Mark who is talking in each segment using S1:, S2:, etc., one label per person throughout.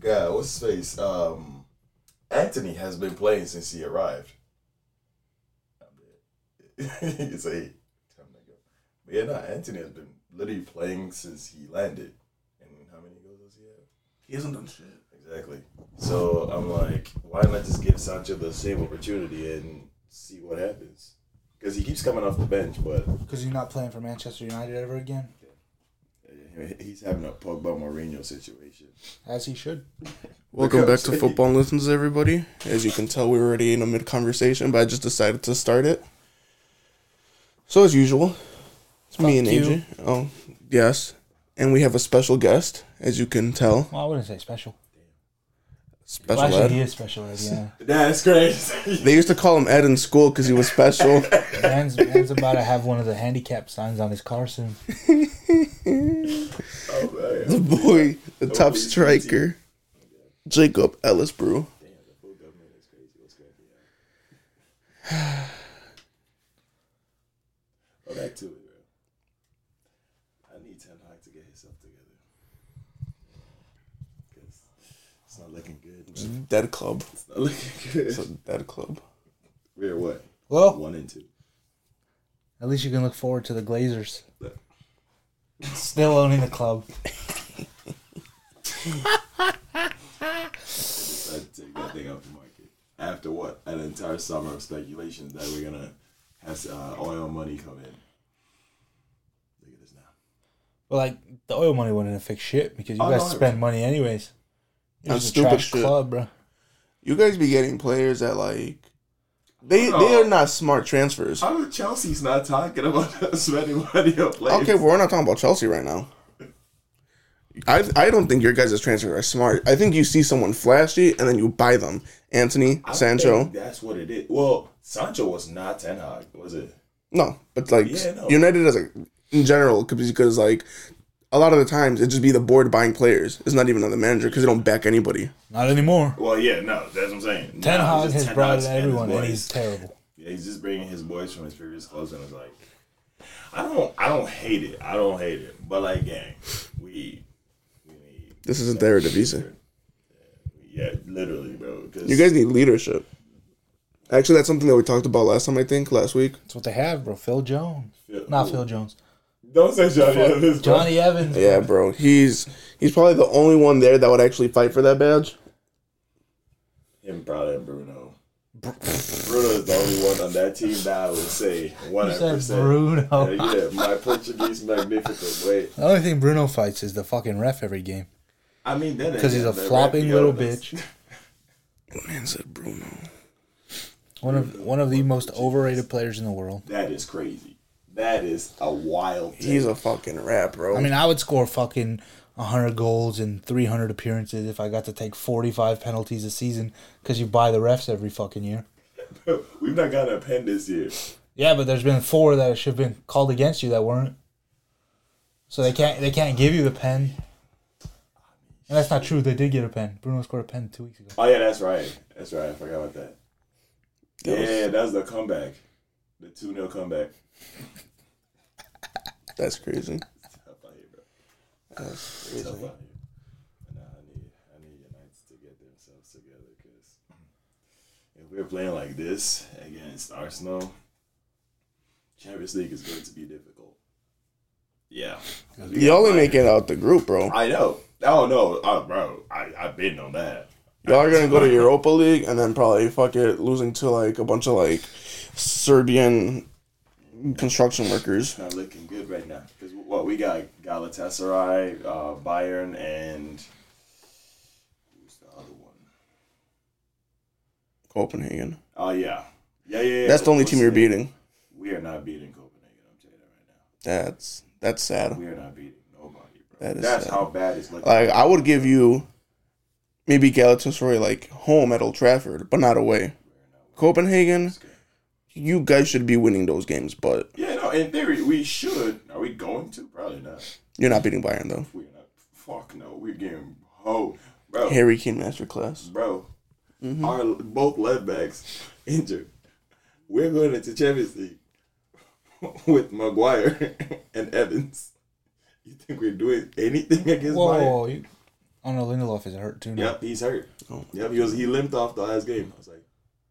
S1: God, what's his face? Um, Anthony has been playing since he arrived. it's a time to go. But yeah, no, Anthony has been literally playing since he landed. And how many goals does he have?
S2: He hasn't done shit.
S1: Exactly. So I'm like, why not just give Sancho the same opportunity and see what happens? Because he keeps coming off the bench, but
S3: Because you're not playing for Manchester United ever again,
S1: uh, he's having a Pogba Mourinho situation.
S3: as he should.
S4: Welcome back
S1: Because-
S4: to Football Lessons, everybody. As you can tell, we're already in a mid conversation, but I just decided to start it. So, as usual, it's me and
S3: Fuck you.
S4: AJ. Oh, yes. And we have a special guest, as you can tell.
S3: Well, I wouldn't say special. Well,
S4: Special
S3: actually,
S4: Ed.
S3: he is special. Ed, yeah,
S1: That's crazy.
S4: They used to call him Ed in school because he was special.
S3: man's, man's about to have one of the handicap signs on his car soon.
S1: oh, man.
S4: the boy, the top striker, Jacob Ellis Brew.
S1: Oh, back to it, bro. I need Ten Hag to get himself together. Because it's not looking good. man.
S4: Dead club.
S1: It's not looking good.
S4: It's a dead club.
S1: We're what?
S3: Well,
S1: One and two.
S3: at least you can look forward to the Glazers still owning the club.
S1: I take that thing off the market. After what? An entire summer of speculation that we're gonna have uh, oil money come in. Look at this now.
S3: But like the oil money wouldn't have fixed shit because you
S1: Oh,
S3: guys
S1: no, it-
S3: spend money anyways. It
S4: On
S3: was a
S4: stupid
S3: trash
S4: shit.
S3: club, bro.
S4: You guys be getting players that, like, they, they
S1: Oh.
S4: are not smart transfers.
S1: How come Chelsea's not talking about us spending money on players?
S4: Okay, well, we're not talking about Chelsea right now. I I don't think your guys' transfers are smart. I think you see someone flashy and then you buy them. Anthony,
S1: I
S4: Sancho.
S1: think That's what it is. Well, Sancho was not Ten Hag, was it?
S4: No, but like
S1: Yeah, no.
S4: United as a in general because because like a lot of the times it just be the board buying players. It's not even on the manager because they don't back anybody.
S3: Not anymore.
S1: Well, yeah, no, that's what I'm saying.
S3: Ten
S1: Nah, it was
S3: Hag
S1: just
S3: has
S1: Ten
S3: brought
S1: Hag's
S3: in everyone,
S1: his
S3: and
S1: boys.
S3: he's terrible.
S1: Yeah, he's just bringing his boys from his previous clubs, and it's like, I don't, I don't hate it, I don't hate it, but like, gang, we, we need,
S4: This isn't their divisa.
S1: yeah, literally, bro. 'cause-
S4: You guys need leadership. Actually, that's something that we talked about last time. I think last week.
S3: That's what they have, bro. Phil Jones,
S1: Phil-
S3: not
S1: who?
S3: Phil Jones.
S1: don't say Johnny Evans, bro.
S3: Johnny Evans.
S4: Yeah, bro. He's he's probably the only one there that would actually fight for that badge.
S1: him, probably and Bruno. Bruno is the only one on that team that I would say one
S3: You
S1: hundred
S3: said
S1: percent.
S3: Bruno.
S1: Yeah, my Portuguese magnificent. Wait,
S3: The only thing Bruno fights is the fucking ref every game
S1: I mean that
S3: because he's a flopping little bitch.
S4: Man said Bruno.
S3: One of one of the most overrated players in the world.
S1: That is crazy. That is a wild. Take.
S4: He's a fucking rap, bro.
S3: I mean, I would score fucking 100 goals and 300 appearances if I got to take 45 penalties a season because you buy the refs every fucking year.
S1: We've not got a pen this year.
S3: Yeah, but there's been four that should have been called against you that weren't. So they can't they can't give you the pen. And that's not true. They did get a pen. Bruno scored a pen two weeks ago.
S1: Oh yeah, that's right. That's right. I forgot about that.
S4: That was-
S1: yeah, that was the comeback. The 2 0 comeback.
S4: that's crazy.
S1: Tough out here, bro.
S4: That's
S1: Tough out
S4: crazy.
S1: here. But nah, I need I need the Knights to get themselves together because if we're playing like this against Arsenal, Champions League is going to be difficult. Yeah.
S4: Y'all ain't making out the group, bro.
S1: I know. Oh no, uh, bro. I I've been on that.
S4: Y'all are gonna go to Europa League and then probably fuck it, losing to like a bunch of like Serbian construction workers.
S1: Not looking good right now. Because what we got Galatasaray, uh, Bayern, and who's the other one?
S4: Copenhagen.
S1: Oh yeah, yeah, yeah. yeah.
S4: That's the only
S1: What's
S4: team you're
S1: the name?
S4: beating.
S1: We are not beating Copenhagen. I'm telling you that
S4: That's that's
S1: right now.
S4: sad.
S1: We are not beating nobody, bro.
S4: That is
S1: That's
S4: sad.
S1: how bad it's looking.
S4: Like I would give you maybe Galatasaray like home at Old Trafford, but not away. Copenhagen, you guys should be winning those games, but
S1: yeah, no. In theory, we should. Are we going to? Probably not.
S4: you're not beating Bayern though.
S1: We're not. Fuck no. We're getting ho, bro.
S4: Harry Kane masterclass.
S1: bro. Our both left backs injured. We're going into Champions League with Maguire and Evans. You think we're doing anything against
S3: Whoa, whoa,
S1: Bayern?
S3: whoa, you, Oh no, Lindelof is hurt too. now.
S1: Yep, he's hurt.
S4: Oh.
S1: Yep, he was he limped off the last game. I was like,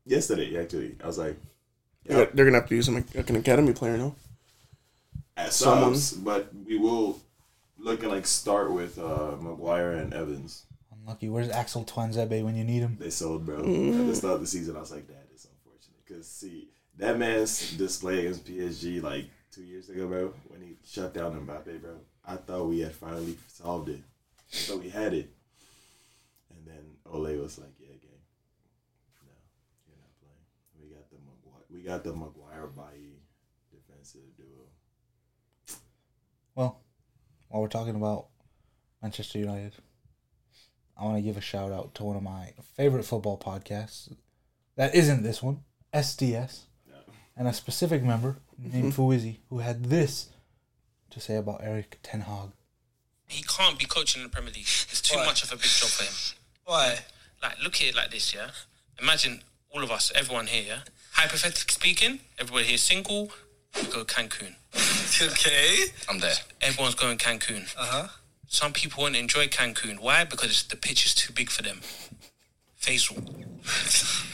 S1: yesterday actually. I was like,
S4: They're gonna- They're gonna have to use him like an academy player now.
S1: at
S4: Someone-
S1: subs, but we will look and like start with uh McGuire and Evans.
S3: Unlucky. Where's Axel Twanzebe when you need him?
S1: They sold, bro. At the start of the season, I was like, that is unfortunate. Cause see, that man's display against PSG like two years ago, bro, when he shut down Mbappe, bro. I thought we had finally solved it. So we had it, and then Ole was like, "Yeah, gang, no, you're not playing. We got the Maguire, we got the Maguire Bailly defensive duo.
S3: Well, while we're talking about Manchester United, I want to give a shout out to one of my favorite football podcasts. That isn't this one, SDS,
S1: No.
S3: and a specific member named Fuizzi who had this to say about Eric Ten Hag.
S2: He can't be coaching in the Premier League. It's too
S5: Why?
S2: much of a big job for him.
S5: Why?
S2: Like, look at it like this, yeah? Imagine all of us, everyone here, yeah? Hypothetically speaking, everybody here is single, we go Cancun.
S5: Okay.
S6: I'm there.
S2: Everyone's going Cancun.
S5: Uh huh.
S2: Some people won't enjoy Cancun. Why? Because it's, the pitch is too big for them. Faisal.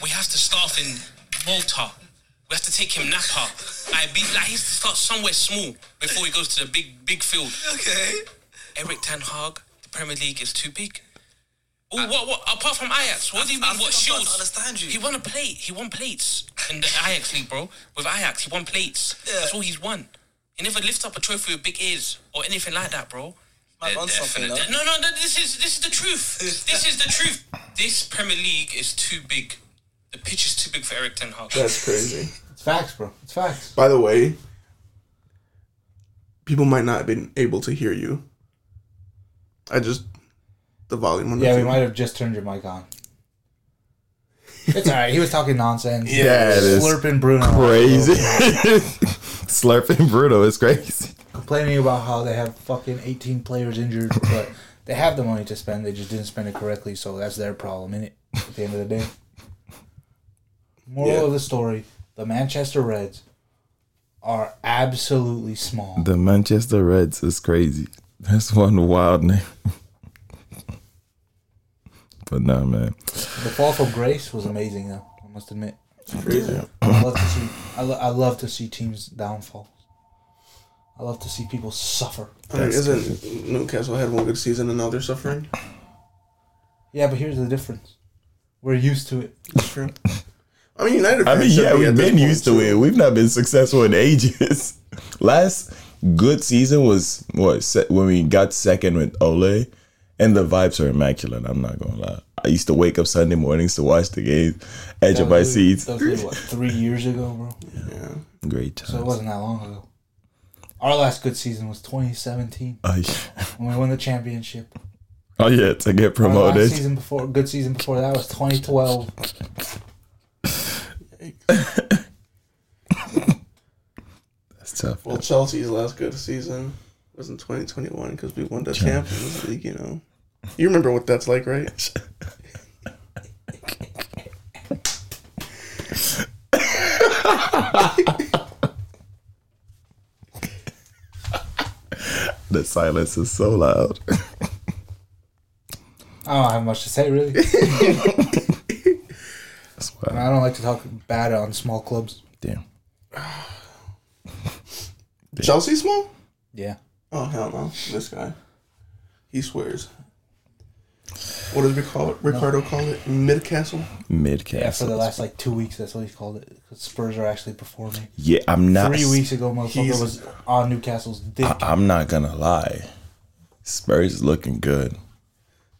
S2: we have to start in Malta. We have to take him Napa. Like, be, like, he has to start somewhere small before he goes to the big, big field.
S5: Okay.
S2: Eric Ten Hag, the Premier League is too big. Oh, what, what? Apart from Ajax, what do you
S5: I- I
S2: mean? What
S5: think I'm about to
S2: shields?
S5: understand you.
S2: He won a plate. He won plates in the Ajax league, bro. With Ajax, he won plates.
S5: Yeah.
S2: That's all he's won. He never lifts up a trophy with big ears or anything like that, bro.
S5: Might want something,
S2: Definite-
S5: though.
S2: No, no, no. This is this is the truth. this is the truth. This Premier League is too big. The pitch is too big for Eric Ten Hag.
S4: That's crazy.
S3: It's facts, bro. It's facts.
S4: By the way, people might not have been able to hear you. I just the volume on the
S3: Yeah, we
S4: thing.
S3: might have just turned your mic on. It's alright. He was talking nonsense.
S4: Yeah,
S3: He was
S6: it is
S3: slurping Bruno.
S6: Crazy. Slurping brutal is crazy.
S3: complaining about how they have fucking 18 players injured, but they have the money to spend. They just didn't spend it correctly, so that's their problem, innit? At the end of the day. Moral
S4: Yeah.
S3: of the story the Manchester Reds are absolutely small.
S6: The Manchester Reds is crazy. That's one wild name. but nah, man.
S3: The fall from grace was amazing, though, I must admit.
S4: It's crazy.
S3: I love to see, I, lo- I love to see teams' downfalls. I love to see people suffer.
S4: I mean, isn't Newcastle had one good season and now they're suffering?
S3: Yeah, but here's the difference. We're used to it.
S4: That's true. I mean, United.
S6: I
S4: fans
S6: mean,
S4: should
S6: yeah,
S4: be
S6: we've
S4: at this
S6: been
S4: point,
S6: used to
S4: too.
S6: it. We've not been successful in ages. Last good season was what se- when we got second with Ole, and the vibes are immaculate. I'm not gonna lie. I used to wake up Sunday mornings to watch the game, edge of my
S3: was literally-
S6: seats.
S3: That was literally, what, three years ago, bro?
S4: Yeah.
S6: Great times.
S3: So it wasn't that long ago. Our last good season was 2017
S6: Oh yeah,
S3: when we won the championship.
S6: oh yeah, to get
S3: Our last
S6: promoted.
S3: season before, good season before that was 2012.
S6: That's tough.
S4: Well, Chelsea's last good season was in 2021 because we won the Champions League. You know, you remember what that's like, right?
S6: The silence is so loud.
S3: I don't have much to say really.
S6: That's
S3: And
S6: wild.
S3: I don't like to talk bad on small clubs.
S6: Damn.
S4: Chelsea small?
S3: Yeah.
S4: Oh hell no! This guy, he swears. What does Ricardo, Ricardo call it? Midcastle.
S6: Midcast.
S3: Yeah, for the last like two weeks, that's what he called it. 'cause Spurs are actually performing.
S6: Yeah, I'm not.
S3: Three weeks ago, motherfucker
S4: he's-
S3: was on Newcastle's dick.
S6: I- I'm not gonna lie. Spurs is looking good.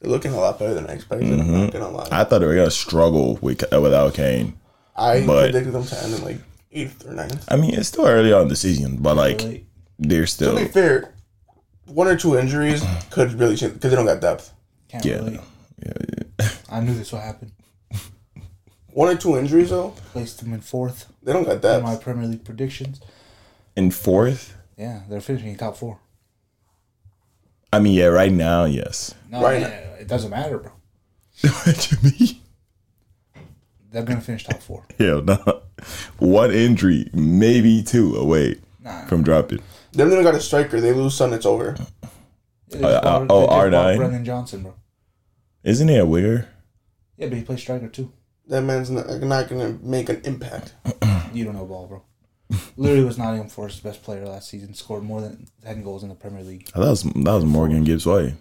S4: They're looking a lot better than I expected. I'm not gonna lie.
S6: Mm-hmm. I thought they were gonna struggle with without Kane.
S4: I
S6: but-
S4: predicted them to end in like eighth or ninth.
S6: I mean, it's still early on in the season, but like
S3: Really.
S6: they're
S4: To
S6: still
S4: be fair, one or two injuries could really change because they don't got depth.
S3: Can't
S6: yeah,
S3: relate.
S6: yeah, yeah.
S3: I knew this would happen.
S4: One or two injuries though,
S3: Placed them in fourth
S4: they don't got
S3: in my
S4: depth.
S3: Premier League predictions.
S6: in fourth.
S3: Yeah, they're finishing in top four.
S6: I mean, yeah, right now, yes.
S3: No,
S4: Right.
S3: yeah, it doesn't matter, bro.
S6: what you mean?
S3: They're gonna finish top four.
S6: Hell no. One injury, maybe two away from dropping.
S4: Them they don't got a striker. They lose Sun, it's over.
S3: They just
S6: uh,
S3: bought- they
S6: oh,
S3: just bought
S6: R9.
S3: Brendan Johnson, bro.
S6: Isn't he a winger?
S3: Yeah, but he plays striker too.
S4: That man's not, not gonna make an impact.
S3: You don't know ball, bro. Literally was Nottingham Forest's best player last season. Scored more than ten goals in the Premier League.
S6: That was that was Morgan Gibbs White.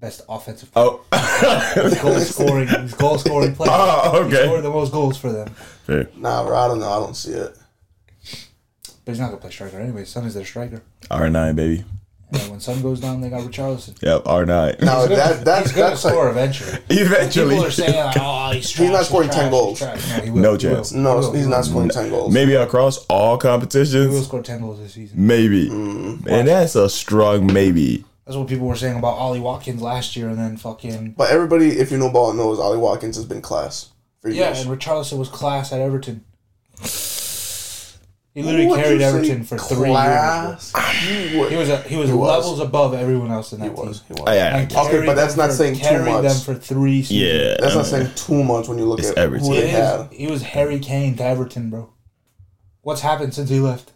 S3: Best offensive
S6: Oh,
S3: goal scoring, goal scoring player.
S6: Oh, okay.
S3: He scored the most goals for them,
S6: fair.
S4: Nah, bro, I don't know. I don't see it.
S3: but he's not gonna play striker anyway. Sonny's their striker,
S6: R nine baby.
S3: and when Son goes down, they got Richarlison.
S6: Yep, R nine.
S4: No, that that's
S3: He's gonna
S4: that's
S3: score
S4: like
S3: eventually.
S6: Eventually,
S3: People are saying, like, "Oh, he's,
S4: He's not
S3: trash,
S4: scoring 10
S3: trash,
S4: goals.
S3: trash." No, he will.
S6: No
S3: he
S6: chance.
S3: will.
S4: no,
S3: He will.
S4: he's not scoring ten goals.
S6: maybe across all
S3: He will
S6: competitions,
S3: score ten goals this season.
S6: maybe, and that's a strong maybe.
S3: That's what people were saying about Ollie Watkins last year, and then fucking
S4: But everybody, if you know ball, knows Ollie Watkins has been class for
S3: yeah,
S4: years.
S3: and Richarlison was class at Everton. He literally
S4: What would
S3: carried
S4: you say
S3: Everton for three years.
S4: class? He would-
S3: He was a, he was
S4: He was.
S3: levels above everyone else in that
S4: He was.
S3: team.
S4: He was.
S6: Oh, yeah,
S3: And
S4: Okay,
S3: carried
S4: but that's
S3: them
S4: not
S3: for-
S4: saying too
S3: carried
S4: much.
S3: them for three. Seasons.
S6: yeah,
S4: That's not saying too much when you look
S6: It's
S4: at
S6: Everton.
S4: who
S3: It
S4: they
S3: is-
S4: have.
S3: He was Harry Kane to Everton, bro. What's happened since he left?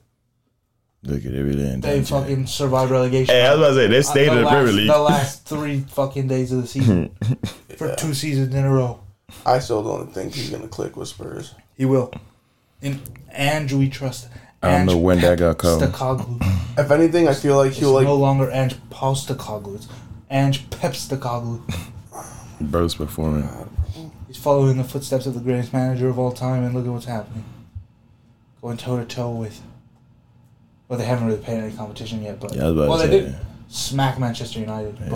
S6: Look at everything.
S3: They fucking survived relegation. Uh,
S6: Hey, I was about to say they stayed
S3: the
S6: in the
S3: last,
S6: Premier League.
S3: The last three fucking days of the season for two seasons in a row.
S4: I still don't think he's gonna click with Spurs.
S3: He will. And Ange, we trust.
S6: I don't know
S3: Ange
S6: when that got called.
S3: Postecoglou.
S4: If anything, I feel like
S3: It's
S4: he'll like.
S3: no longer Ange Postecoglou. It's Ange Pepstecoglou.
S6: Bro's performing.
S3: He's following the footsteps of the greatest manager of all time, and look at what's happening. Going toe to toe with. Well, they haven't really played any competition yet, but
S6: Yeah, I was about
S3: well,
S6: to
S3: they
S6: say.
S3: did smack Manchester United,
S6: Yeah.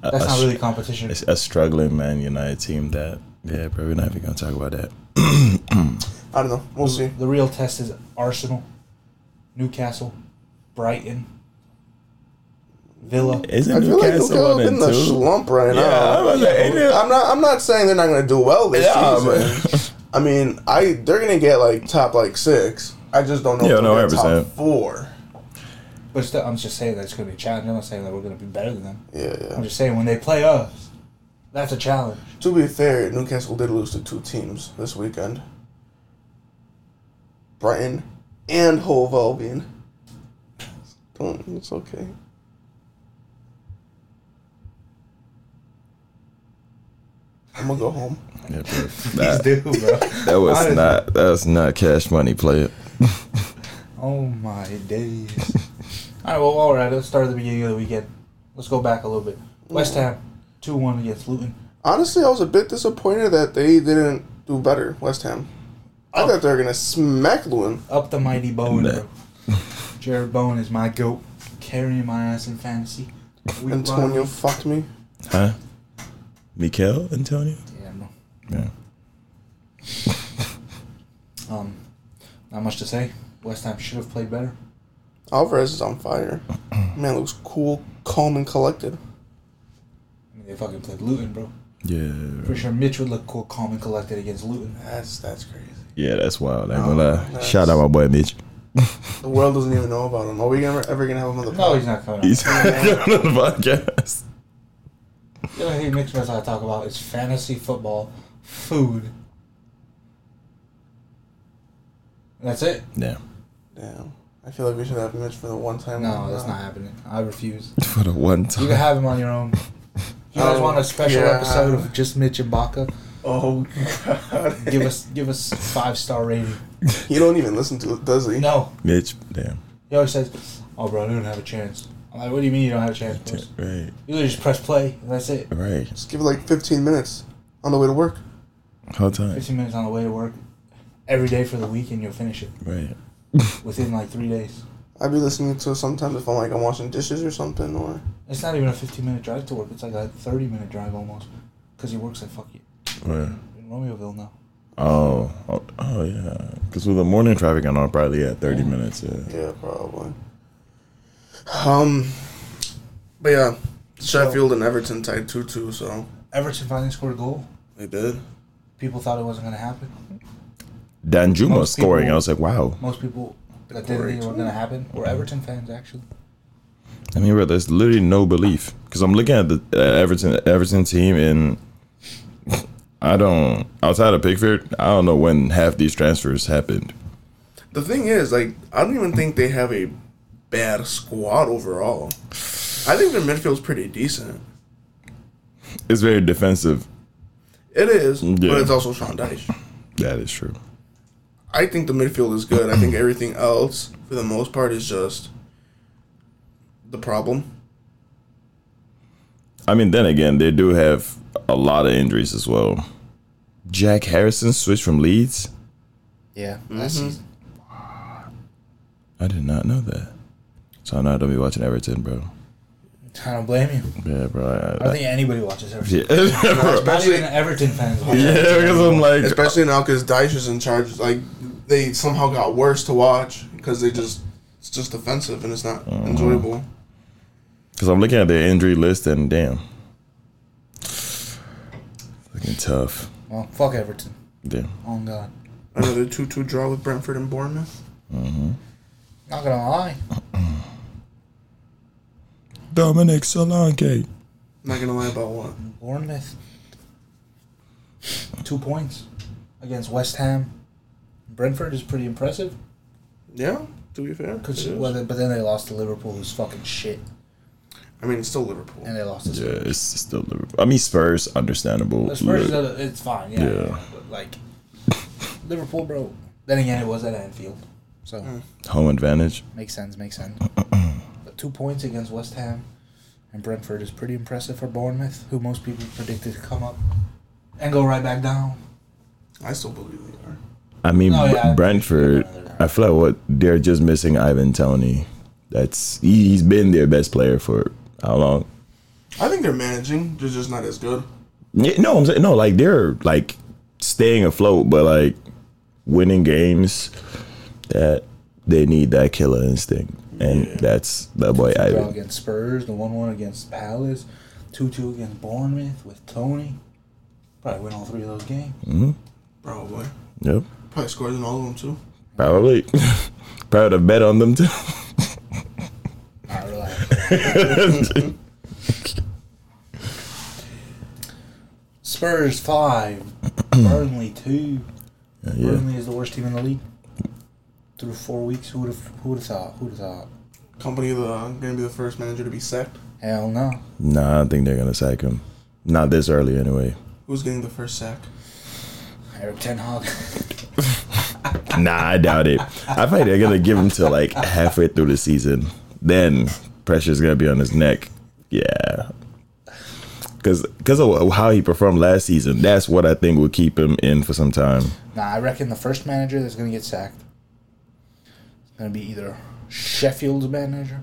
S3: but that's
S6: a,
S3: not
S6: a-
S3: really competition.
S6: It's a struggling Man United team that, yeah, probably not even gonna talk about that.
S4: I don't know. We'll see.
S3: The real test is Arsenal, Newcastle, Brighton, Villa.
S6: Isn't
S4: I feel like
S6: Newcastle
S4: Lukaku
S6: one
S4: in
S6: and
S4: the
S6: two?
S4: slump right
S6: Yeah, I
S4: now.
S6: was like, ain't it-
S4: I'm not. I'm not saying they're not gonna do well this
S6: Yeah,
S4: season. I mean, I they're gonna get like top like six. I just don't know.
S6: Yeah,
S4: if
S6: no,
S4: they'll get top
S6: 100%.
S4: four.
S3: But still, I'm just saying that it's going to be a challenge. I'm not saying that we're going to be better than them.
S4: Yeah,
S3: I'm
S4: yeah.
S3: just saying when they play us, that's a challenge.
S4: To be fair, Newcastle did lose to two teams this weekend. Brighton and Hove Albion. Don't. It's okay. I'm gonna go home.
S6: Yeah, bro. That,
S3: Dude, bro.
S6: that was
S3: Honestly.
S6: not that was not cash money play it.
S3: Oh my days. All right, well, all right, let's start at the beginning of the weekend. Let's go back a little bit. West Ham, 2 1 against Luton.
S4: Honestly, I was a bit disappointed that they didn't do better. West Ham. I thought they were gonna smack Lewin.
S3: Up the mighty Bowen,
S6: Nah.
S3: bro. Jared Bowen is my goat. Carrying my ass in fantasy. Week
S4: Antonio
S3: by week.
S4: fucked me.
S6: Huh? Mikel Antonio?
S3: Yeah, bro.
S6: Yeah.
S3: Um, not much to say. West Ham should have played better.
S4: Alvarez is on fire. Man looks cool, calm, and collected.
S3: I mean, they fucking played Luton, bro.
S6: Yeah. bro.
S3: Pretty sure Mitch would look cool, calm, and collected against Luton.
S4: That's that's crazy.
S6: Yeah, that's wild. I ain't
S4: Oh,
S6: gonna lie.
S4: that's-
S6: Shout out my boy Mitch.
S4: The world doesn't even know about him. Are we ever, ever gonna have him on the
S3: No,
S4: podcast?
S3: he's not coming.
S6: He's on the podcast.
S3: The only thing Mitch knows how to talk about is fantasy football, food. And That's it.
S6: Yeah.
S4: Damn. I feel like we should have Mitch for the one time.
S3: No, that's not happening. I refuse.
S6: For the one
S3: You
S6: time.
S3: can have him on your own. You guys
S4: Oh,
S3: want a special
S4: yeah.
S3: episode of just Mitch and Baca?
S4: Oh god.
S3: Give us give us five star rating.
S4: He don't even listen to it, does he?
S3: No,
S6: Mitch, damn.
S3: he always says, "Oh, bro, I don't have a chance." I'm like, "What do you mean you don't have a chance?" bro?"
S6: Right.
S3: You literally just press play and that's it.
S6: Right.
S4: Just give it like 15 minutes on the way to work.
S6: Whole time.
S3: 15 minutes on the way to work every day for the week, and you'll finish it
S6: Right.
S3: within like three days.
S4: I'd be listening to it sometimes if I'm like I'm washing dishes or something or.
S3: It's not even a 15 minute drive to work. It's like a 30 minute drive almost. Because he works at fuck you
S6: Right.
S3: in Romeoville now.
S6: Oh, oh, oh yeah. Because with the morning traffic, I know probably at 30 minutes. Yeah.
S4: Yeah, probably. Um, but yeah, Sheffield and Everton tied two two. So
S3: Everton finally scored a goal.
S4: they did.
S3: People thought it wasn't going to happen.
S6: Danjuma
S3: Most
S6: scoring.
S3: people-
S6: I was like, wow.
S3: Most people that didn't think it was going to happen were Everton fans, actually.
S6: I mean, bro, there's literally no belief. Because I'm looking at the uh, Everton Everton team, and I don't, outside of Pickford, I don't know when half these transfers happened.
S4: The thing is, like, I don't even think they have a bad squad overall. I think their midfield's pretty decent.
S6: It's very defensive.
S4: It is,
S6: Yeah.
S4: but it's also Sean Dyche.
S6: That is true.
S4: I think the midfield is good. I think everything else, for the most part, is just the problem.
S6: I mean, then again, they do have a lot of injuries as well. Jack Harrison switched from Leeds.
S7: Yeah, last
S6: mm-hmm.
S7: season.
S6: I did not know that. So now I don't be watching Everton, bro.
S3: I don't blame you.
S6: Yeah, bro. I-
S3: I don't think anybody watches Everton.
S6: yeah, bro.
S3: Not even Everton fans. Watch
S6: yeah,
S3: Everton
S6: because
S3: anymore.
S6: I'm like,
S4: Especially now because Dyche is in charge. Like they somehow got worse to watch because they just it's just offensive and it's not enjoyable.
S6: because I'm looking at their injury list and damn, looking tough.
S3: Well, fuck Everton.
S6: Damn.
S3: Oh God.
S4: Another two-two draw with Brentford and Bournemouth.
S3: Not gonna lie.
S6: Dominic Solanke.
S4: not gonna lie about what.
S3: Bournemouth. Two points against West Ham. Brentford is pretty impressive.
S4: Yeah, to be fair.
S3: 'cause-
S4: it is.
S3: well, but then they lost to Liverpool, who's fucking shit,
S4: I mean, it's still Liverpool.
S3: and they lost to
S6: Yeah, it's still Liverpool. I mean, Spurs, understandable.
S3: The Spurs,
S6: Look,
S3: are- it's fine. Yeah.
S6: Yeah.
S3: yeah, But like Liverpool, bro. Then again, it was at Anfield, so
S6: home advantage.
S3: makes sense. Makes sense. but two points against West Ham and Brentford is pretty impressive for Bournemouth, who most people predicted to come up and go right back down.
S4: I still believe they are.
S6: I mean,
S3: Oh, yeah.
S6: Br- Brentford. I feel like what they're just missing Ivan Tony. That's he, he's been their best player for how long?
S4: I think they're managing. They're just not as good.
S6: Yeah, No, I'm saying no. Like they're like staying afloat, but like winning games that they need that killer instinct, and that's that boy
S3: Draw
S6: Ivan.
S3: against Spurs, the one one against Palace, two two against Bournemouth with Tony. Probably win all three of those games.
S4: Probably.
S6: Yep,
S4: Probably scored in all of them too.
S6: probably. Probably to bet on them too.
S3: Not really. Spurs five, Burnley two.
S6: yeah.
S3: Burnley is the worst team in the league. Through four weeks, who would have who would have thought? Who would have thought?
S4: Company the gonna be the first manager to be sacked.
S3: Hell no.
S6: Nah, I don't think they're gonna sack him. Not this early, anyway.
S4: Who's getting the first sack?
S3: Eric Ten Hag.
S6: Nah, I doubt it. I think they're gonna give him to like halfway through the season. Then pressure's gonna be on his neck. Yeah, because because of how he performed last season, that's what I think will keep him in for some time.
S3: nah, I reckon the first manager that's gonna get sacked is gonna be either Sheffield's manager,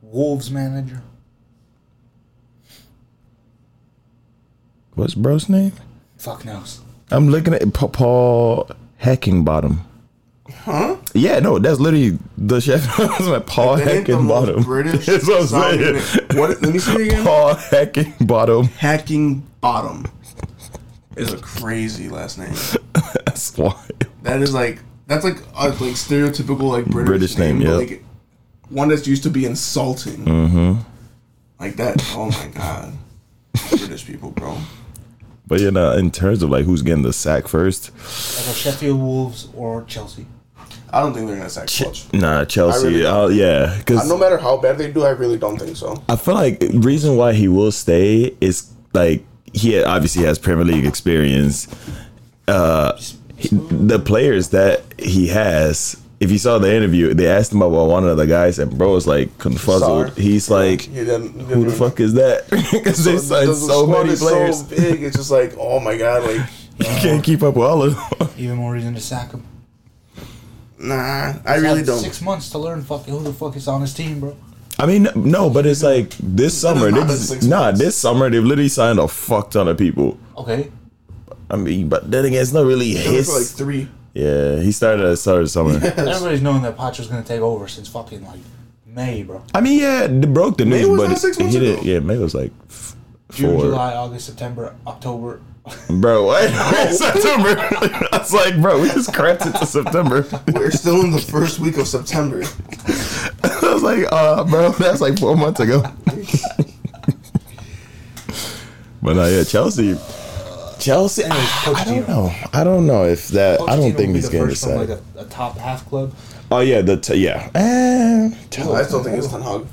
S3: Wolves manager,
S6: What's bro's name?
S3: fuck knows.
S6: I'm looking at Pa- Paul Hackingbottom. Huh? Yeah, no, that's literally the chef. like Paul
S4: They ain't the most
S6: Hackingbottom.
S4: British.
S6: Oh, that's what I'm
S4: sounding-
S6: saying.
S4: What? Let me see it again.
S6: Paul Hackingbottom.
S4: Hacking Bottom is a crazy last name.
S6: That's why.
S4: That is like that's like a like stereotypical like British,
S6: British name,
S4: but,
S6: yep. Mm-hmm.
S4: Like one that's used to be insulting. Like that. Oh my god. British people, bro.
S6: But you know, in terms of like who's getting the sack first,
S3: Either Sheffield Wolves or Chelsea.
S4: I don't think they're gonna sack Clutch.
S6: nah, Chelsea.
S4: really
S6: uh, yeah, because
S4: No matter how bad they do, I really don't think so.
S6: I feel like reason why he will stay is like he obviously has Premier League experience. Uh, he- the players that he has, if you saw the interview, they asked him about one of the guys, and bro was like confuzzled.
S4: Sorry.
S6: He's like,
S4: He didn't-
S6: "Who the
S4: didn't-
S6: fuck is that?" Because they
S4: the-
S6: signed
S4: the
S6: so
S4: squad
S6: many
S4: is
S6: players,
S4: So big, it's just like, oh my god, like
S6: you can't keep up with all of them.
S3: Even more reason to sack him.
S4: nah, I really
S3: Had
S4: don't.
S3: Six months to learn fucking who the fuck is on his team, bro.
S6: I mean, no, but it's like this summer. They
S4: not been
S6: just,
S4: six
S6: nah,
S4: months.
S6: this summer they've literally signed a fuck ton of people.
S3: Okay.
S6: I mean, but then again, it's not really
S4: It was
S6: his.
S4: for like three.
S6: yeah, he started at the start of summer.
S3: Everybody's knowing that Pacho's gonna take over since fucking like May, bro.
S6: I mean, yeah, they broke the news,
S4: was
S6: but
S4: not six
S6: he
S4: months
S6: did.
S4: ago.
S6: Yeah, May was like f-
S3: June,
S6: four.
S3: July, August, September, October.
S6: Bro, what? September. I was like, bro, we just cracked it to September.
S4: We're still in the first week of September.
S6: I was like, uh, bro, that's like four months ago. but uh, yeah, Chelsea. Chelsea,
S3: Anyways, Pochettino.
S6: I don't know. I don't know if that. I don't
S3: Pochettino
S6: think
S3: will be
S6: he's
S3: the
S6: going to
S3: first from,
S6: say.
S3: like a, a top half club.
S6: Oh yeah, the t- yeah. Eh,
S4: I
S6: Chelsea.
S4: still think it's Ten Hag.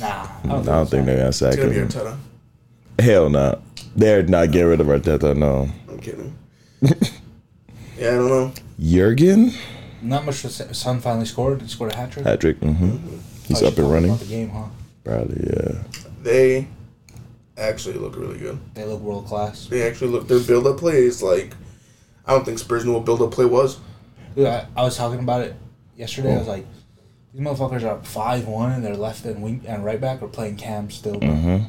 S3: Nah.
S6: I don't think they're gonna sack
S4: It's gonna be
S6: him.
S4: Arteta.
S6: Hell no. They're not getting rid of Arteta. No.
S4: I'm kidding. yeah, I don't know.
S6: Jurgen
S3: Not much. to say. Son finally scored. He scored a hat trick.
S6: Patrick. Mm-hmm. He's up and running.
S3: The game, huh?
S6: Probably. Yeah.
S4: They actually look really good.
S3: They look world class.
S4: They actually look. Their build up play is like. I don't think Spurs knew what build up play was.
S3: Dude, I, I was talking about it yesterday.
S6: Oh.
S3: I was like, these motherfuckers are up five one, and their left and wing and right back are playing cam still. bro.
S6: Mm-hmm.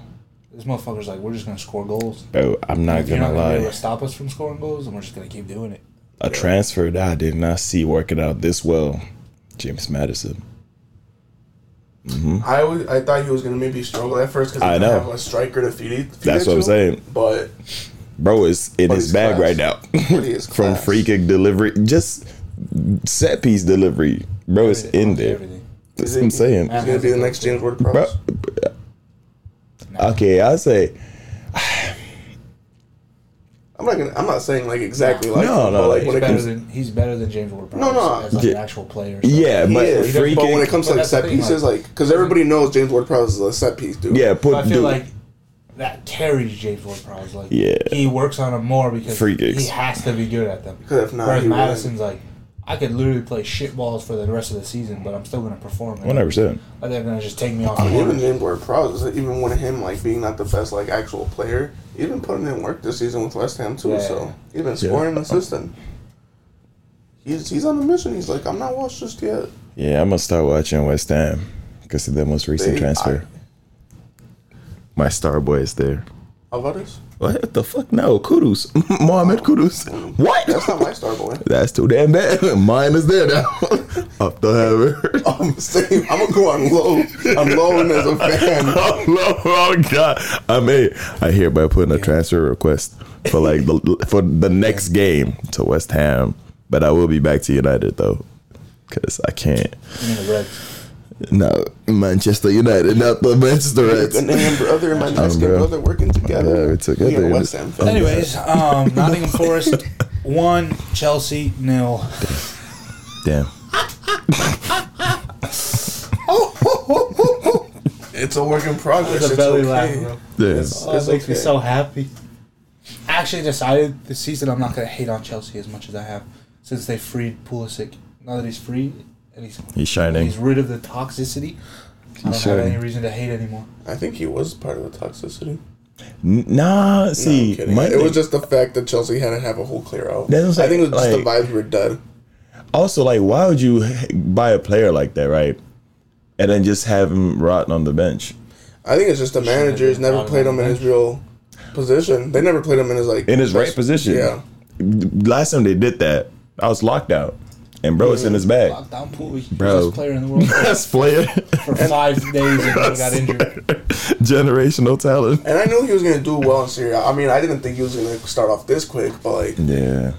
S3: These motherfuckers like, we're just gonna score goals.
S6: Bro, Oh, I'm not
S3: If you're not
S6: gonna
S3: gonna be able
S6: lie.
S3: to stop us from scoring goals, and we're just gonna keep doing it.
S6: A transfer that I did not see working out this well. James Madison.
S4: I always, I thought he was gonna maybe struggle at first because
S6: I
S4: I
S6: know.
S4: have a striker to feed it. feed
S6: That's
S4: it
S6: what I'm
S4: to,
S6: saying.
S4: But
S6: Bro is in
S4: But
S6: his
S4: he's
S6: bag
S4: class.
S6: right now.
S4: but he is
S6: From
S4: class.
S6: free kick delivery, just set piece delivery. Bro is in there.
S3: Everything.
S6: That's what I'm saying.
S4: He's gonna be the next James Ward
S6: Bro,
S4: Prowse.
S6: okay, I say
S4: I'm not gonna, I'm not saying like exactly like
S6: No,
S4: him,
S6: no,
S4: but, like when it comes
S3: He's better
S6: he's
S3: than he's better than James Ward-Prowse
S4: No, no,
S3: as like an
S6: yeah.
S3: actual player. so-
S6: yeah, but
S4: yeah,
S6: free
S4: but when it
S6: kick.
S4: comes to
S3: But
S4: like
S3: that's the
S4: set
S3: thing,
S4: pieces,
S3: like-
S4: like because everybody knows James Ward Prowse is a set piece dude.
S6: yeah, put
S3: But I feel
S6: dude,
S3: like that carries James Ward-Prowse. Like
S6: Yeah.
S3: he works on them more because
S6: Free kicks.
S3: he has to be good at them.
S4: Because if not,
S3: Whereas
S4: he wouldn't.
S3: Madison's like, I could literally play shit balls for the rest of the season, but I'm still gonna perform.
S6: one hundred percent.
S3: Like, they're gonna just take me off.
S6: Oh,
S3: the board.
S4: Even James Ward Prowse, even when him like being not the best like actual player, even putting in work this season with West Ham too.
S3: Yeah.
S4: So even scoring and assisting, he's he's on a mission. He's like, I'm not washed just yet.
S6: Yeah, I'm gonna start watching West Ham because of their most recent
S4: They-
S6: transfer. My star boy is there.
S4: Alvarez,
S6: What the fuck? No, Kudus, Mohamed Kudus. What?
S4: that's not my star boy.
S6: That's too damn bad. Mine is there now. Up the hammer.
S4: I'm saying I'm gonna go on low. I'm loan as a fan.
S6: oh, no, oh god! I mean, I hereby put in a transfer request for like the for the next game to West Ham, but I will be back to United though, because I can't.
S3: You mean the Reds?
S6: No, Manchester United, not the Manchester Reds.
S4: And then my brother and my Mexican
S6: Oh, bro.
S4: brother working together.
S6: Yeah, we're together.
S4: We are West Ham
S6: Oh,
S4: fans.
S3: Anyways, um, Nottingham Forest one, Chelsea nil.
S6: Damn.
S4: It's a work in progress. It's
S3: belly
S4: okay.
S3: laugh, bro.
S6: Yeah.
S3: Oh, it
S4: It's
S3: makes
S4: okay.
S3: me so happy. I actually decided this season I'm not gonna hate on Chelsea as much as I have since they freed Pulisic. Now that he's free and he's
S6: He's shining.
S3: he's rid of the toxicity, I don't
S6: shining.
S3: have any reason to hate anymore.
S4: I think he was part of the toxicity.
S6: N- Nah, see,
S4: Kidding.
S6: my
S4: it
S6: thing-
S4: was just the fact that Chelsea had to have a whole clear out.
S6: That's what I'm
S4: I think it was just
S6: saying,
S4: the vibes were dead.
S6: also like, why would you h- buy a player like that, right? And then just have him rot on the bench.
S4: I think it's just the managers
S3: been
S4: never
S3: bottom
S4: played
S3: of
S4: him
S3: the
S4: in his real position. They never played him in his like
S6: in his right
S4: best-
S6: position.
S4: Yeah,
S6: Last time they did that, I was locked out, and bro, it's in his bag.
S3: Lockdown Pulisic,
S6: Bro.
S3: best player in the world
S6: Best player,
S3: for five days and he got injured.
S6: generational talent.
S4: and I knew he was gonna do well in Syria. I mean, I didn't think he was gonna start off this quick, but like
S6: Yeah,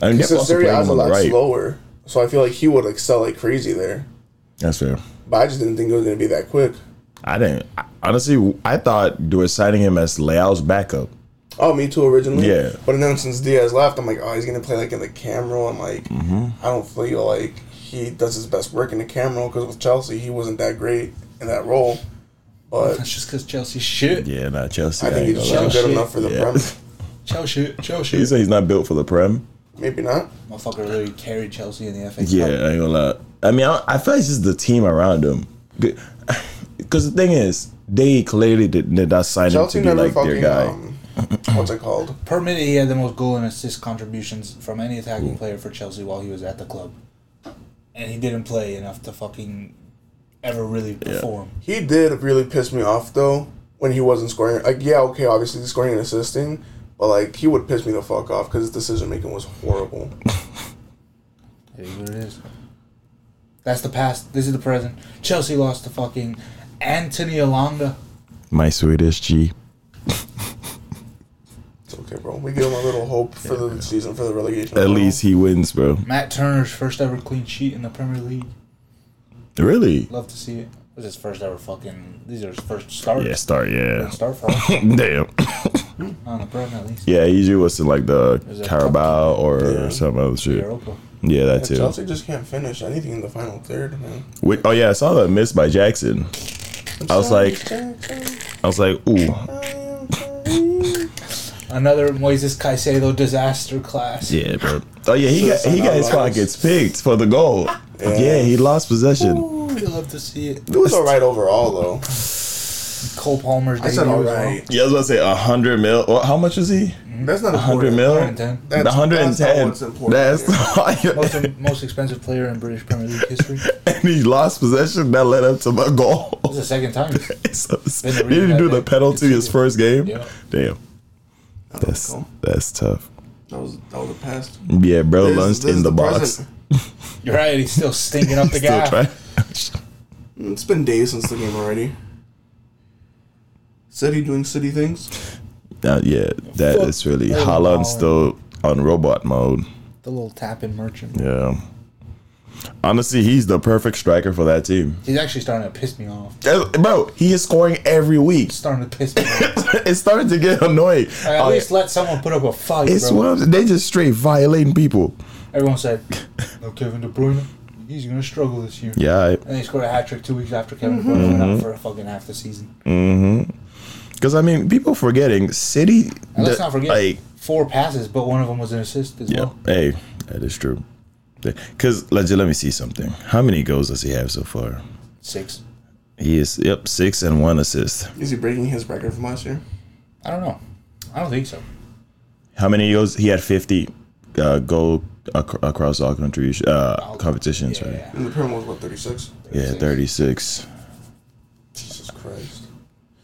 S6: I mean, they're
S4: since
S6: also
S4: Serie
S6: playing
S4: A
S6: him
S4: is a
S6: on the
S4: lot
S6: right.
S4: slower, so I feel like he would excel like crazy there.
S6: That's fair.
S4: But I just didn't think it was gonna be that quick.
S6: I didn't I, honestly. I thought they were citing him as Leao's backup.
S4: Oh, me too originally.
S6: Yeah.
S4: But then since Diaz left, I'm like, oh, he's gonna play like in the camera. roll. I'm like,
S6: Mm-hmm.
S4: I don't feel like he does his best work in the camera because with Chelsea, he wasn't that great in that role. But
S3: That's just because Chelsea shit.
S6: Yeah, not Chelsea.
S4: I think
S6: ain't
S4: he's
S6: gonna
S4: just
S6: lie.
S4: good enough for the
S6: Yeah.
S4: Prem.
S3: Chelsea, Chelsea.
S6: You say he's not built for the prem.
S4: Maybe not.
S3: Motherfucker literally carried Chelsea in the FA Cup.
S6: Yeah, I ain't gonna lie. I mean, I, I feel like it's just the team around him. Because the thing is, they clearly did, did not sign
S4: Chelsea
S6: him to be
S4: never
S6: like their
S4: fucking.
S6: guy.
S4: Um, what's it called?
S3: Per minute, he had the most goal and assist contributions from any attacking player for Chelsea while he was at the club. And he didn't play enough to fucking ever really perform.
S4: He did really piss me off though when he wasn't scoring. Like, yeah, okay, obviously he's scoring and assisting, but like he would piss me the fuck off because his decision making was horrible.
S3: It is what it is. That's the past. This is the present. Chelsea lost to fucking Anthony Alanga.
S6: My Swedish G.
S4: It's okay, bro. We give him a little hope for the season for the relegation.
S6: At
S4: battle.
S6: least he wins, bro.
S3: Matt Turner's first ever clean sheet in the Premier League.
S6: Really?
S3: Love to see it. It was his first ever fucking. These are his first starts.
S6: Yeah, start. Yeah.
S3: Start for us.
S6: Damn.
S3: on the Prem, at least.
S6: Yeah, usually was in like the
S3: Is that
S6: Carabao or some other shit.
S3: Europa.
S6: Yeah, that
S4: Yeah,
S6: too.
S4: Chelsea just can't finish anything in the final third, man.
S6: Wait, oh yeah, I saw that miss by Jackson. I was like, I was like, ooh,
S3: Another Moises Caicedo disaster class.
S6: yeah, bro. Oh yeah, he got he got his pockets picked for the goal. Yeah, he lost possession.
S3: Ooh, you love to see it.
S4: It was all right overall, though.
S3: Cole Palmer's
S4: I said
S3: debut
S4: all
S3: as well.
S4: right.
S6: Yeah, I was about to say hundred mil. Well, how much is he?
S4: That's not
S6: Hundred
S4: important.
S6: mil.
S3: 110.
S6: The
S4: That's-
S6: hundred and
S4: that's not
S6: ten.
S4: what's important
S6: That's
S3: Most, most expensive player in British Premier League history. This
S6: and he lost possession that led up to my goal.
S3: is the second time.
S6: So,
S3: Been the
S6: did
S3: reason
S6: he do
S3: that
S6: the
S3: they
S6: penalty his
S3: conceded.
S6: first game?
S3: Yeah.
S6: Damn, that's
S4: Cool.
S6: that's tough.
S4: That was that was a past.
S6: Yeah, bro,
S4: This-
S6: lunched
S4: this
S6: in
S4: is
S6: the,
S4: the
S6: box.
S4: present.
S3: You're right. He's still stinking up the
S6: Still
S3: guy.
S6: trying.
S4: It's been days since the game already. City doing city things.
S6: That- yeah, that
S3: Fuck
S6: is really
S3: Erling
S6: Holland
S3: Haaland.
S6: still on robot mode.
S3: The little tapping merchant.
S6: Yeah. Honestly, he's the perfect striker for that team.
S3: He's actually starting to piss me off.
S6: That- Bro, he is scoring every week.
S3: Starting to piss me off.
S6: it's starting to get annoying.
S3: Like, at
S6: Oh,
S3: least
S6: yeah.
S3: let someone put up a fight,
S6: It's
S3: bro.
S6: one of they just straight violating people.
S3: Everyone said, "No, Kevin De Bruyne. He's gonna struggle this year."
S6: Yeah, Mm-hmm. I-
S3: And they scored a hat trick two weeks after Kevin De Bruyne went out for fucking half the season.
S6: Because I mean, people forgetting City.
S3: And let's
S6: the-
S3: not forget,
S6: Like,
S3: four passes, but one of them was an assist as
S6: yeah,
S3: well.
S6: hey, that is true. Because let let me see something. How many goals does he have so far?
S3: Six.
S6: He is yep six and one assist.
S4: Is he breaking his record from last year?
S3: I don't know. I don't think so.
S6: How many goals? He had fifty uh, goal ac- across all countries uh, competitions. right?
S3: Yeah.
S4: And the Prem was what thirty six.
S6: Yeah, thirty six.
S4: Jesus Christ.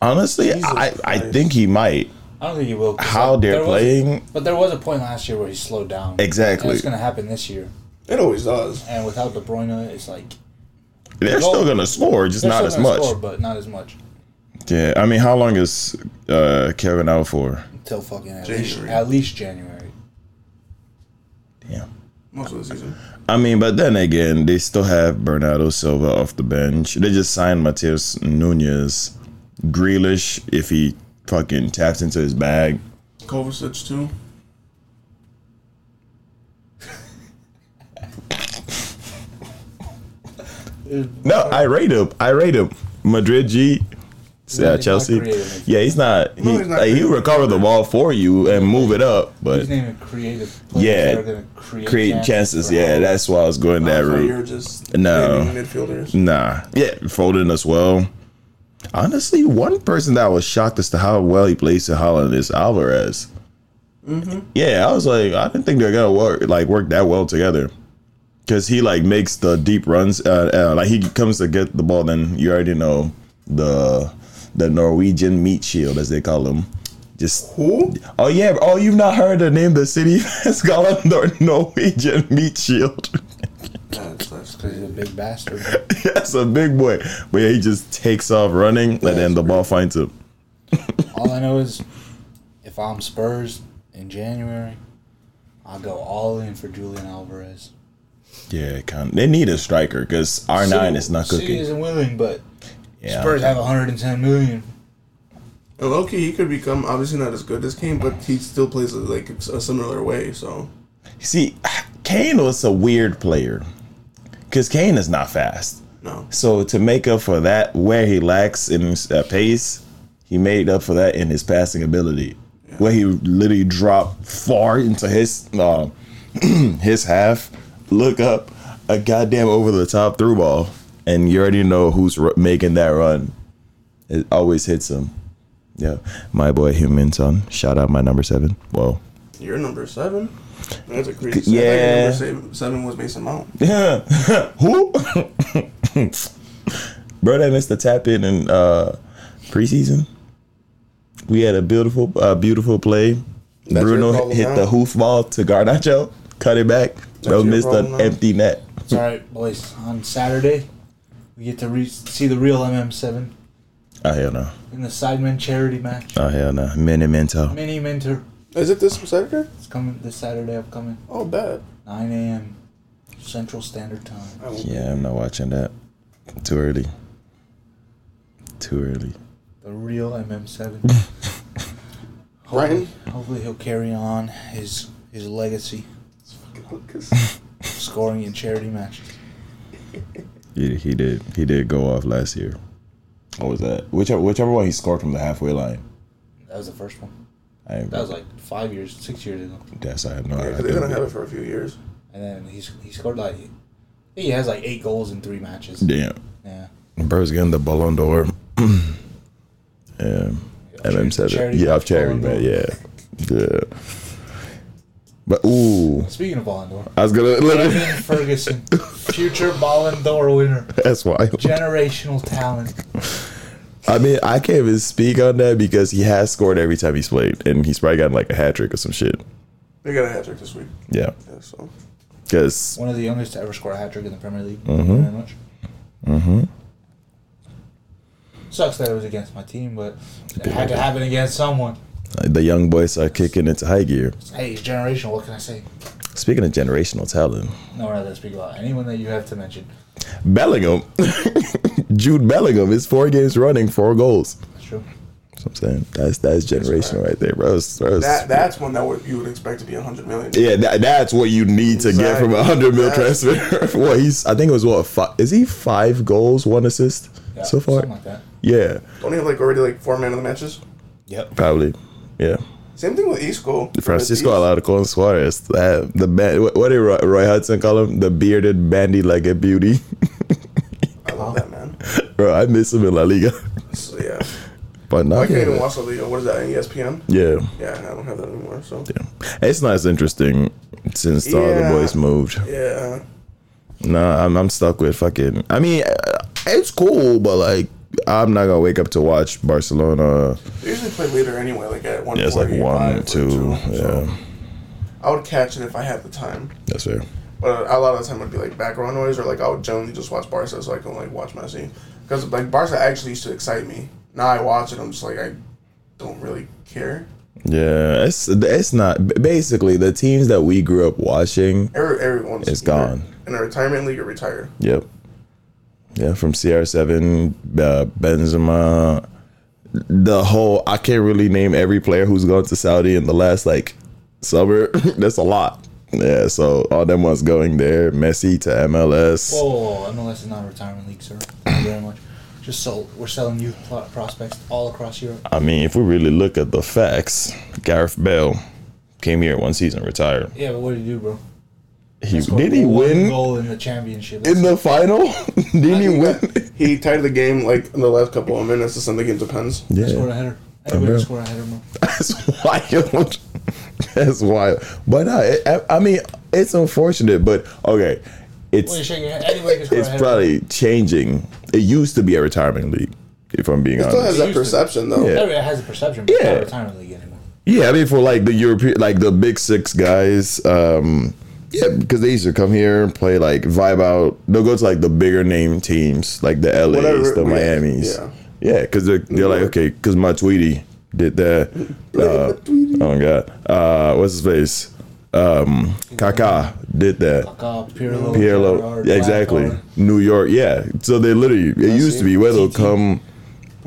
S6: Honestly, I, I
S4: Christ.
S6: think he might.
S3: I don't think he will. 'cause,
S6: How
S3: like,
S6: they're
S3: there was-
S6: playing.
S3: But there was a point last year where he slowed down.
S6: Exactly.
S3: And it's going to happen this year.
S4: It always does.
S3: And without De Bruyne, it's like.
S6: They're
S3: Goal-
S6: still gonna score, just
S3: they're
S6: not
S3: still
S6: as
S3: gonna
S6: much.
S3: Score, but not as much.
S6: Yeah, I mean, how long is uh, Kevin out for?
S3: Until fucking at least,
S4: January.
S3: at least January.
S6: Yeah.
S4: Most of the season.
S6: I mean, but then again, they still have Bernardo Silva off the bench. They just signed Matias Nunez, Grealish if he fucking taps into his bag.
S4: Kovacic too.
S6: No, I rate him. I rate him. Madrid G. Yeah,
S3: not
S6: Chelsea.
S3: creative.
S6: Yeah, he's not. He,
S4: No, he's not
S6: like, he'll
S4: creative.
S6: recover the ball for you and move it up, but
S3: He's naming creative players
S6: Yeah.
S3: that are going to create,
S6: create chances. Yeah, that's why I was going that
S4: So
S6: route.
S4: You're just
S6: No.
S4: naming midfielders.
S6: Nah. Yeah, Foden as well. Honestly, one person that I was shocked as to how well he plays to Holland is Alvarez. Yeah, I was like, I didn't think they're gonna work like work that well together, because he like makes the deep runs. Uh, uh, like he comes to get the ball, then you already know the the Norwegian meat shield as they call him. Just
S4: Who?
S6: oh yeah, oh you've not heard the name the city has called him the Norwegian meat shield.
S4: That's, that's
S3: Because he's a
S4: crazy.
S3: big bastard.
S6: That's a big boy. But yeah, he just takes off running, and then the ball finds him.
S3: all I know is if I'm Spurs in January, I'll go all in for Julian Alvarez.
S6: Yeah, kind of, they need a striker because R nine is not
S3: City
S6: cooking.
S3: isn't willing, but
S6: Yeah,
S3: Spurs have 110 million.
S4: And Loki, he could become obviously not as good as Kane, but he still plays like a similar way. So
S6: see, Kane was a weird player because Kane is not fast.
S4: no.
S6: So to make up for that, where he lacks in his uh, pace, he made up for that in his passing ability, where he literally dropped far into his uh, his half, look up a goddamn over the top through ball, and you already know who's r- making that run. It always hits him. Yeah, my boy Human Son. Shout out my number seven. Whoa.
S4: You're number seven. That's a crazy.
S6: Yeah.
S4: I thought your number se- seven was Mason Mount.
S6: Who? Bro, that missed the tap in in uh, preseason. We had a beautiful, uh, beautiful play.
S4: your
S6: Bruno
S4: problem
S6: hit
S4: now?
S6: the hoof ball to Garnacho, cut it back. Bro
S4: your
S6: missed an
S4: problem now?
S6: empty net.
S3: It's all right, boys. On Saturday, we get to re- see the real MM7
S6: Oh hell no!
S3: in the Sidemen charity match.
S6: Oh hell no! Minimento.
S3: Mini Mentor.
S4: Is it this Saturday?
S3: It's coming this Saturday upcoming.
S4: Oh, bad.
S3: 9 a.m. Central Standard Time.
S4: I won't
S6: Yeah, I'm not watching that. Too early. Too early.
S3: The real MM7.
S4: Brighton.
S3: Hopefully he'll carry on his his legacy, of scoring in charity matches.
S6: Yeah, he did. He did go off last year. What was that? Whichever, whichever one he scored from the halfway line.
S3: That was the first one.
S6: I ain't
S3: That was like five years, six years ago.
S6: Yes, I have no
S4: because
S6: idea.
S4: they're gonna have it for a few years.
S3: And then he's he scored like I think he has like eight goals in three matches.
S6: Damn.
S3: Yeah.
S6: Bro's getting the Ballon d'Or. Um, yeah. MM said it.
S3: Charity
S6: Yeah, of
S3: match
S6: charity,
S3: Ballon
S6: man. Yeah. Yeah. But, ooh.
S3: Speaking of Ballon d'Or,
S6: I was going to.
S3: Evan Ferguson, future Ballon d'Or winner,
S6: That's wild.
S3: generational talent.
S6: I mean, I can't even speak on that because he has scored every time he's played, and he's probably gotten like a hat trick or some shit.
S4: They got a hat trick this week.
S6: Yeah,
S4: Yeah, so
S6: because
S3: One of the youngest to ever score a hat trick in the Premier League. Very much. Mm-hmm. Sucks that it was against my team, but it had to happen against someone.
S6: the young boys are kicking into high gear.
S3: Hey, it's generational. What can I say?
S6: Speaking of generational talent,
S3: No, we're not gonna speak about anyone that you have to mention.
S6: Bellingham, Jude Bellingham is four games running, four goals.
S3: That's true.
S6: That's what I'm saying. That's that's generational right there, bro. That's- that's-
S4: that that's one that would, you would expect to be a hundred million.
S6: yeah, that, that's what you need to get from a
S4: Exactly.
S6: hundred mil
S4: That's-
S6: transfer. well, he's I think it was what five, is he five goals, one assist
S3: Yeah,
S6: so far?
S3: something like that.
S6: yeah,
S4: Don't he have like already like four man of the matches?
S6: probably. Yeah.
S4: Same thing with Isco.
S6: Francisco
S4: With Is-
S6: Alarcon Suarez, uh, the ba- what what did Roy, Roy Hudson call him? The bearded bandy legged beauty.
S4: I love that man.
S6: Bro, I miss him in La Liga.
S4: So, yeah,
S6: But not
S4: I can't even watch the league. What is that? E ESPN?
S6: Yeah,
S4: Yeah, I don't have that anymore. So
S6: it's not as interesting since the other
S4: Yeah.
S6: boys moved.
S4: yeah,
S6: Nah, I'm I'm stuck with fucking. I mean, uh, it's cool, but like I'm not gonna wake up to watch Barcelona.
S4: they usually play later anyway. Like at one.
S6: Yeah, it's like one or two.
S4: So
S6: Yeah,
S4: I would catch it if I had the time.
S6: that's fair.
S4: But a lot of the time it would be like background noise, or like I would generally just watch Barca so I can like watch Messi. Because like Barca actually used to excite me. Now I watch it, I'm just like I don't really care.
S6: Yeah, it's it's not b- basically the teams that we grew up watching.
S4: Every, everyone's
S6: It's
S4: either
S6: gone.
S4: in a retirement league or retire.
S6: Yep. Yeah, from CR7, uh, Benzema, the whole. I can't really name every player who's gone to Saudi in the last like summer. That's a lot. Yeah, so all them ones going there, Messi to MLS.
S3: Whoa, whoa, whoa, MLS is not a retirement league, sir. Thank you very much. Just so we're selling youth pl- prospects all across Europe.
S6: I mean, if we really look at the facts, Gareth Bale came here one season, retired.
S3: Yeah, but what did he do, bro?
S6: He
S3: Scored
S6: did he
S3: one
S6: win
S3: goal in the championship?
S6: in the final? did he win?
S4: He tied the game like in the last couple of minutes to send the game to pens.
S3: He scored a
S6: Yeah,
S3: header. Anybody
S6: bro.
S3: can score a header, bro.
S6: That's wild. That's wild. But no, it, I, I mean, it's unfortunate. But okay,
S3: Well, you
S6: it's
S3: shaking your head. Anybody can score
S6: it's
S3: a header.
S6: probably changing. It used to be a retirement league, if I'm being
S4: It still has
S6: honest.
S4: that perception though.
S6: Yeah.
S3: Everybody has a perception, but it's not
S6: Yeah.
S3: a retirement league anymore.
S6: Yeah, I mean, for like the European, like the big six guys. Um, yeah, because they used to come here and play like vibe out. They'll go to like the bigger name teams, like the LAs,
S4: Whatever,
S6: the
S4: yeah,
S6: Miamis.
S4: yeah.
S6: Yeah, because they're, they're like, okay, because my Tweety did that. Uh, oh, my God. Uh, what's his face? Um, Kaka did that.
S3: Kaká, Pirlo,
S6: Pirlo.
S3: Gerrard,
S6: Yeah, exactly.
S3: Blackburn.
S6: New York. Yeah. So they literally, it used to be where they'll
S3: TT.
S6: come.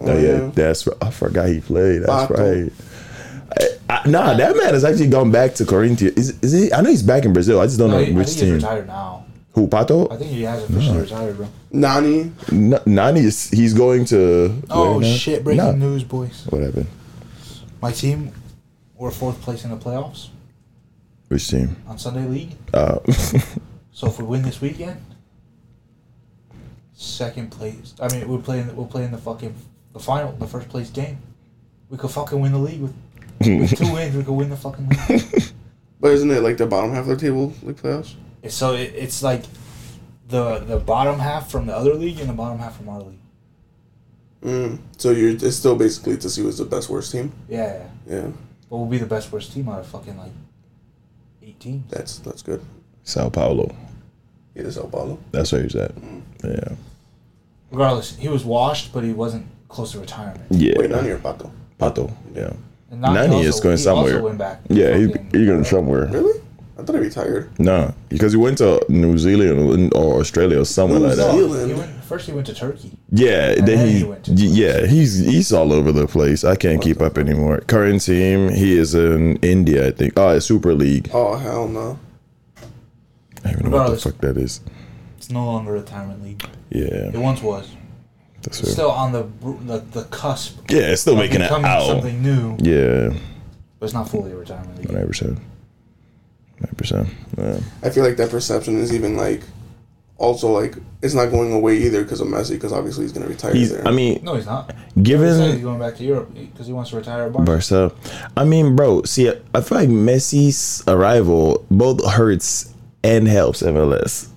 S6: Oh, yeah.
S4: yeah.
S6: That's right. I forgot he played. That's
S4: Baco.
S6: right. I, I, nah, that man has actually gone back to Corinthians. Is, is he? I know he's back in Brazil. I just don't
S3: No,
S6: know
S3: he- I
S6: which
S3: think he's
S6: team.
S3: retired now. I
S6: Who Pato?
S3: think he has officially retired, bro.
S4: Nani,
S6: N- Nani is. He's going to.
S3: Oh
S6: where now?
S3: shit! Breaking
S6: Nah.
S3: news, boys.
S6: What happened?
S3: My team were fourth place in the playoffs
S6: Which team?
S3: on Sunday League.
S6: Uh,
S3: So if we win this weekend, second place. I mean, we're playing. We're playing the fucking the final, the first place game. We could fucking win the league with, with two wins. We could win the fucking league.
S4: but isn't it like the bottom half of the table like playoffs?
S3: It's- so it, it's like the the bottom half from the other league and the bottom half from our league.
S4: Mm. So you're it's still basically to see who's the best worst team.
S3: Yeah, yeah.
S4: Yeah,
S3: but we'll be the best worst team out of fucking like eight teams.
S4: that's that's good.
S6: Sao Paulo.
S4: It is Sao Paulo.
S6: That's where he's at. Yeah.
S3: Regardless, he was washed, but he wasn't close to retirement.
S6: Yeah.
S4: Wait, Nani or Paco?
S6: Pato. Yeah.
S3: And Nani,
S6: Nani
S3: also-
S6: is going
S3: he
S6: somewhere.
S3: Also went back.
S6: Yeah. He,
S3: Fucking-
S6: he's going somewhere.
S4: Really? I thought he retired.
S6: Nah, because he went to New Zealand or Australia or somewhere
S4: New
S6: like that.
S4: Zealand.
S3: Oh, he went, first he went to Turkey.
S6: Yeah, then
S3: then
S6: he,
S3: he went to-
S6: yeah, he's he's all over the place. I can't keep up anymore. Current team, he is in India, I think. Oh, it's Super League.
S4: Oh hell no.
S6: I don't even know what the
S3: Regardless.
S6: fuck that is.
S3: It's no longer a retirement league. It
S6: Yeah,
S3: once was.
S6: That's
S3: It's
S6: right.
S3: still on the br- the, the cusp of
S6: yeah, it's still making it
S3: becoming
S6: out.
S3: something new,
S6: Yeah,
S3: but it's not fully a retirement. league.
S6: nine percent, nine percent. Yeah.
S4: I feel like that perception is even like, also like it's not going away either because of Messi because obviously he's gonna retire
S6: He's.
S4: there.
S6: I mean,
S3: No, he's not. He said he's
S6: given
S3: going back to Europe because he wants to retire at Barca.
S6: Barca, I mean, bro. See, I feel like Messi's arrival both hurts and helps MLS.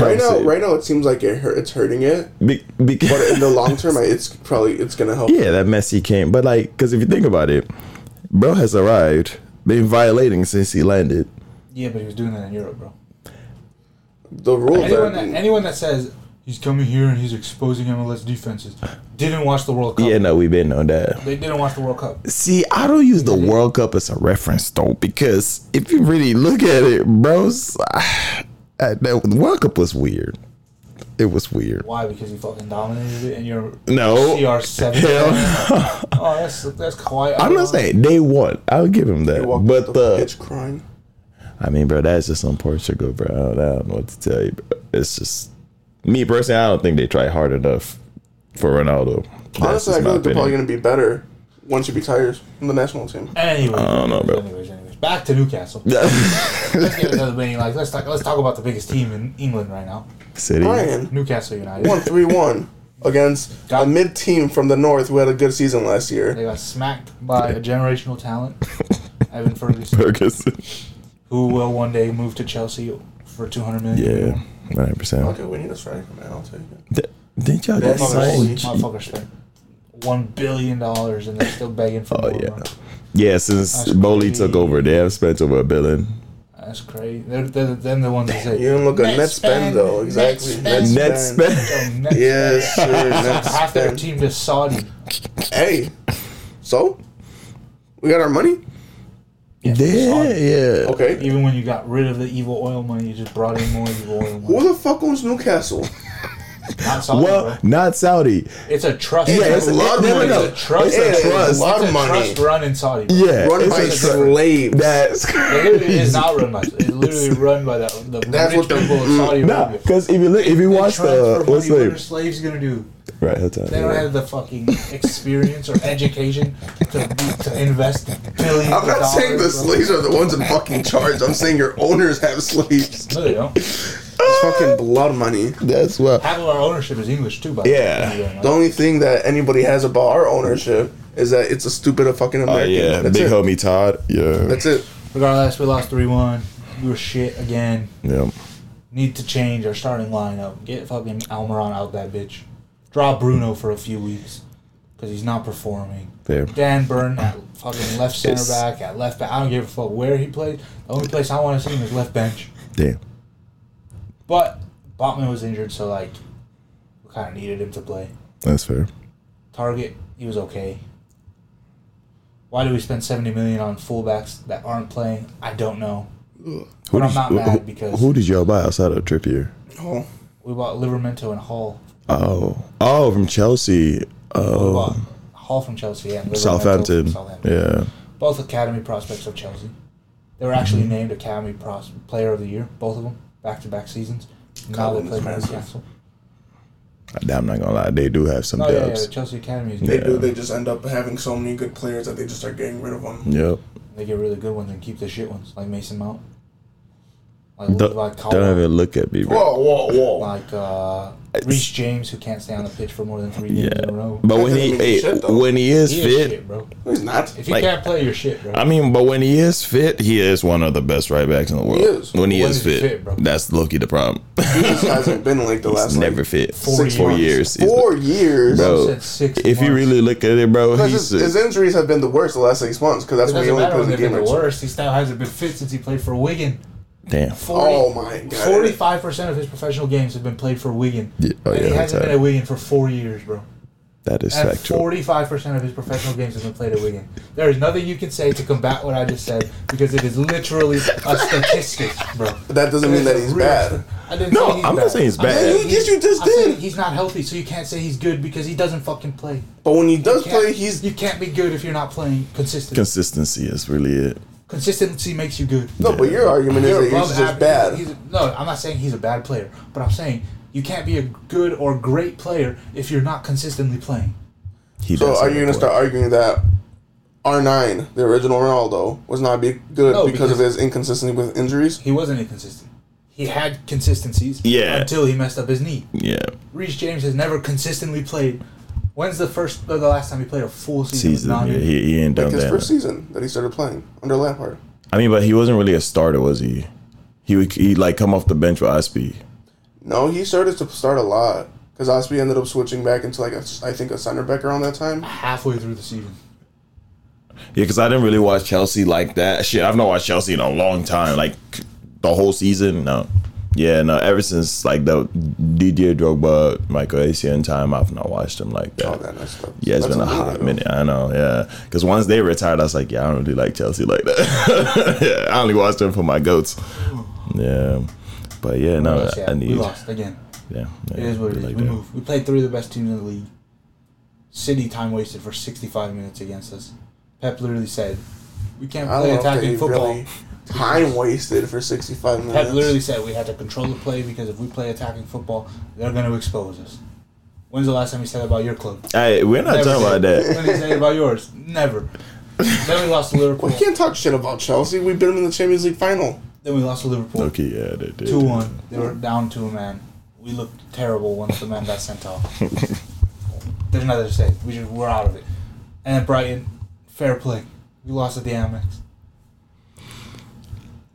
S4: right
S6: Helps
S4: now,
S6: it.
S4: right now it seems like it hurt, it's hurting it,
S6: Be- because
S4: but in the long term, I- it's probably it's gonna help.
S6: Yeah, that Messi came. But like, because if you think about it, bro has arrived, been violating since he landed.
S3: Yeah, but he was doing that in Europe, bro.
S4: The rules
S3: Anyone that,
S4: are
S3: anyone that says he's coming here and he's exposing MLS defenses didn't watch the World Cup.
S6: Yeah, no, we've been on that.
S3: They didn't watch the World Cup.
S6: See, I don't use the World Cup as a reference though, because if you really look at it, bros, that the World Cup was weird. It was weird.
S3: Why? Because he fucking dominated it and you're
S6: No,
S3: CR7.
S6: Hell
S3: Oh, that's that's uh, quiet.
S6: I'm not saying they won. I'll give him that.
S4: walk
S6: But the
S4: pitch crying.
S6: I mean, bro, that's just on Portugal, bro. I don't, I don't know what to tell you. Bro. It's just me personally. I don't think they try hard enough for Ronaldo. That's
S4: Honestly, I feel
S6: just my
S4: like they're probably
S6: opinion.
S4: gonna be better once he retires from the national team.
S3: Anyways,
S6: I don't know, bro.
S3: Anyways, anyways, back to Newcastle. let's get another meeting. Like let's talk. Let's talk about the biggest team in England right now,
S6: City.
S4: Brian
S3: Newcastle United.
S4: won three one against a
S3: Got-
S4: mid team from the north who had a good season last year.
S3: They got smacked by a generational talent, Evan Ferguson,
S6: Ferguson.
S3: who will one day move to Chelsea for 200 million.
S6: Yeah, nine percent.
S4: Okay, we need a striker, man. I'll take it.
S6: Didn't y'all just sign?
S3: Motherfuckers,
S6: G-
S3: motherfuckers spent one billion dollars and they're still begging for
S6: Oh,
S3: more.
S6: yeah.
S3: bro.
S6: Yeah, since Bowley took over, they have spent over a billion.
S3: that's crazy. They're, they're, they're the ones that say
S4: You didn't look at
S3: Net
S4: net spend
S3: spend,
S4: though.
S3: net
S4: Exactly.
S3: spend.
S6: Net spend.
S3: "Oh, next
S4: Yes, sir. Net
S3: half their
S4: spend.
S3: team to Saudi.
S4: Hey, so we got our money.
S6: Yeah, yeah.
S4: Okay.
S3: Even when you got rid of the evil oil money, you just brought in more evil oil money.
S4: Who the fuck owns Newcastle?
S3: Not Saudi,
S6: Well,
S3: bro.
S6: not Saudi.
S3: It's a trust.
S6: Yeah, it's
S4: a lot of
S6: no, no,
S4: money.
S6: no.
S4: It's
S3: a trust.
S6: It's a
S3: It's a
S6: trust.
S4: lot
S3: It's
S4: of
S3: a
S4: money.
S3: trust run in Saudi. Bro.
S6: Yeah,
S4: Run
S6: it's
S4: by
S6: a trust.
S4: slaves.
S6: That's
S3: It literally is not run by. It's literally run by the, the
S4: That's
S3: rich
S4: what the-
S3: people of Saudi
S6: Nah,
S3: Arabia.
S6: because if you look, if you
S3: They
S6: watch
S3: transfer
S6: the what's
S3: money, what
S6: the
S3: are slaves gonna do?
S6: right, he'll tell
S3: They don't
S6: you.
S3: have the fucking experience or education to, be- to invest billions.
S4: I'm
S3: of
S4: not
S3: dollars,
S4: saying the
S3: bro.
S4: slaves are the ones in fucking charge. I'm saying your owners have slaves.
S3: No, they don't.
S4: It's fucking blood money.
S6: That's what.
S3: Half of our ownership is English too, by
S6: Yeah.
S3: the way.
S4: The only thing that anybody has about our ownership is that it's a stupid fucking
S6: Oh
S4: American.
S6: yeah,
S4: That's
S6: big
S4: it.
S6: homie Todd. Yeah,
S4: That's it.
S3: Regardless, we lost three one. We were shit again.
S6: yeah.
S3: Need to change our starting lineup. Get fucking Almiron out that bitch. Draw Bruno for a few weeks because he's not performing.
S6: Fair.
S3: Dan Burton at fucking left center
S6: Yes.
S3: back, at left back. I don't give a fuck where he plays. The only place I want to see him is left bench.
S6: Damn.
S3: But Botman was injured, so like we kind of needed him to play.
S6: That's fair.
S3: Target, he was okay. Why do we spend seventy million on fullbacks that aren't playing? I don't know.
S6: Who
S3: But I'm
S6: did-
S3: not
S6: who-
S3: mad
S6: who-
S3: because-
S6: who did y'all buy outside of Trippier?
S4: Oh,
S3: We bought Livermento and Hall.
S6: Oh, oh, from Chelsea.
S3: We
S6: Oh,
S3: bought Hall from Chelsea and Livermento
S6: Southampton.
S3: From Southampton.
S6: Yeah, Mm-hmm.
S3: Both academy prospects of Chelsea. They were actually named academy pros- player of the year, both of them, back to back seasons. Now
S4: Colin
S3: they
S4: is
S3: play for
S4: massive.
S3: Newcastle.
S6: I'm not gonna lie. They do have some
S3: No, Oh, yeah, yeah,
S6: dubs.
S3: the Chelsea academy is
S4: they
S3: good.
S4: do. They just end up having so many good players that they just start getting rid of them.
S6: Yep.
S3: They get really good ones and keep the shit ones, like Mason Mount, like
S6: Don't,
S3: Levi Colwell.
S6: don't even look at me, bro.
S4: Whoa, whoa, whoa!
S3: like uh, Reese James, who can't stay on the pitch for more than three games
S6: Yeah.
S3: in a row.
S6: But when
S4: doesn't
S6: he
S4: mean
S6: hey,
S4: shit, though.
S6: when he is
S3: He is
S6: fit,
S3: shit, bro.
S4: No, he's not.
S3: If you
S6: Like-
S3: can't play, you're shit, bro.
S6: I mean, but when he is fit, he is one of the best right backs in the world.
S4: is.
S6: When he
S3: When
S6: is
S3: is he
S6: fit,
S3: fit, bro?
S6: that's Loki the problem.
S4: He just hasn't been like the last
S6: He's
S4: like,
S6: never fit.
S3: Four
S6: Six four years.
S3: years.
S6: He's-
S4: four years.
S6: Bro,
S3: Said six
S6: if you
S3: months.
S6: really look at it, bro,
S4: Because
S6: he's
S4: his, his injuries have been the worst the last six months. Because that's
S3: it
S4: when he
S3: doesn't
S4: only
S3: matter
S4: plays
S3: when
S4: a
S3: they've been
S4: game or
S3: the
S4: two.
S3: worst. He still hasn't been fit since he played for Wigan.
S6: damn.
S3: 40,
S4: Oh my God.
S3: Forty-five percent of his professional games have been played for Wigan,
S6: Yeah, oh,
S3: and
S6: yeah,
S3: he
S6: that's
S3: hasn't been
S6: right.
S3: at Wigan for four years, bro.
S6: That is
S3: And
S6: factual.
S3: forty-five percent of his professional games have been played at Wigan. There is nothing you can say to combat what I just said because it is literally a statistic, bro.
S4: But that doesn't mean that he's bad.
S3: I didn't
S6: No,
S3: say he's
S6: I'm
S3: bad.
S6: not saying he's bad.
S4: you just- you just
S3: I said
S4: did.
S3: He's not healthy, so you can't say he's good because he doesn't fucking play.
S4: But when he does
S3: Can't-
S4: play, he's
S3: you can't be good if you're not playing consistently.
S6: Consistency is really it.
S3: Consistency makes you good.
S4: no. But your argument is
S3: You're
S4: that
S3: above
S4: he's just
S3: average.
S4: bad.
S3: He's- he's- no, I'm not saying he's a bad player, but I'm saying You can't be a good or great player if you're not consistently playing.
S6: He
S4: So
S6: does
S4: are
S6: have
S4: you
S6: a
S4: gonna
S6: point.
S4: start arguing that R9, the original Ronaldo, was not be good
S3: No,
S4: because, of
S3: because-
S4: his inconsistency with injuries?
S3: He wasn't inconsistent. He had consistencies
S6: Yeah.
S3: until he messed up his knee.
S6: Yeah,
S3: Reece James has never consistently played. When's the first or the last time he played a full season? with
S6: season. Yeah,
S3: Nani?
S6: he, he ain't done
S4: Like his
S6: that.
S4: first season that he started playing under Lampard.
S6: I mean, but he wasn't really a starter, was he? He would he like come off the bench with Aspi.
S4: No, he started to start a lot because Osby ended up switching back into like a, I think a center back around that time.
S3: Halfway through the season.
S6: Yeah, because I didn't really watch Chelsea like that. Shit, I've not watched Chelsea in a long time. Like the whole season, no. Yeah, no. Ever since like the Didier Drogba, Michael Essien time, I've not watched them like that.
S4: All Oh, that nice stuff.
S6: Yeah, it's
S4: That's
S6: been a
S4: little
S6: hot
S4: ago.
S6: minute. I know. Yeah, because once they retired, I was like, yeah, I don't really like Chelsea like that. yeah, I only watch them for my goats. Yeah, but yeah, no,
S3: Yes, yeah,
S6: Oh, I need.
S3: we lost again.
S6: Yeah, yeah,
S3: It is what it is.
S6: like
S3: we
S6: that.
S3: move. We played three of the best teams in the league. City time wasted for 65 minutes against us. Pep literally said, "We can't
S4: I don't
S3: play
S4: know if
S3: attacking
S4: they
S3: football."
S4: really time wasted for 65 minutes.
S3: Pep literally said we had to control the play because if we play attacking football, they're going to expose us. When's the last time he said about your club?
S6: Hey, we're not
S3: Never
S6: talking
S3: said.
S6: about that.
S3: When did he say about yours? Never. then we lost to Liverpool.
S4: We can't talk shit about Chelsea. We've been in the Champions League final.
S3: Then we lost to Liverpool.
S6: Okay, yeah, they did.
S3: Two one. They were down to a man. We looked terrible once the man got sent off. There's nothing to say. We just we're out of it. And then Brighton, fair play. We lost at the Amex.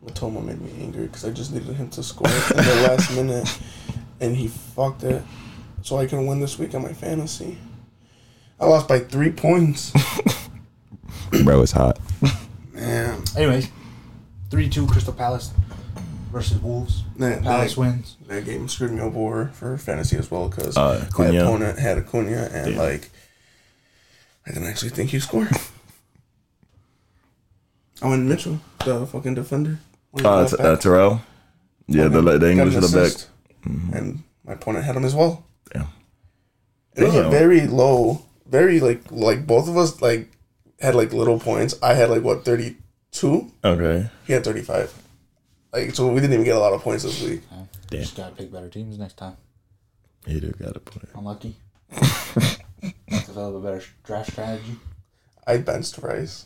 S4: Matoma made me angry because I just needed him to score in the last minute, and he fucked it. So I can win this week on my fantasy. I lost by three points.
S6: Bro, it's hot.
S4: Man,
S3: Anyways, three two Crystal Palace versus Wolves.
S4: that,
S3: Palace
S4: that,
S3: wins.
S4: that game screwed me over for fantasy as well because
S6: Uh,
S4: my
S6: Cunha.
S4: opponent had a Cunha and
S6: Yeah.
S4: like I didn't actually think he scored. I went Mitchell, the fucking defender. Went
S6: Uh,
S4: left
S6: t-
S4: back.
S6: uh, Terrell. Yeah, the,
S4: Got
S6: the
S4: an
S6: English in the back. Mm-hmm.
S4: assist, And my opponent had him as well.
S6: Damn.
S4: It was a
S6: Damn.
S4: very low, very like like both of us like had like little points. I had like what thirty two.
S6: Okay.
S4: He had thirty five. Like so, we didn't even get a lot of points this week.
S6: Damn.
S3: Just gotta pick better teams next time.
S6: He do got a point.
S3: Unlucky. Develop a better draft strategy.
S4: I benched Rice.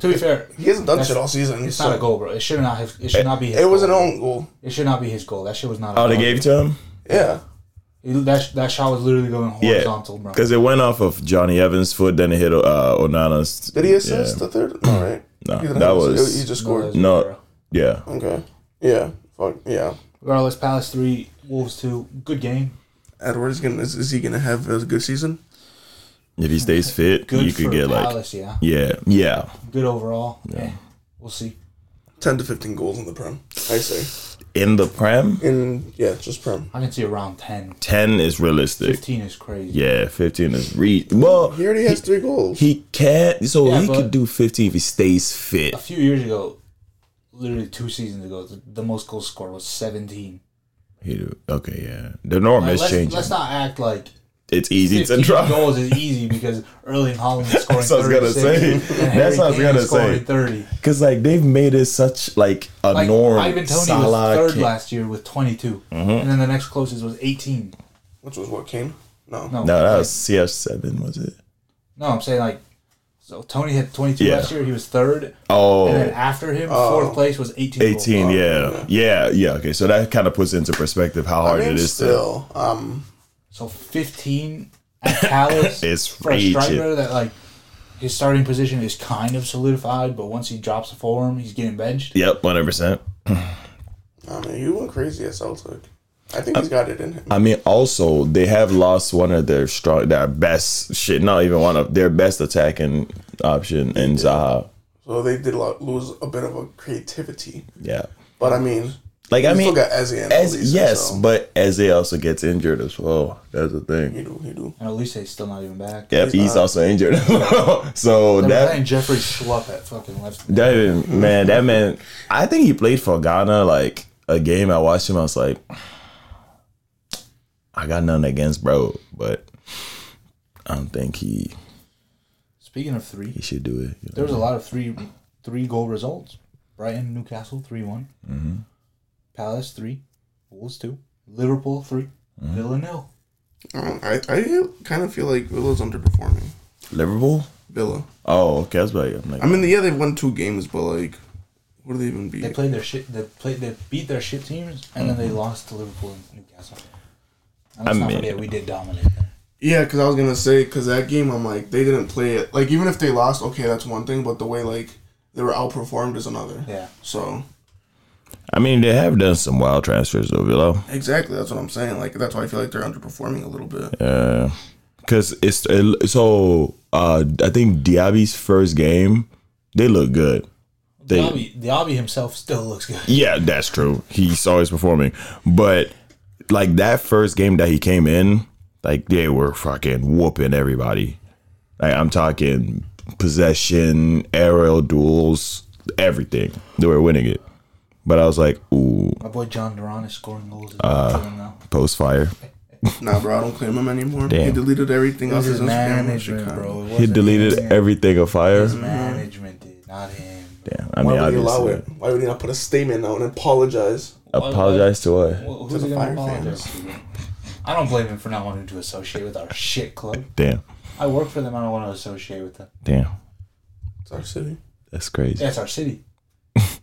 S3: To be fair,
S4: He hasn't done
S3: That's-
S4: shit all season.
S3: it's
S4: so-
S3: not a goal, bro. It should not have. It should
S6: It-
S3: not be. His
S4: It was an
S3: goal.
S4: own goal.
S3: It should not be his goal. That shit was not. a
S6: Oh, they
S3: goal.
S6: gave it to him?
S4: Yeah.
S3: It- That sh- that shot was literally going
S6: Yeah.
S3: horizontal, bro.
S6: Because it went off of Johnny Evans' foot, then it hit uh, Onana's.
S4: Did he assist
S6: Yeah.
S4: the third? No, right?
S6: No,
S4: He didn't
S6: that
S4: have an assist.
S6: was-
S4: he just
S3: That
S4: scored.
S3: was
S6: No.
S3: zero.
S6: Yeah.
S4: Okay. Yeah. Fuck yeah.
S3: Regardless, Palace three, Wolves two. Good game.
S4: Edwards gonna is, is he gonna have a good season?
S6: If he stays fit,
S3: Good
S6: you could
S3: for
S6: get like.
S3: Palace, yeah.
S6: Yeah. Yeah.
S3: Good overall. Yeah. We'll see.
S4: Ten to fifteen goals in the prem. I say.
S6: In the Prem,
S4: In yeah, just prem.
S3: I can see around 10.
S6: 10 is realistic.
S3: 15 is crazy.
S6: Yeah, 15 is re. Well,
S4: He already has three goals.
S6: he can't. So
S3: Yeah,
S6: he
S3: but-
S6: could do 15 if he stays fit.
S3: A few years ago, literally two seasons ago, the, the most goals scored was 17.
S6: He do. Okay, yeah. The norm
S3: Like,
S6: is
S3: let's,
S6: changing.
S3: let's not act like
S6: it's easy to
S3: 15
S6: drop.
S3: goals is easy because Erling Haaland is scoring
S6: That's what I was gonna
S3: 36.
S6: say.
S3: and
S6: That's what I
S3: Harry
S6: was
S3: Kane
S6: gonna
S3: is scoring
S6: say.
S3: 30.
S6: Because like they've made it such like a
S3: Like,
S6: norm.
S3: Ivan Tony
S6: Salah
S3: was third
S6: can't- Mm-hmm.
S3: last year with 22. And then the next closest was 18.
S4: Which was what Kane? No.
S3: No,
S6: No, that
S3: like-
S6: was CR7, was it?
S3: No, I'm saying like, so Tony had 22
S6: Yeah.
S3: last year. He was third, and then
S6: Oh,
S3: after him,
S4: Oh.
S3: fourth place was 18. goals.
S6: 18, yeah. Yeah, yeah. Okay, so that kind of puts into perspective how
S4: I
S6: hard
S4: mean,
S6: it is to.
S4: still. Um
S3: So 15 at Palace
S6: It's
S3: for a striker
S6: reaching.
S3: that like his starting position is kind of solidified, but once he drops a form, he's getting benched.
S6: Yep, 100%.
S4: I mean you went crazy at Celtic. I think he's got it in him.
S6: I mean, also they have lost one of their strong, their best shit. Not even one of their best attacking option in Zaha.
S4: So they did lo- lose a bit of a creativity.
S6: Yeah,
S4: But I mean
S6: like I
S4: you
S6: mean,
S4: still got Eze and
S6: as,
S4: Elise,
S6: yes,
S4: so-
S6: but Eze also gets injured as well. That's the
S4: he
S6: thing.
S4: do, he do.
S3: And Elise is still not even back.
S6: Yep, he's also injured. so
S3: They were
S6: that
S3: playing Jeffrey Schlupp at fucking left.
S6: that even- man, that man, I think he played for Ghana. Like a game, I watched him. I was like, I got nothing against bro, but I don't think he
S3: Speaking of
S6: he
S3: three,
S6: should do it. you know?
S3: there
S6: Mm-hmm.
S3: was a lot of three three goal results. Brighton, Newcastle, three one. Palace three, Wolves two, Liverpool 3
S6: Mm-hmm.
S3: Villa nil.
S4: I, don't, I, I kind of feel like Villa's underperforming.
S6: Liverpool.
S4: Villa.
S6: Oh, okay. That's right. I'm like,
S4: I mean, yeah, they've won two games, but like, what do they even
S3: They
S4: beat?
S3: played their shit. They played. They beat their shit teams, and then they lost to Liverpool and Newcastle. And let's
S6: Mm-hmm. I
S3: not
S6: mean-
S3: forget we did dominate. Them.
S4: Yeah, because I was gonna say because that game, I'm like, they didn't play it. Like, even if they lost, okay, that's one thing, but the way like they were outperformed is another.
S3: Yeah.
S4: So
S6: I mean, they have done some wild transfers though, Villa.
S4: exactly, that's what I'm saying. Like, that's why I feel like they're underperforming a little bit.
S6: Cause it's it, so. Uh, I think Diaby's first game, they look good. They,
S3: Diaby, Diaby himself still looks good.
S6: Yeah, that's true. He's always performing. But like that first game that he came in, like they were fucking whooping everybody. Like I'm talking possession, aerial duels, everything. They were winning it. But I was like, ooh,
S3: My boy John Duran is scoring goals.
S6: Uh,
S3: for them now.
S6: post fire.
S4: Nah, bro, I don't claim him anymore. He
S6: Damn.
S4: deleted everything
S3: It
S4: off
S3: was
S4: his
S3: his
S4: Instagram.
S3: management,
S4: Bro.
S3: bro. It
S6: He
S3: wasn't
S6: deleted
S3: him.
S6: everything of fire.
S4: Mm-hmm.
S3: His management did, not him.
S6: Damn. I
S4: Why
S6: mean,
S4: would he allow
S6: obviously.
S4: it? Why would he not put a statement out and apologize?
S6: Apologize to what?
S3: Well, who's
S4: the
S3: he gonna
S4: Fire
S3: apologize to? bro? I don't blame him for not wanting to associate with our shit club.
S6: Damn.
S3: I work for them. I don't want to associate with them.
S6: Damn.
S4: It's our city.
S6: That's crazy.
S3: That's our city.
S4: It's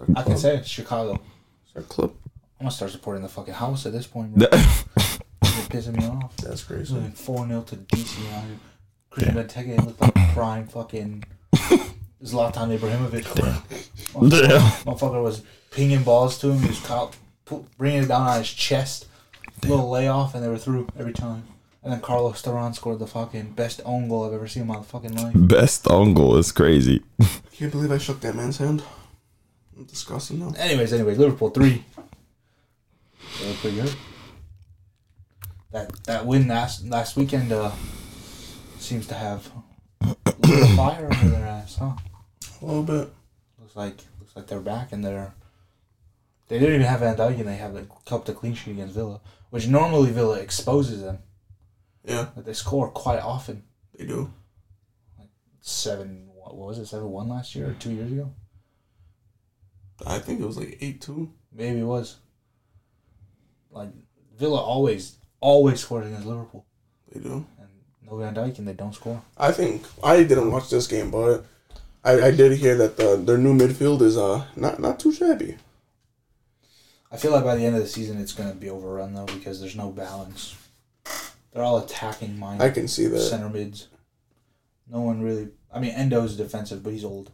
S4: our
S3: I
S4: club.
S3: can say it's Chicago. I'm
S4: It's our club.
S3: gonna start supporting the fucking house at this point. Bro. You're pissing me off.
S4: That's crazy.
S3: Losing 4 0 to DC. United. Christian Benteke looked like prime fucking Zlatan Ibrahimovic.
S6: Damn.
S3: Motherfucker was pinging balls to him. He was caught, pu- bringing it down on his chest. Little layoff, and they were through every time. And then Carlos Duran scored the fucking best own goal I've ever seen in my fucking life.
S6: Best on goal is crazy.
S4: Can't believe I shook that man's hand. I'm disgusted now.
S3: Anyways, anyways, Liverpool three. They were pretty good. That that win last last weekend uh, seems to have a little fire under their ass, huh?
S4: A little bit.
S3: Looks like looks like they're back and they're they didn't even have Van Dijk and they have like kept a clean sheet against Villa, which normally Villa exposes them.
S4: Yeah,
S3: But they score quite often.
S4: they do.
S3: Seven what was it? Seven one last year or two years ago?
S4: I think it was like eight two.
S3: Maybe it was. Like Villa always always scored against Liverpool.
S4: They do.
S3: and no Van Dyke, and they don't score.
S4: I think I didn't watch this game, but I, I did hear that the their new midfield is uh not not too shabby.
S3: I feel like by the end of the season, it's going to be overrun though because there's no balance. They're all attacking
S4: I
S3: minded
S4: can see that.
S3: center mids. No one really. I mean, Endo's defensive, but he's old,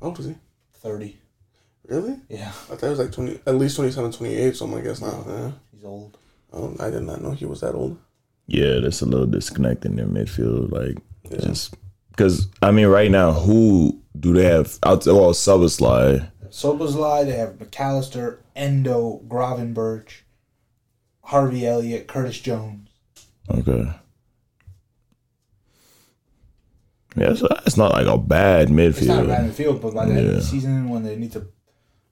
S4: How old is Oh, he?
S3: thirty.
S4: Really?
S3: Yeah,
S4: I thought he was like twenty, at least 27, 28, So I'm like, that's not. Eh.
S3: he's old.
S4: Oh, I did not know he was that old.
S6: Yeah, there's a little disconnect in their midfield. Like, just because I mean, right now, who do they have out? Well, Subasly.
S3: Soboslai, they have McAllister, Endo, Gravenberch, Harvey Elliott, Curtis Jones.
S6: Okay. Yeah, it's, it's not like a bad
S3: It's not a
S6: midfield.
S3: bad midfield, but by the end of the
S6: Yeah.
S3: season, when they need to,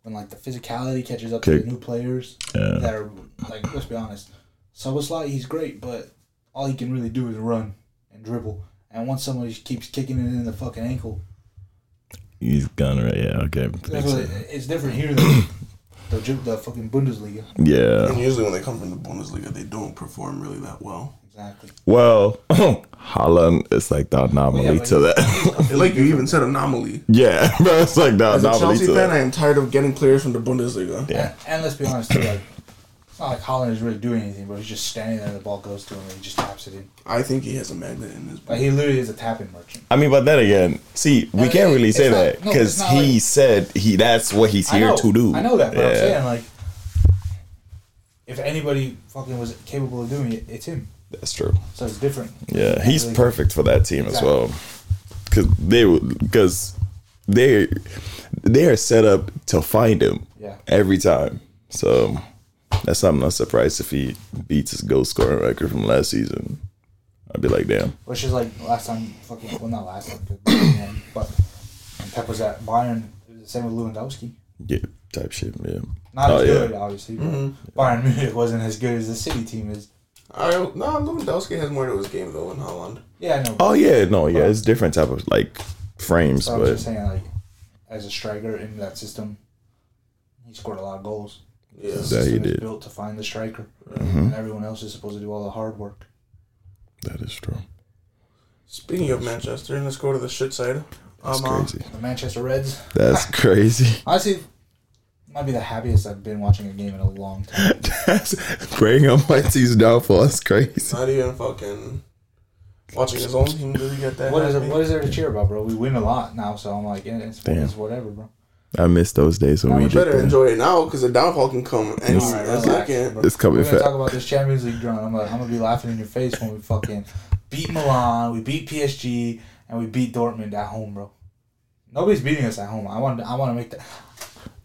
S3: when like the physicality catches up to
S6: Kick.
S3: the new players,
S6: yeah.
S3: that are like let's be honest. Soboslai, he's great, but all he can really do is run and dribble. And once somebody keeps kicking it in the fucking ankle,
S6: He's gonna. Yeah, okay.
S3: that's
S6: Makes
S3: what
S6: sense.
S3: it's different here than the, ju- the fucking Bundesliga.
S6: Yeah.
S4: And usually when they come from the Bundesliga, they don't perform really that well.
S3: Exactly.
S6: Well, Holland is like the anomaly
S3: Yeah, but
S6: to that.
S4: Like you even said, anomaly.
S6: yeah, bro, it's like the
S4: As a
S6: anomaly
S4: Chelsea
S6: to
S4: fan, I
S6: that.
S4: am tired of getting players from the Bundesliga.
S3: And, and let's be honest, too, like it's not like Holland is really doing anything, but he's just standing there. and The ball goes to him, and he just taps it in.
S4: I think he has a magnet in his.
S3: Like he literally is a tapping merchant.
S6: I mean, but then again, see, we
S3: Uh,
S6: can't really
S3: it's
S6: say
S3: not-
S6: that
S3: no, it's
S6: because
S3: not
S6: he
S3: like-
S6: said he that's what he's
S3: I
S6: here
S3: know,
S6: to do.
S3: I know that, but I'm
S6: Yeah.
S3: saying like, if anybody fucking was capable of doing it, it's him.
S6: That's true.
S3: So it's different.
S6: Yeah, he's
S3: Really.
S6: perfect for that team as
S3: Exactly.
S6: well, because they because they they are set up to find him
S3: Yeah.
S6: every time. So that's why I'm not surprised if he beats his goal scoring record from last season. I'd be like, damn.
S3: Which is like last time, fucking well, not last time, but, man, but when Pep was at Bayern. It was the same with Lewandowski.
S6: Yeah, type shit. Yeah.
S3: Not
S6: Oh,
S3: as
S6: yeah.
S3: good, obviously. But Bayern Munich wasn't as good as the City team is.
S4: I no, Lewandowski has more to his game though than Holland.
S3: Yeah, I know.
S6: Oh yeah, no, yeah, it's different type of like frames,
S3: so I'm
S6: Oh, but
S3: just saying, like, as a striker in that system, He scored a lot of goals.
S4: Yeah.
S3: His
S6: Yeah, he
S3: system is
S6: did.
S3: built to find the striker,
S6: Mhm.
S3: and everyone else is supposed to do all the hard work.
S6: That is true.
S4: Speaking of Manchester, let's go to the shit side.
S6: That's
S4: Um, uh,
S6: crazy.
S3: The Manchester Reds.
S6: That's crazy.
S3: Honestly, might be the happiest I've been watching a game in a long time.
S6: That's praying on my team's downfall. That's crazy.
S4: not even fucking watching his own team really get that.
S3: What is it?
S4: happy.
S3: What is there to cheer about, bro? We win a lot now, so I'm like, yeah, it's,
S6: Damn.
S3: it's whatever, bro.
S6: I miss those days when
S3: Now
S6: we
S3: we
S6: did
S4: Better
S6: that.
S4: enjoy it now because the downfall can come any
S3: All right, relax,
S4: second.
S3: bro.
S6: It's coming
S3: We're gonna
S6: fast.
S3: talk about this Champions League run. I'm gonna, I'm gonna be laughing in your face when we fucking beat Milan, we beat PSG, and we beat Dortmund at home, bro. Nobody's beating us at home. I want, I want to make that.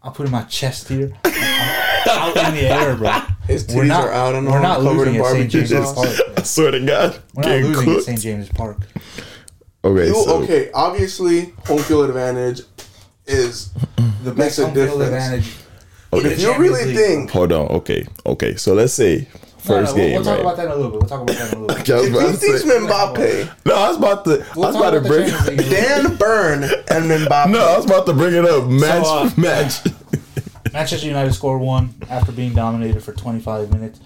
S3: I'm putting my chest here, I'm out in the air, bro.
S4: His
S3: We're
S4: titties
S3: not,
S4: are out and
S3: we're
S4: all
S3: not
S4: covered
S3: losing
S4: in
S3: at St.
S4: barbecue
S3: James's
S4: sauce.
S3: Park.
S6: I swear to God,
S3: We're not
S6: getting
S3: losing at
S6: cooked.
S3: St. James's Park.
S6: Okay,
S4: You,
S6: so
S4: okay, obviously, home field advantage is
S3: The
S4: Makes
S3: best
S4: a
S3: home field
S4: difference.
S3: advantage.
S6: Okay.
S3: in the
S4: Oh, if you
S3: Champions
S4: really
S3: League.
S4: think
S6: hold on. Okay, okay. So let's say
S3: No, no,
S6: first
S3: we'll-
S6: game,
S3: we'll, talk about
S6: right?
S3: that in a little bit. We'll talk about that in a little bit.
S6: Okay, I was
S4: if
S6: about
S4: he
S6: to
S4: thinks
S6: say-
S4: Mbappe,
S6: no, I was about to.
S3: We'll
S6: I
S3: talk
S6: was about to
S3: the
S6: bring.
S3: Champions League in a little
S4: Dan
S3: bit.
S4: Byrne and Mbappe.
S6: No, I was about to bring it up. Match,
S3: uh,
S6: match.
S3: Manchester United score one after being dominated for 25 minutes.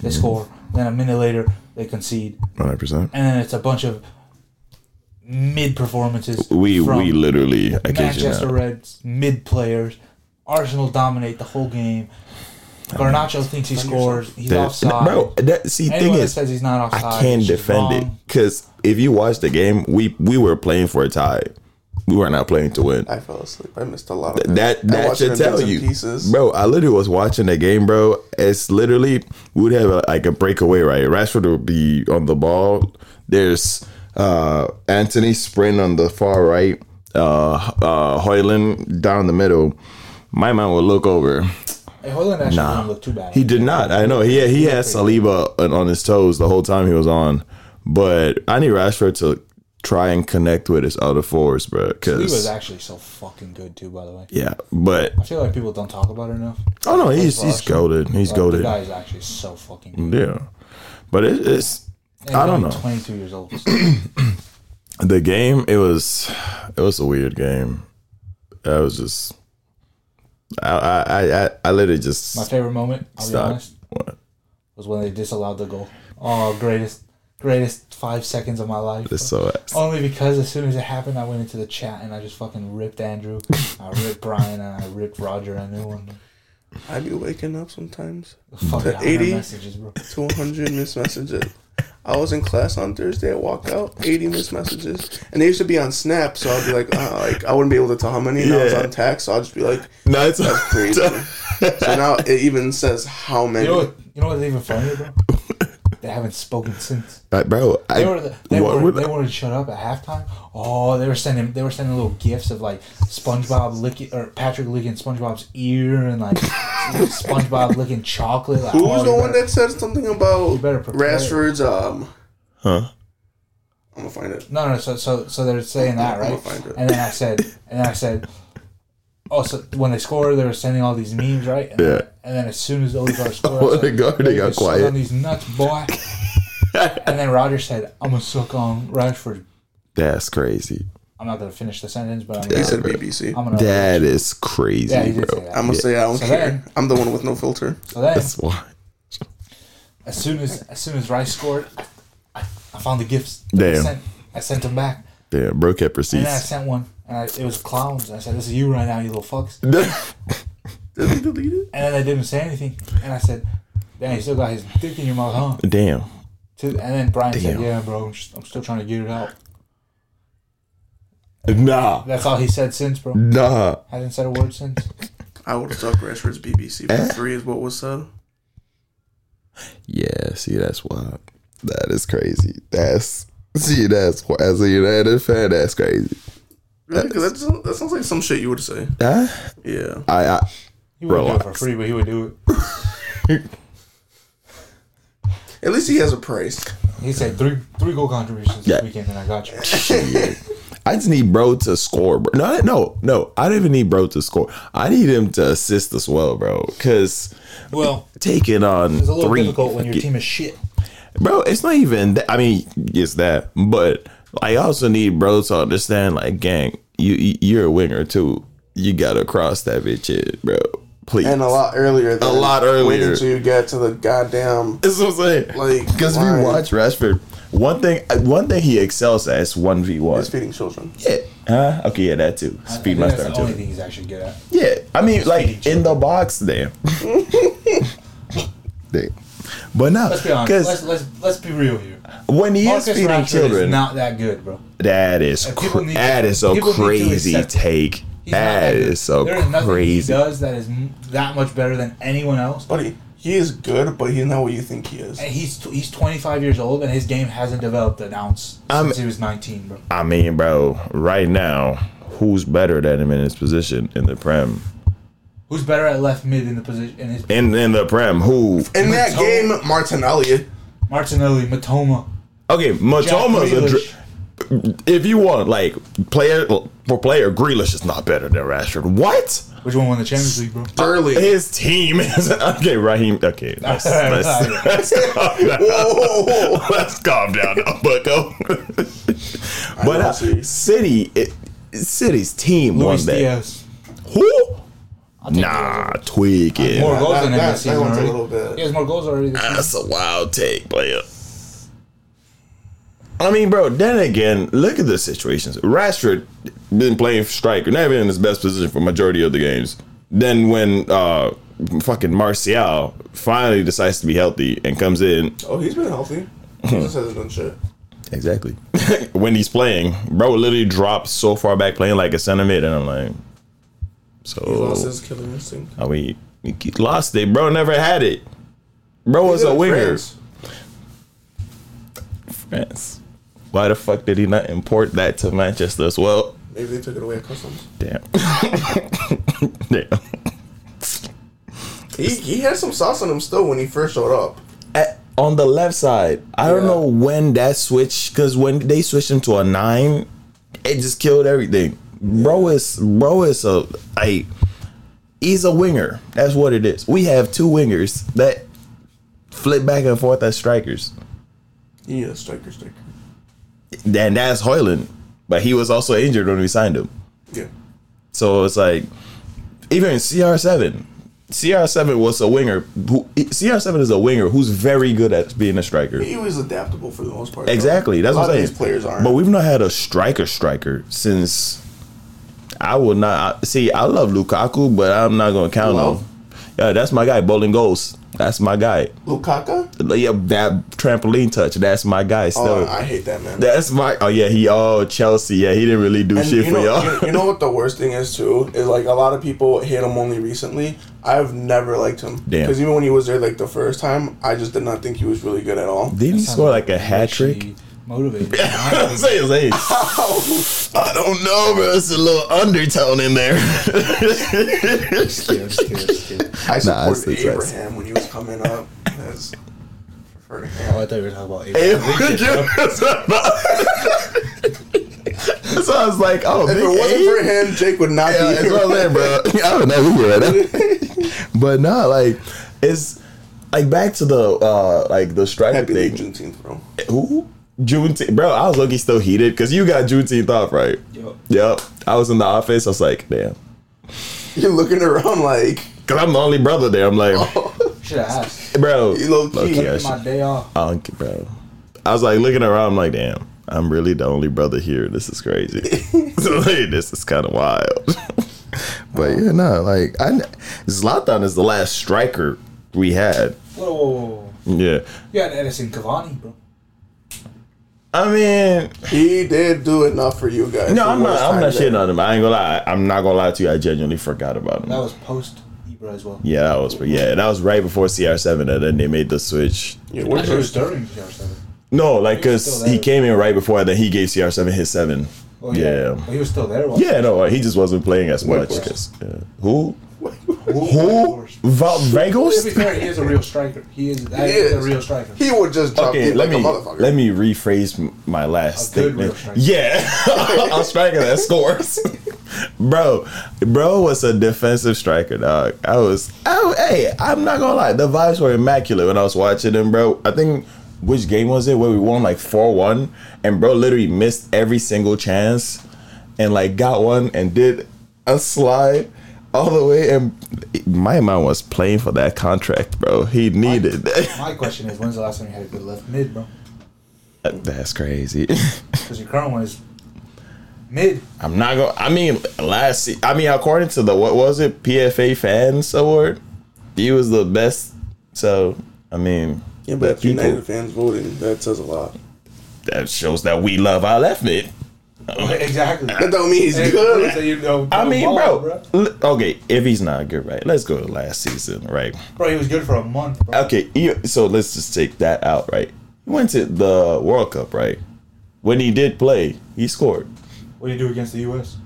S3: They
S6: Mm-hmm.
S3: score. Then a minute later, they concede.
S6: One hundred percent.
S3: And then it's a bunch of mid performances.
S6: We
S3: from
S6: we literally. I kid you
S3: Manchester
S6: not.
S3: Reds, mid players. Arsenal dominate the whole game. Garnacho thinks he scores. He's
S6: That,
S3: offside.
S6: bro, that see thing
S3: Anyone that
S6: is,
S3: says he's not offside.
S6: I can
S3: is
S6: defend it
S3: wrong.
S6: because if you watch the game, we we were playing for a tie. We were not playing to win.
S4: I fell asleep. I missed a lot of
S6: That
S4: I
S6: that
S4: watched it
S6: should
S4: in
S6: tell
S4: bits and
S6: you,
S4: pieces.
S6: bro. I literally was watching the game, bro. It's literally we would have a, like a breakaway, right? Rashford would be on the ball. There's uh Anthony sprint on the far right, uh uh Hoyland down the middle. My man would look over.
S3: Hey, Hoyland actually
S6: Nah.
S3: didn't look too bad.
S6: He did not. I know. He he had Saliba on- on his toes the whole time he was on, but I need Rashford to try and connect with his other forwards, bro.
S3: He was
S6: Because
S3: actually so fucking good too. By the way,
S6: yeah, but
S3: I feel like people don't talk about it enough.
S6: oh no, he's
S3: for
S6: he's
S3: Arsenal.
S6: goaded. He's
S3: Like, The
S6: goaded.
S3: guy is actually so fucking good.
S6: Yeah, but it, it's
S3: And
S6: I
S3: he's
S6: don't
S3: only
S6: know.
S3: 22 years old.
S6: the game. It was it was a weird game. I was just I I I, I- I literally just
S3: My favorite moment, I'll be
S6: stopped.
S3: honest,
S6: What?
S3: was when they disallowed the goal. Oh, greatest, greatest five seconds of my life.
S6: It's so
S3: Only because as soon as it happened, I went into the chat and I just fucking ripped Andrew, I ripped Brian, and I ripped Roger. I knew one.
S4: I be waking up sometimes
S3: Fucking
S4: The
S3: 80
S4: 80?
S3: messages, bro.
S4: to 100 missed messages. I was in class on Thursday. I walk out, 80 missed messages, and they used to be on Snap. So I'd be like, uh, like I wouldn't be able to tell how many. And I was
S6: Yeah.
S4: on text, so I'd just be like,
S6: no, it's
S4: that's crazy. so now it even says how
S3: You
S4: many.
S3: know what? You know what's even funnier, bro? They haven't spoken since.
S6: Like, bro. I,
S3: They were the, they
S6: what
S3: were,
S6: would-
S3: they wanted to shut up at halftime. Oh, they were sending they were sending little gifts of like SpongeBob licking or Patrick licking SpongeBob's ear and like SpongeBob licking chocolate. Like,
S4: Who
S3: oh,
S4: was the
S3: you
S4: one
S3: better-
S4: that said something
S3: You
S4: about
S3: better prepare.
S4: Rashford's? Um,
S6: Huh?
S4: I'm gonna find it.
S3: No, no. So so so they're saying that
S4: I'm
S3: right,
S4: gonna find it.
S3: and then I said and then I said. Oh, so when they scored, they were sending all these memes, right? And
S6: Yeah.
S3: Then, and then as soon as Odegaard scored,
S6: Oh my God, they got
S3: on
S6: quiet.
S3: these nuts, boy. and then Roger said, "I'm gonna suck on Rashford."
S6: That's crazy.
S3: I'm not gonna finish the sentence, but I'm
S4: He
S3: gonna,
S4: said BBC.
S3: I'm gonna
S6: That is crazy,
S3: Yeah, he did say
S6: bro.
S3: that.
S4: I'm gonna say I don't
S3: So
S4: care.
S3: then-
S4: I'm the one with no filter.
S3: So then,
S6: That's why.
S3: as soon as as soon as Rice scored, I, I, I found the gifts. I
S6: Damn.
S3: sent, I sent them back,
S6: Damn, bro kept
S3: and then I
S6: receipts.
S3: sent one, and I, it was clowns. I said, "This is you right now, you little fucks." And
S6: That's
S4: Did he delete it?
S3: then they didn't say anything, and I said, "Damn, you still got his dick in your mouth, huh?"
S6: Damn.
S3: To- And then Brian said,
S6: Damn.
S3: "Yeah, bro, I'm, just, I'm still trying to get it out."
S6: Nah.
S3: That's all he said since, bro.
S6: Nah.
S3: Hasn't said a word since.
S4: I would have sucked Rashford's BBC. But three is what was said.
S6: Yeah, see, that's wild. That is crazy. That's see, that's why as a United fan, that's crazy.
S4: Really? Because that, that sounds like some shit you would say.
S6: Huh?
S4: Yeah.
S6: I, I
S3: He wouldn't do it
S6: Relax.
S3: for free, but he would do it.
S4: At least he has a price.
S3: He said three three goal contributions this
S6: Yeah.
S3: weekend, and I got you.
S6: I just need bro to score, bro. No, no, no. I don't even need bro to score. I need him to assist as well, bro. Cause
S3: Well,
S6: taking on
S3: it's a little
S6: three,
S3: difficult when your team is shit.
S6: bro. It's not even. That, I mean, it's that, but I also need bro to understand, like, gang, you you're a winger too. You gotta cross that bitch, in, bro. please.
S4: and a lot earlier. Than
S6: lot
S4: Wait
S6: earlier.
S4: until you get to the goddamn.
S6: That's what I'm saying.
S4: Like,
S6: because if
S4: why?
S6: you watch Rashford, one thing, one thing he excels at is one v one.
S4: It's feeding children.
S6: Yeah. Huh? Okay, yeah, that too.
S3: I
S6: Speed
S3: think
S6: my
S3: that's
S6: style
S3: the only
S6: too.
S3: thing he's actually good at.
S6: Yeah, I mean, like
S3: Speeding
S6: in the box there. Damn. But no,
S3: Let's be honest. Let's,
S6: because
S3: let's let's be real here.
S6: when he
S3: Marcus
S6: is feeding
S3: Rashford is
S6: children,
S3: not that good, bro.
S6: that is
S3: And people
S6: cr-
S3: need to-
S6: that is a
S3: people need to
S6: crazy
S3: accept it.
S6: take.
S3: He's not
S6: That
S3: good.
S6: is so
S3: There is nothing
S6: crazy.
S3: He does that is m- that much better than anyone else.
S4: Buddy, he is good, but he's not what you think he is.
S3: And he's t- he's 25 years old and his game hasn't developed an ounce
S6: I'm-
S3: since he was 19, bro.
S6: I mean, bro, right now, who's better than him in his position in the prem?
S3: Who's better at left mid in the position in his
S6: In in the prem, who?
S4: In that game, Martin Elliott.
S3: Martinelli, Matoma,
S6: Okay,
S3: Jack
S6: Matoma's a.
S3: Grealish.
S6: Dr- if you want like player for player, Grealish is not better than Rashford. What?
S3: Which one won the Champions League, bro?
S4: Early.
S6: His team is okay. Raheem. Okay, let's let's, let's, calm down. Let's calm down, now, Bucko. but uh,
S4: see.
S6: City, it, City's team
S3: Luis
S6: won that.
S3: Diaz.
S6: Who?
S3: take
S6: Nah, tweak it.
S3: More goals
S4: that-
S3: than him
S4: that-
S3: this
S4: that
S3: season
S4: one's a
S3: already.
S4: little bit-
S3: He has more goals already this season.
S6: That's a wild take, player. I mean, bro, then again, look at the situations. Rashford been playing striker, never been in his best position for majority of the games. Then when uh fucking Martial finally decides to be healthy and comes in
S4: Oh, he's been healthy. He just hasn't done shit.
S6: Exactly. when he's playing, bro literally dropped so far back playing like a center mid and I'm like
S4: He lost
S6: So
S4: his killer instinct.
S6: I mean he lost it, bro never had it. Bro was
S4: He's
S6: a
S4: in
S6: winger.
S4: France.
S6: France. Why the fuck did he not import that to Manchester as well?
S4: Maybe they took it away at customs.
S6: Damn. Damn.
S4: He, he had some sauce on him still when he first showed up.
S6: At- on the left side, I don't
S4: Yeah.
S6: know when that switch because when they switched him to a nine, it just killed everything. Bro is bro is a like he's a winger. That's what it is. We have two wingers that flip back and forth as strikers.
S4: Yeah, striker, striker.
S6: Then that's Hoyland, but he was also injured when we signed him.
S4: Yeah.
S6: So it's like even CR7. CR7 was a winger. Who, CR7 is a winger who's very good at being a striker.
S4: He was adaptable for the most part. though.
S6: Exactly. That's
S4: a lot
S6: what I'm
S4: of
S6: saying.
S4: these players aren't.
S6: But we've not had a striker striker since. I will not I- see. I love Lukaku, but I'm not gonna count on.
S4: Love?
S6: him. Yeah, that's my guy. Bowling goals. That's my guy.
S4: Lukaka?
S6: Yeah, that trampoline touch. That's my guy. Still.
S4: Oh, I hate that man.
S6: that's my. Oh yeah, he. Oh Chelsea. Yeah, he didn't really do
S4: And
S6: shit
S4: you
S6: for
S4: know,
S6: y'all.
S4: You, you know what the worst thing is too is like a lot of people hate him only recently. I've never liked him
S6: Damn.
S4: because even when he was there like the first time, I just did not think he was really good at all.
S6: Did he score like a hat trick?
S3: Actually Motivated.
S6: I'm saying, I'm saying. I don't know, bro. It's a little undertone in there.
S4: I
S6: Nah, I
S4: supported
S6: see, I see.
S4: Abraham when he was coming up. As, for him.
S3: Oh, I thought you were talking about
S6: If
S3: Abraham.
S6: we do- That's what I was like, oh,
S4: If
S6: big
S4: it wasn't
S6: eight?
S4: for him, Jake would not
S6: Yeah,
S4: be
S6: that's
S4: here.
S6: what I'm saying, bro. I don't know who we're at. but no, like it's like back to the uh like the striker
S4: Happy League
S6: thing.
S4: Juneteenth, bro.
S6: Who? Juneteenth, bro. I was looking still heated because you got Juneteenth off, right?
S3: Yup.
S6: Yep. I was in the office. I was like, damn.
S4: You're looking around like
S6: Cause I'm the only brother there. I'm like,
S3: Should have asked.
S6: bro,
S4: You low-key.
S6: low-key, I
S4: Look
S3: Get
S6: should-
S3: my day off.
S6: Unk, bro. I was like looking around, I'm like, damn, I'm really the only brother here. This is crazy. so like, this is kind of wild. but yeah, no, like I Zlatan is the last striker we had.
S3: Whoa, whoa, whoa, whoa.
S6: Yeah.
S3: You had Edison Cavani, bro.
S6: I mean,
S4: he did do enough for you guys. The
S6: no, I'm not.
S4: worst
S6: I'm
S4: time there.
S6: not shitting on him. I ain't gonna lie. I- I'm not gonna lie to you. I genuinely forgot about him.
S3: That was post Ibra as well.
S6: yeah, that was. Yeah, that was right before CR7, and then they made the switch.
S4: Yeah,
S3: I thought it
S4: we're
S3: was during CR7.
S6: No, like,
S3: He was still
S6: cause
S3: there.
S6: he came in right before, and then he gave CR7 his seven.
S3: Oh,
S6: yeah.
S3: But he was still there. wasn't he?
S6: Yeah, no, uh, he just wasn't playing as much. 'cause, yeah. Who? Who? Va-
S3: To be
S6: Vagos?
S3: fair, he is a real striker. He is, that
S4: He
S3: is a
S4: is.
S3: real striker.
S4: He would just drop
S6: Okay,
S4: you
S6: let
S4: like a
S6: me
S4: motherfucker.
S6: let me rephrase m- my last
S3: A good real striker.
S6: statement. Yeah, a striker that scores, bro. Bro was a defensive striker, dog. I was, oh, hey, I'm not gonna lie, the vibes were immaculate when I was watching him, bro. I think which game was it where we won like four one, and bro literally missed every single chance, and like got one and did a slide. all the way, and my man was playing for that contract, bro. He needed that.
S3: My question is, when's the last time you had a good left mid, bro?
S6: That's crazy.
S3: Because your current one is mid.
S6: I'm not going. to I mean, last. se- I mean, according to the what was it PFA Fans Award, he was the best. So I mean,
S4: Yeah, but if
S6: people-
S4: United fans voted, that says a lot.
S6: that shows that we love our left mid. Oh,
S3: Exactly.
S4: That don't mean he's
S3: Hey,
S4: good.
S3: so you know,
S6: I mean,
S3: ball,
S6: bro. l- Okay, if he's not good, right? Let's go to last season, right?
S3: Bro, he was good for a month, bro.
S6: Okay, you- so let's just take that out, right? He went to the World Cup, right? When he did play, he scored.
S3: What do you do against the U.S.?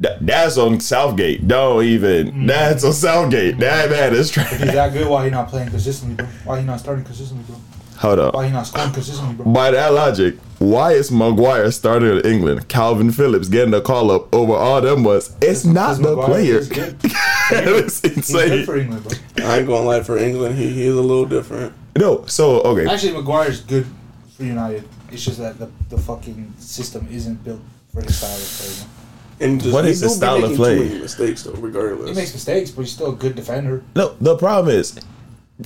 S6: Th- that's on Southgate. Don't even.
S4: Mm.
S6: That's on Southgate. That man is
S3: If he's
S6: trash.
S3: that good, why he not playing consistently, bro? Why he not starting consistently, bro?
S6: Hold
S3: Why
S6: up.
S3: he not scoring consistently, bro?
S6: By that logic, why is Maguire starting in England? Calvin Phillips getting a call up over all them was. It's
S3: Because
S6: not the
S3: Maguire
S6: player.
S3: is good.
S6: it's
S3: He's good
S6: insane.
S3: for England, bro.
S4: I ain't gonna lie for England. He, he is a little different.
S6: No, so okay.
S3: Actually, Maguire's good for United. It's just that the, the fucking system isn't built for his style of play. bro.
S4: And just,
S6: What
S4: he
S6: is his
S4: do be
S6: style of
S4: making
S6: play?
S4: Too many mistakes though, regardless.
S3: He makes mistakes, but he's still a good defender.
S6: No, the problem is,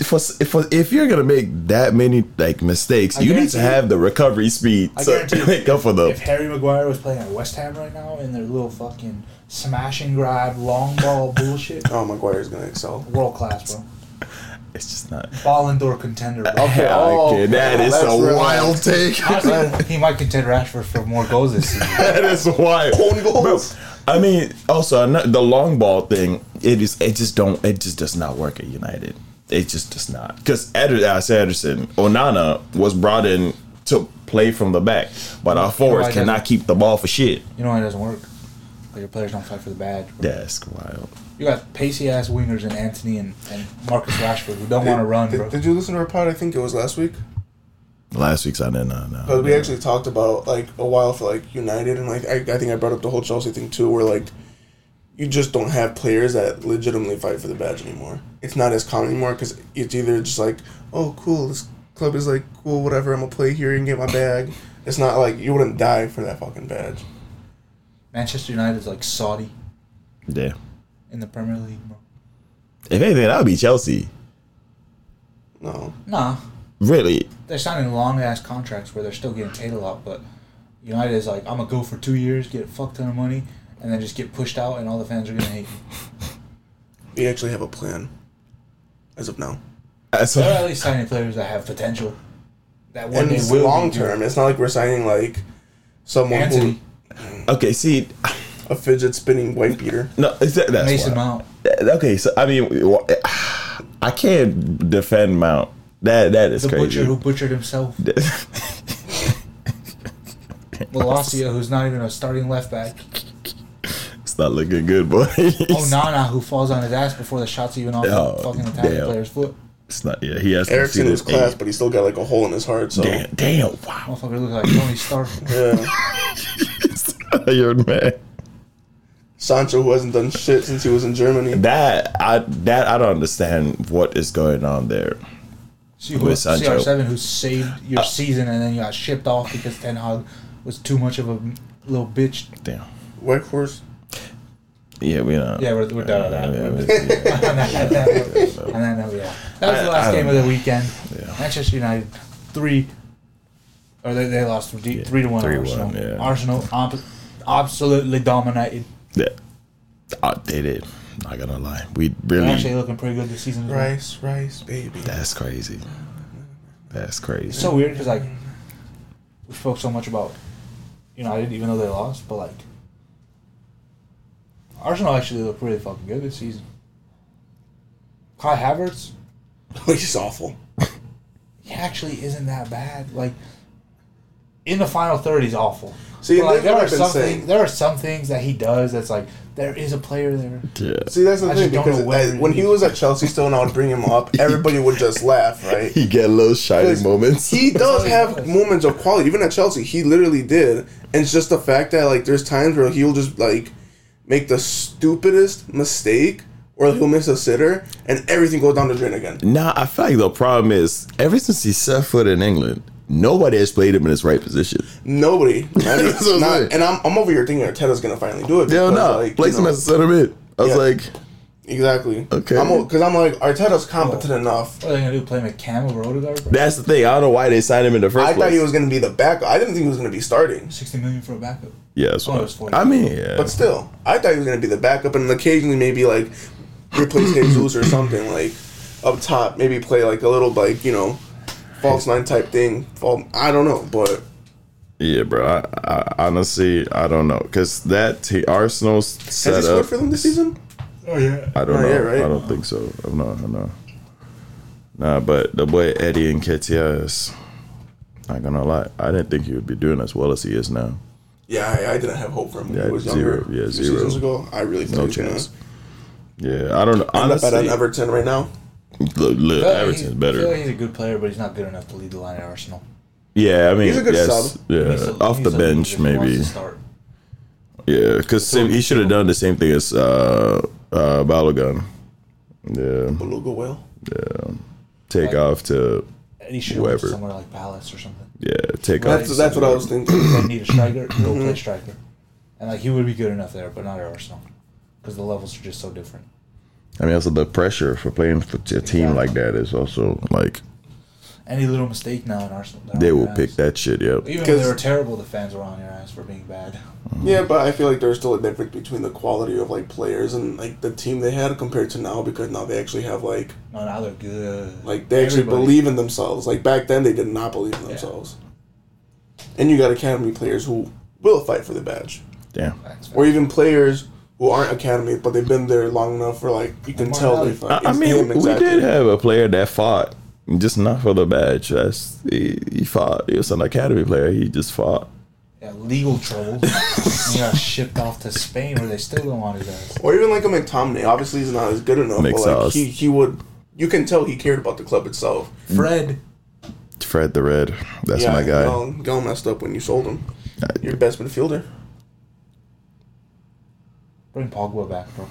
S6: for, for if you're gonna make that many like mistakes,
S3: I
S6: you need to
S3: guarantee-
S6: have the recovery speed
S3: I
S6: to
S3: guarantee
S6: make up for
S3: If
S6: them.
S3: Harry Maguire was playing at West Ham right now in their little fucking smash and grab, long ball bullshit,
S4: oh, Maguire's gonna excel.
S3: world class, bro.
S6: It's just not.
S3: Ballon d'Or contender, bro.
S6: Hell,
S4: oh,
S6: kid, that is
S4: let's
S6: a
S4: relax.
S6: wild take.
S3: Honestly, he might contend Rashford for more goals this season.
S6: that is wild.
S4: Own goals.
S6: I mean, also ano- the long ball thing. It is. It just don't. It just does not work at United. It just does not. Because Ederson, Ederson, Onana was brought in to play from the back, but our forwards
S3: I get
S6: cannot
S3: it.
S6: keep the ball for shit.
S3: You know why it doesn't work? 'Cause your players don't fight for the badge. Bro.
S6: That's wild.
S3: You got pacey ass wingers in Anthony and, and Marcus Rashford who don't want to run,
S4: Did,
S3: bro.
S4: did you listen to our pod? I think it was last week.
S6: Last week's I didn't know. no.
S4: Because we actually talked about like a while for like United and like I, I think I brought up the whole Chelsea thing too, where like you just don't have players that legitimately fight for the badge anymore. It's not as common anymore because it's either just like oh cool, this club is like cool, whatever. I'm gonna play here and get my bag. It's not like you wouldn't die for that fucking badge.
S3: Manchester United's like Saudi
S6: Yeah.
S3: in the Premier League, bro.
S6: If anything, that would be Chelsea.
S4: No,
S3: Nah,
S6: Really?
S3: they're signing long ass contracts where they're still getting paid a lot, but United is like, I'm gonna go for two years, get a fuck ton of money, and then just get pushed out, and all the fans are gonna hate you.
S4: we actually have a plan. As of now,
S6: That's
S3: They're
S6: what,
S3: at least signing players that have potential. That one
S4: and
S3: day
S4: it's
S3: will be
S4: long
S3: good.
S4: term. It's not like we're signing like someone
S3: Anthony,
S6: okay, see,
S4: who a fidget spinning white beater.
S6: no, is that, that's
S3: Mason
S6: wild.
S3: Mount.
S6: Okay, so I mean, wh- I can't defend Mount. That that is
S3: The butcher
S6: crazy.
S3: who butchered himself. Malasia, who's not even a starting left back.
S6: it's not looking good, boy.
S3: Oh, Nana, who falls on his ass before the shot's even off
S6: Oh,
S3: the fucking attacking
S6: damn.
S3: player's foot.
S6: It's not. Yeah, he has to see
S4: Erickson
S6: this
S4: was class,
S6: eight.
S4: but he still got like a hole in his heart. So
S6: Damn, damn, wow,
S3: Motherfucker looks like Tony Stark.
S4: yeah.
S6: you're mad.
S4: Sancho, who hasn't done shit since he was in Germany.
S6: That I that I don't understand what is going on there.
S3: See who,
S6: Sancho.
S3: CR7 who saved your season and then you got shipped off because Ten Hag was too much of a little bitch.
S6: Damn.
S4: Weghorst.
S6: Yeah, we know.
S3: Yeah, we're, we're done on
S6: Yeah,
S3: that.
S6: yeah,
S3: We're-
S6: yeah.
S3: and then, and then, oh, yeah. That was the last game of the weekend. Manchester United three, or they, they lost three, three to one. to
S6: 3-1,
S3: Arsenal.
S6: yeah.
S3: Arsenal ob- absolutely dominated.
S6: Yeah. Uh, they did. Not gonna lie, we
S3: They're
S6: really.
S3: actually looking pretty good this season. as well.
S4: Rice, rice, baby.
S6: That's crazy. That's crazy.
S3: It's so weird because like we spoke so much about United, even though they lost, but like Arsenal actually looked really fucking good this season. Kai Havertz,
S4: He's awful.
S3: he actually isn't that bad. Like in the final third, he's awful.
S4: See,
S3: But, like,
S4: that's
S3: there
S4: what
S3: are
S4: I've been
S3: some things,
S4: saying.
S3: there are some things that he does that's like there is a player there.
S6: yeah.
S4: See, that's the
S3: I
S4: thing
S3: just don't know
S4: because
S3: where
S4: I- when
S3: he
S4: he
S3: is.
S4: was at Chelsea still, and I would bring him up, everybody would just laugh, right?
S6: He get little shiny moments.
S4: He does
S3: all he
S4: have
S3: does.
S4: moments of quality. Even at Chelsea, he literally did. And it's just the fact that like there's times where he'll just like make the stupidest mistake, or he'll miss a sitter, and everything goes down the drain again.
S6: Nah, I feel like the problem is ever since he set foot in England, nobody has played him in his right position.
S4: Nobody. Not-
S6: That's what I'm
S4: not-
S6: saying.
S4: and I'm, I'm over here thinking Arteta's gonna finally do it.
S6: Hell
S4: because,
S6: no,
S4: like, you
S6: place him
S4: know-
S6: as a center mid. I was
S4: Yeah.
S6: like,
S4: Exactly.
S6: Okay. Oh.
S4: I'm because I'm like Arteta's competent enough.
S3: What are they gonna do? Play McCam over Odegaard? bro?
S6: That's the thing. I don't know why they signed him in the first
S4: I
S6: place.
S4: thought he was gonna be the backup. I didn't think he was gonna be starting.
S3: Sixty million for a backup.
S6: Yeah, that's
S3: Oh,
S6: why.
S3: it was 40.
S6: I mean, yeah.
S4: But still, I thought he was gonna be the backup, and occasionally maybe like replace Jesus or something like up top. Maybe play like a little like you know false nine type thing. Fall, I don't know, but
S6: yeah, bro. I, I honestly, I don't know, cause that t- Arsenal's
S4: has
S6: set
S4: he
S6: up.
S4: scored for them this season?
S3: Oh yeah.
S6: I don't
S4: Not
S6: know.
S4: yet, right?
S6: I don't think so. I'm not. I know. Nah, but the boy Eddie and Ketia is not gonna lie. I didn't think he would be doing as well as he is now.
S4: Yeah, I, I didn't have hope for him. when
S6: Yeah,
S4: he was
S6: zero.
S4: younger.
S6: Yeah,
S4: Two
S6: zero.
S4: Seasons ago, I really thought
S6: No
S4: he was gonna
S6: chance. Yeah, I don't
S4: End
S6: know.
S4: up
S6: Honestly,
S4: at an Everton right now.
S3: I
S6: look, look,
S3: feel like
S6: Everton's
S3: he's- I
S6: better.
S3: feel like he's a good player, but he's not good enough to lead the line at Arsenal.
S6: yeah, I mean,
S4: He's a good
S6: yes,
S4: sub.
S6: yeah,
S3: He's a-
S6: Uh, off
S3: he's
S6: the
S3: a
S6: bench
S3: loser if he wants
S6: maybe.
S3: to start.
S6: Yeah, because he should have done the same thing as uh, uh, Balogun. Yeah,
S4: Beluga whale.
S6: take off to
S3: He should have went to
S6: Whoever.
S3: somewhere like Palace or something.
S6: yeah, take off.
S4: That's that's what I was thinking.
S3: They need a striker.
S4: Mhm.
S3: Go play striker, and like he would be good enough there, but not at Arsenal, because the levels are just so different.
S6: I mean, also the pressure for playing for a team like that is also like
S3: Any little mistake now in Arsenal, they're
S6: they
S3: on
S6: will
S3: your
S6: pick
S3: ass.
S6: that shit up.
S3: Even when they
S4: Because-
S3: were terrible, the fans were on your ass for being bad.
S4: Yeah, but I feel like there's still a difference between the quality of like players and like the team they had compared to now because now they actually have like
S3: No, now they're good.
S4: like they actually
S3: Everybody.
S4: believe in themselves. Like back then they did not believe in themselves. And you got academy players who will fight for the badge.
S6: Damn.
S3: That's
S4: Or even players who aren't academy but they've been there long enough for like you can
S3: Omar
S4: tell
S3: Ali.
S4: they fight.
S6: I, I
S4: It's
S6: mean,
S4: him
S6: we
S4: exactly.
S6: did have a player that fought, just not for the badge. That's he, he fought. He was an academy player. He just fought.
S3: Yeah, legal trouble. he got shipped off to Spain where they still don't want his ass.
S4: Or even like a McTominay. Obviously he's not as good enough, but like
S6: McSauce.
S4: he, he would you can tell he cared about the club itself.
S3: Fred.
S6: Fred the Red. That's my guy.
S4: Y'all, y'all messed up when you sold him. Your best midfielder.
S3: Bring Pogba back, bro.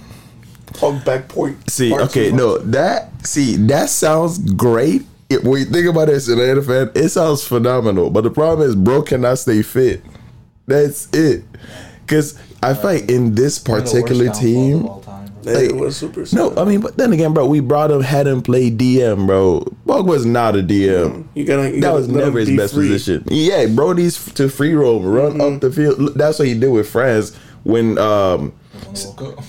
S4: Plug back point.
S6: See,
S4: Part
S6: okay,
S4: two.
S6: no, that see that sounds great. It, when you think about it as an Atlanta fan, it sounds phenomenal. But the problem is, bro cannot stay fit. That's it. Because I feel like in this
S3: One of the worst
S6: particular
S3: downfalls of
S6: team,
S3: all time, bro.
S4: That
S6: like-
S4: was super.
S6: no, I mean, but then again, bro, we brought him, had him play DM, bro. Pogba's not a DM.
S4: you gotta. You
S6: That
S4: gotta
S6: was
S4: let him
S6: never his
S4: be
S6: best
S4: free. Mm-hmm.
S6: position. Yeah, Brody's to free roll, run up the field. Look, That's what he did with France when um,
S3: When they woke up.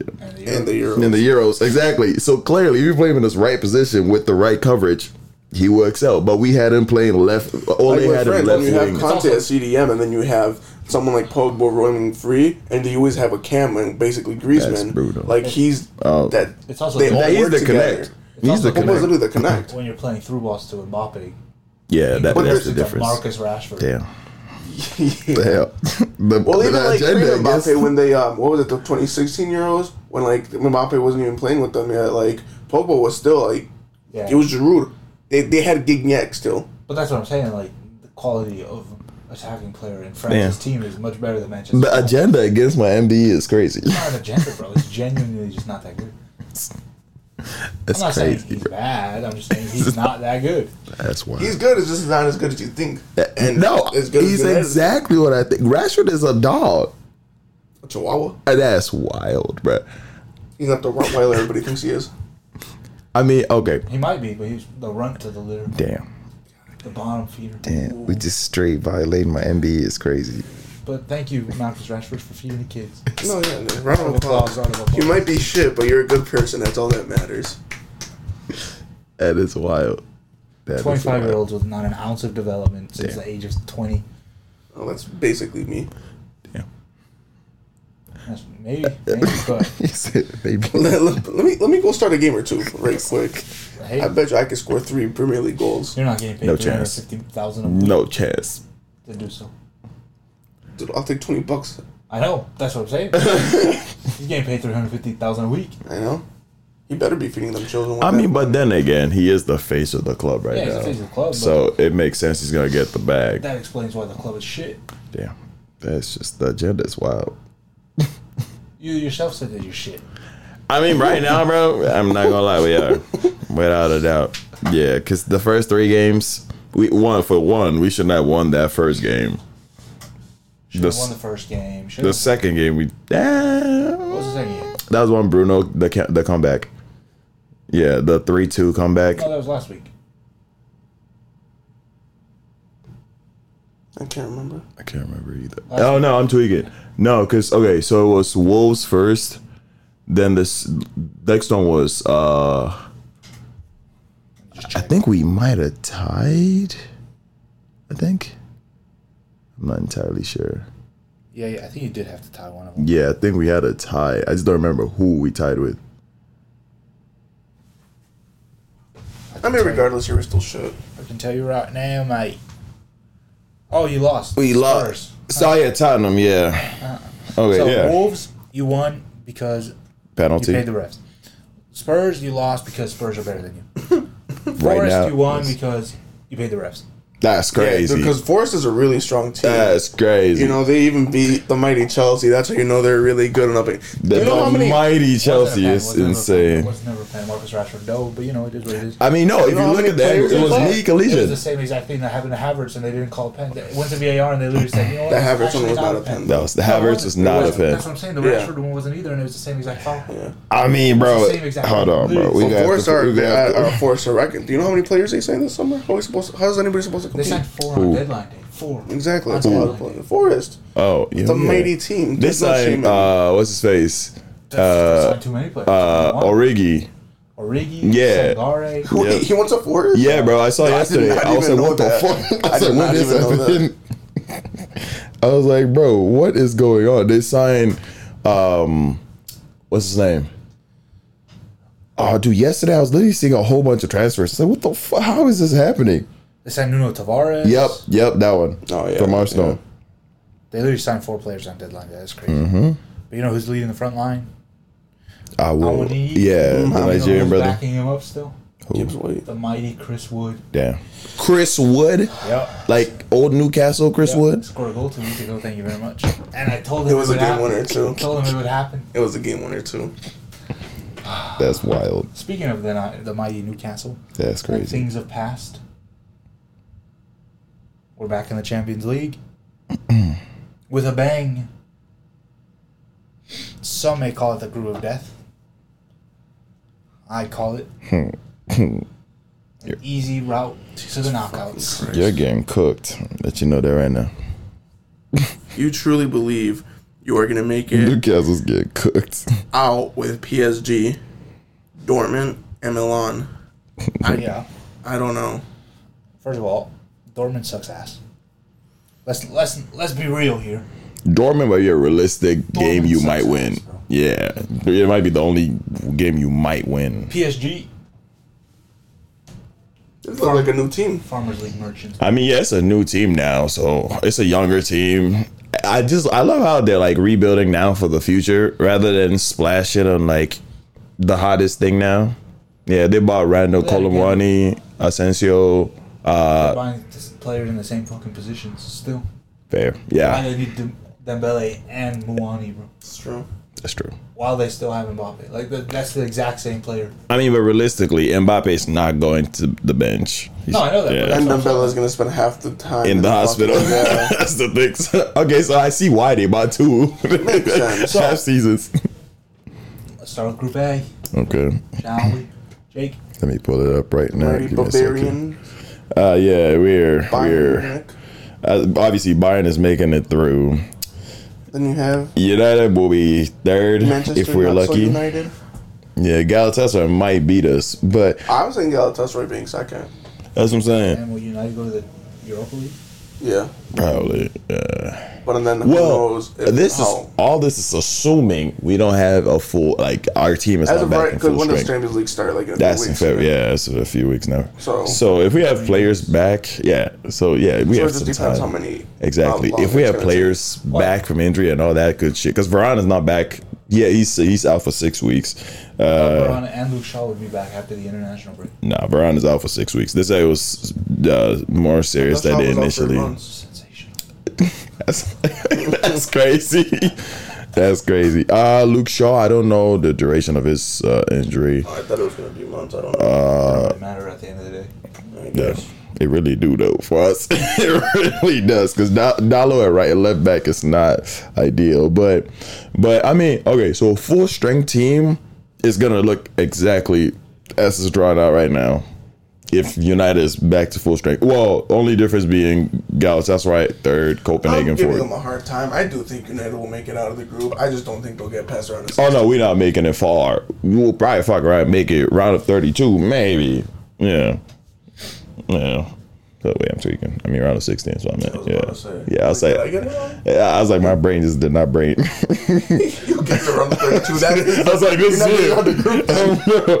S3: And the
S4: And the Euro.
S6: in the Euros. Exactly. So clearly, if you play him in this right position with the right coverage, he will excel. But we had him playing left. All
S4: like
S6: they
S4: with
S6: had him
S4: friends, when
S6: left
S4: you have
S6: wing.
S4: Conte at CDM, and then you have someone like Pogba roaming free, and you always have a Cam and basically Griezmann.
S6: brutal.
S4: Like he's
S6: Oh.
S4: that.
S3: It's also
S4: they
S3: the-
S4: all
S6: That is
S4: work
S6: the
S4: together.
S6: connect. He's
S3: also
S6: the
S4: Pogba's literally
S6: connect.
S4: the connect.
S3: when you're playing through balls to Mbappe.
S6: Yeah, that,
S4: But
S6: that's
S4: there's
S6: the
S4: a
S6: difference.
S3: Marcus Rashford.
S6: Damn. Damn. The,
S4: Well, even
S6: the
S4: like even
S6: agenda, I guess.
S4: Mbappe when they um, what was it the 2016 Euros when like Mbappe wasn't even playing with them yet. Like Pogba was still like
S3: Yeah.
S4: it was Giroud. They they had Gignac still.
S3: But that's what I'm saying. Like the quality of attacking player in France's team is much better than Manchester.
S6: the agenda against my MBE is crazy.
S3: It's not an agenda, bro. It's genuinely just not that good. I'm
S6: That's
S3: not saying
S6: crazy.
S3: he's
S6: bro.
S3: bad. I'm just saying he's not that good.
S6: That's wild.
S4: He's good. It's just not as good as you think. And
S6: Eh, no,
S4: as good as
S6: he's
S4: Gennett is.
S6: exactly what I think. Rashford is a dog.
S4: Chihuahua.
S6: That's wild, bro.
S4: He's not the Rottweiler everybody thinks he is.
S6: I mean, okay.
S3: He might be, but he's the runt to the litter,
S6: Damn.
S3: the bottom feeder.
S6: Damn. We just straight violating my MBE is crazy.
S3: But thank you, Marcus Rashford, for feeding the kids.
S4: No, yeah, no. round of applause.
S3: Round of applause.
S4: You might be shit, but you're a good person. That's all that matters.
S6: That is wild. That is
S3: 25 year
S6: wild.
S3: olds with not an ounce of development since
S6: Damn.
S3: the age of 20.
S4: Oh, that's basically me.
S3: That's maybe, maybe, but
S6: He said, "Baby."
S4: let, let- let me let me go start a game or two right quick.
S3: hey,
S4: I bet you I could score three Premier League goals.
S3: you're not getting paid
S6: No
S3: no
S6: chance.
S3: 350000 a week
S6: No chance.
S3: to do so.
S4: Dude, I'll take twenty bucks.
S3: I know. That's what I'm saying. He's getting paid 350000 a week.
S4: I know. You better be feeding them children. one
S6: I mean,
S4: day.
S6: but then again, he is the face of the club right
S3: Yeah, he's
S6: now.
S3: the face of the club,
S6: so it makes sense he's gonna get the bag.
S3: That explains why the club is shit.
S6: Damn, that's just the agenda is wild.
S3: You yourself said that you're shit.
S6: I mean, right now, bro, I'm not gonna lie, we are without a doubt. Yeah, because the first three games, we won for one. We should not have won that first game.
S3: Should
S6: The
S3: have
S6: s-
S3: won the first game. Should
S6: The
S3: have.
S6: second game, we.
S3: What was the second game?
S6: That was one Bruno the ca- the comeback. Yeah, the three two comeback.
S3: No, that was last week.
S4: I can't remember.
S6: I can't remember either. Oh no, I'm tweaking. No, because okay, so it was Wolves first, then this next one was uh I think we might have tied. I think. I'm not entirely sure.
S7: Yeah, yeah, I think you did have to tie one of them.
S6: Yeah, I think we had a tie. I just don't remember who we tied with.
S4: I mean, regardless, you were still shit.
S7: I can tell you.
S3: You were out now, mate. Oh, you lost.
S6: We
S3: Spurs. Uh,
S6: lost. So yeah, Tottenham. Yeah. Okay.
S3: So
S6: yeah.
S3: Wolves, you won because you
S6: Penalty.
S3: paid the refs. Spurs, you lost because Spurs are better than you.
S6: right
S3: Forest,
S6: now.
S3: you won because you paid the refs.
S6: That's
S4: Yeah,
S6: crazy.
S4: because Forest is a really strong team.
S6: That's crazy.
S4: You know, they even beat the mighty Chelsea. That's how you know they're really good enough.
S6: the
S4: you know how many-
S6: mighty Chelsea is
S3: Wasn't a fan, wasn't never a fan,
S6: insane.
S3: Was never a fan of Marcus Rashford, no, but you know it is what it is.
S6: I mean, no. If
S4: know how
S6: you look
S4: many
S6: at that,
S4: players
S6: it
S4: they
S6: was
S4: play?
S6: League
S3: It was the
S6: Collision.
S3: same exact thing that happened to Havertz, and they didn't call a pen. They went to VAR, and they literally said, "You know what?
S4: That
S3: it's
S4: Havertz one
S3: actually
S4: was not a pen.
S6: That was the
S3: No, it
S6: Havertz
S3: wasn't.
S6: was
S3: It
S6: not a
S3: wasn't. That's
S6: fan.
S3: what I'm saying. The
S4: Yeah.
S3: Rashford one wasn't either, and it was the same exact foul.
S6: I mean, bro.
S3: the same exact
S6: Hold on, bro. We
S4: Well,
S6: got
S4: Forest
S6: to-
S4: are,
S6: we got
S4: are,
S6: to-
S4: are Forest are reckon. Do you know how many players they signed this summer? How are we supposed? How is anybody supposed to
S3: They
S4: compete?
S3: signed four on
S6: Who?
S3: deadline day. Four.
S4: exactly.
S3: On
S4: That's a lot of
S3: deadline day.
S4: players. Forest,
S6: Oh, yeah.
S4: it's a
S6: yeah.
S4: mighty team.
S6: This
S4: There's no shame in
S6: time,
S4: it.
S6: uh, what's his face?
S3: They
S6: Uh,
S3: signed too many players.
S6: uh,
S3: One.
S6: Origi.
S3: Origi.
S6: Yeah.
S3: Sangare.
S4: Wait,
S6: yeah.
S4: he went to Forest.
S6: Yeah, bro. I saw
S4: I did
S6: yesterday.
S4: not
S6: I, was like,
S4: even
S6: what
S4: know
S6: the
S4: that.
S6: fuck?
S4: I
S6: I was
S4: did
S6: like, when
S4: not
S6: this
S4: even know that.
S6: happened? I was like, bro, what is going on? They signed, um, what's his name? Oh, dude, yesterday I was literally seeing a whole bunch of transfers. It's like, what the fuck? How is this happening?
S3: They signed Nuno Tavares.
S6: Yep, yep, that one.
S4: Oh, yeah,
S6: From Arsenal.
S3: They literally signed four players on deadline day. That's crazy. But you know who's leading the front line?
S6: I Mm, will.
S3: Awoniyi.
S6: Mm-hmm. Yeah, the
S3: You know
S6: Nigerian
S3: who's
S6: brother.
S3: Backing him up still.
S4: Gibbs White.
S3: The mighty Chris Wood.
S6: Damn. Chris Wood,
S3: Yep.
S6: like old Newcastle Chris Wood.
S3: Scored a goal two weeks ago. Thank you very much. And I told him
S4: It was a
S3: would
S4: game
S3: happen.
S4: winner, too.
S3: I told him it would happen.
S4: It was a game winner too.
S6: That's wild.
S3: Speaking of the ni- the mighty Newcastle,
S6: That's
S3: when
S6: crazy.
S3: things have passed. We're back in the Champions League with a bang. Some may call it the groove of death. I call it an easy route to the knockouts.
S6: You're getting cooked. Let you know that right now.
S4: You truly believe you are gonna make it
S6: Newcastle's getting cooked.
S4: out with PSG, Dortmund, and Milan?
S3: Yeah.
S4: I don't know.
S3: First of all, Dortmund sucks ass. Let's let's let's be real here.
S6: Dortmund might be a realistic game you
S3: sucks
S6: might win.
S3: ass, bro.
S6: Yeah, it might be the only game you might win.
S3: PSG
S4: It's like a new team.
S3: Farmers League merchants.
S6: I mean, yeah, it's a new team now, so it's a younger team. I just I love how they're like rebuilding now for the future rather than splash it on like the hottest thing now. Yeah, they bought Randall
S3: that again.
S6: Colomwani, Asensio.
S3: They're buying this player in the same fucking positions still.
S6: Fair, yeah,
S3: I need Dem- Dembele and Muani, bro.
S4: It's true.
S6: that's true.
S3: While they still have Mbappe, like the, that's the exact same player.
S6: I mean, but realistically, Mbappe's not going to the bench. He's-
S3: No, I know that, but
S4: And Dembele is gonna spend half the time
S6: in the
S4: fucking-
S6: hospital.
S4: Yeah.
S6: That's the thing. So- okay, so I see why they bought two
S4: Makes sense.
S6: half seasons.
S3: Let's start with Group A,
S6: Okay,
S3: shall we? Jake,
S6: let me pull it up right now.
S4: Mighty
S6: Give me a second.
S4: Bavarian,
S6: Uh, yeah, we're
S4: Bayern
S6: we're
S4: Munich.
S6: uh, obviously Bayern is making it through.
S4: Then you have
S6: United will be third
S4: Manchester
S6: if we're
S4: not so
S6: lucky.
S4: United.
S6: yeah, Galatasaray might beat us, but
S4: I was saying Galatasaray being second.
S6: that's what I'm saying.
S3: and will United go to the Europa League?
S4: Yeah,
S6: Probably. Uh,
S4: but then who
S6: well, uh,
S4: knows? If,
S6: this is
S4: how-
S6: all. This is assuming we don't have a full like our team is
S4: as
S6: not
S4: of
S6: back
S4: right
S6: in
S4: because
S6: full
S4: when does
S6: strength.
S4: Champions League start? Like in a few
S6: That's in
S4: weeks,
S6: February. Yeah, it's a few weeks now.
S4: So-
S6: so if we have players back, yeah. So yeah, we
S4: So it
S6: have
S4: just
S6: some
S4: depends
S6: time.
S4: how many. uh,
S6: exactly.
S4: how long
S6: if we
S4: it's
S6: have
S4: gonna take.
S6: players back from injury and all that good shit, because Varane is not back. Yeah, he's he's out for six weeks. Uh,
S3: Varane and Luke Shaw would be back after the international break.
S6: nah, Varane is out for six weeks. This guy was uh, more serious
S4: That's
S6: than
S4: how
S6: they
S4: it was out for
S6: initially.
S4: months.
S3: Sensational.
S6: That's, that's crazy. That's crazy. Uh, Luke Shaw. I don't know the duration of his uh, injury. Uh,
S4: I thought it was gonna be months. I don't know.
S3: Doesn't really matter at the end of the day.
S4: I
S6: Yeah,
S4: guess.
S6: It really do though for us. it really does because Dalo at right and left back is not ideal. But but I mean, okay, so a full strength team is gonna look exactly as it's drawn out right now. If United is back to full strength, well, only difference being Gauss. That's right, third
S4: I'm
S6: Copenhagen
S4: giving them
S6: fourth.
S4: a hard time. I do think United will make it out of the group. I just don't think they'll get past round of
S6: Oh
S4: sixteen.
S6: no, we're not making it far. We'll probably fuck around, make it round of thirty-two, maybe. Yeah, yeah. So wait, I'm tweaking. I mean, round of sixteen. So I meant, yeah, yeah. I'll say.
S4: Like, you know,
S6: Yeah, I was like, my brain just did not
S4: you
S6: brain.
S4: get to round of thirty-two. That
S6: I
S4: is
S6: was like, this is
S4: You're not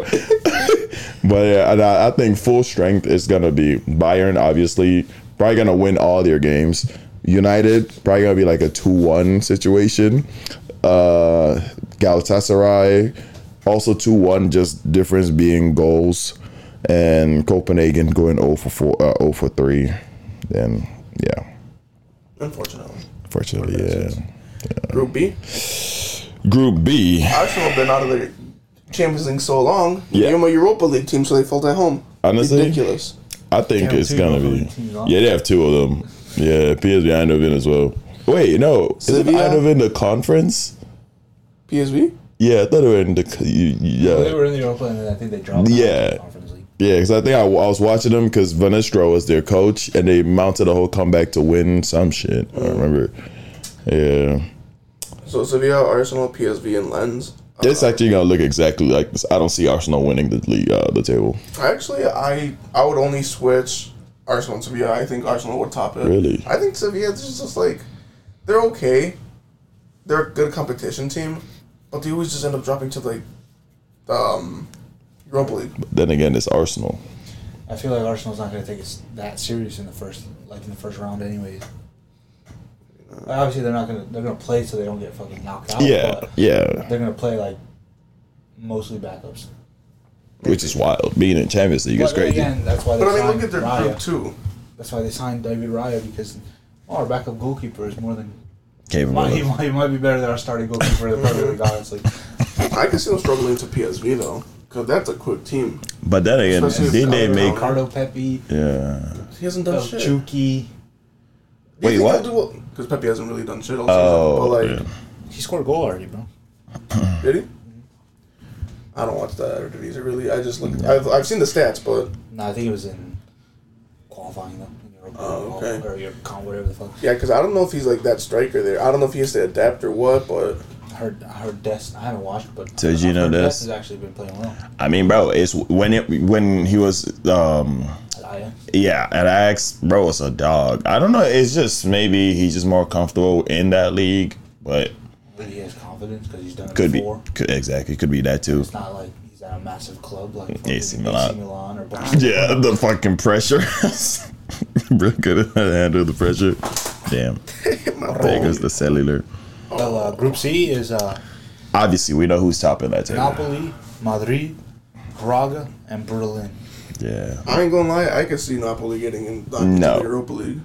S4: getting
S6: it. but yeah, and I, I think full strength is gonna be Bayern. Obviously, probably gonna win all their games. United probably gonna be like a two-one situation. Uh, Galatasaray also two-one, just difference being goals, and Copenhagen going 0 for four, uh, 0 for three. Then yeah,
S4: unfortunately.
S6: fortunately, yeah.
S4: Group B.
S6: Group B.
S4: Arsenal have been out of the Champions League so long.
S6: Yeah.
S4: Yeah. They're my Europa League team, so they felt at home.
S6: Honestly?
S4: Ridiculous.
S6: I think
S3: Damn,
S6: it's
S3: two
S6: gonna
S3: Europa
S6: be.
S3: League teams on.
S6: Yeah, they have two of them. Yeah, PSV Eindhoven as well. Wait, no, isn't
S4: Sevilla?
S6: Eindhoven the conference?
S4: PSV?
S6: Yeah, I thought they were in the. c-
S3: They
S6: Yeah,
S3: were in the Europa and then I think they dropped. out of
S6: uh, Yeah.
S3: the Conference League.
S6: yeah, because I think I, I was watching them because Van Nistelrooy was their coach, and they mounted a whole comeback to win some shit. I remember. Yeah,
S4: So Sevilla, Arsenal, PSV, and Lens. Uh,
S6: it's actually gonna look exactly like this. I don't see Arsenal winning the league, uh, the table.
S4: Actually, I I would only switch Arsenal and Sevilla. I think Arsenal would top it.
S6: Really?
S4: I think Sevilla is just like they're okay. They're a good competition team, but they always just end up dropping to like um Europa League.
S6: Then again, it's Arsenal.
S3: I feel like Arsenal's not going to take it that serious in the first, like in the first round, anyways. Obviously, they're not going to. They're going to play so they don't get fucking knocked out.
S6: Yeah,
S3: but
S6: yeah,
S3: They're going to play like mostly backups.
S6: which is wild. Being in Champions League is
S3: But then
S6: crazy.
S3: again, that's why they
S4: But I mean,
S3: signed
S4: look at their
S3: Raya.
S4: group too.
S3: That's why they signed David Raya because oh, our backup goalkeeper is more than.
S6: Can't
S3: Might, he,
S6: remember.
S3: might, he might be better than our starting goalkeeper in the Premier League, honestly.
S4: I can see them struggling to PSV though, because that's a quick team.
S6: But then again,
S4: Especially
S6: didn't
S4: if-
S6: they make?
S3: uh, Ricardo Pepe,
S6: Yeah.
S4: He hasn't
S3: Oh,
S4: done shit.
S3: Chuki.
S6: Wait, what?
S4: Because Pepe hasn't really done shit all season.
S6: Oh,
S4: but like,
S6: yeah.
S3: He scored a goal already, bro.
S4: Did he? I don't watch the Eredivisie really. I just look. I've, I've seen the stats, but
S3: No, I think it was in qualifying though. in Europa
S4: Oh,
S3: League
S4: okay.
S3: Or your con, whatever the fuck.
S4: yeah, because I don't know if he's like that striker there. I don't know if he has to adapt or what, but
S3: I heard, I heard Dest. I haven't watched, but
S6: So did you
S3: I've
S6: know
S3: heard Dest
S6: this?
S3: has actually been playing well.
S6: I mean, bro, it's when it when he was um
S3: I,
S6: yeah at Axe, bro, it's a dog. I don't know. It's just maybe he's just more comfortable in that league, but
S3: maybe he has confidence because he's done it
S6: could be
S3: before.
S6: could, exactly could be that too.
S3: It's not like he's at a massive club like fucking
S6: AC Milan.
S3: or Barcelona.
S6: Yeah, the fucking pressure. Real good at how to handle the pressure. Damn, there goes the cellular.
S3: Well, uh, Group C is uh,
S6: Obviously, we know who's topping that table.
S3: Napoli, Madrid, Braga, and Berlin.
S6: Yeah.
S4: I ain't gonna lie. I could see Napoli getting in knocked into
S6: No.
S4: the Europa League.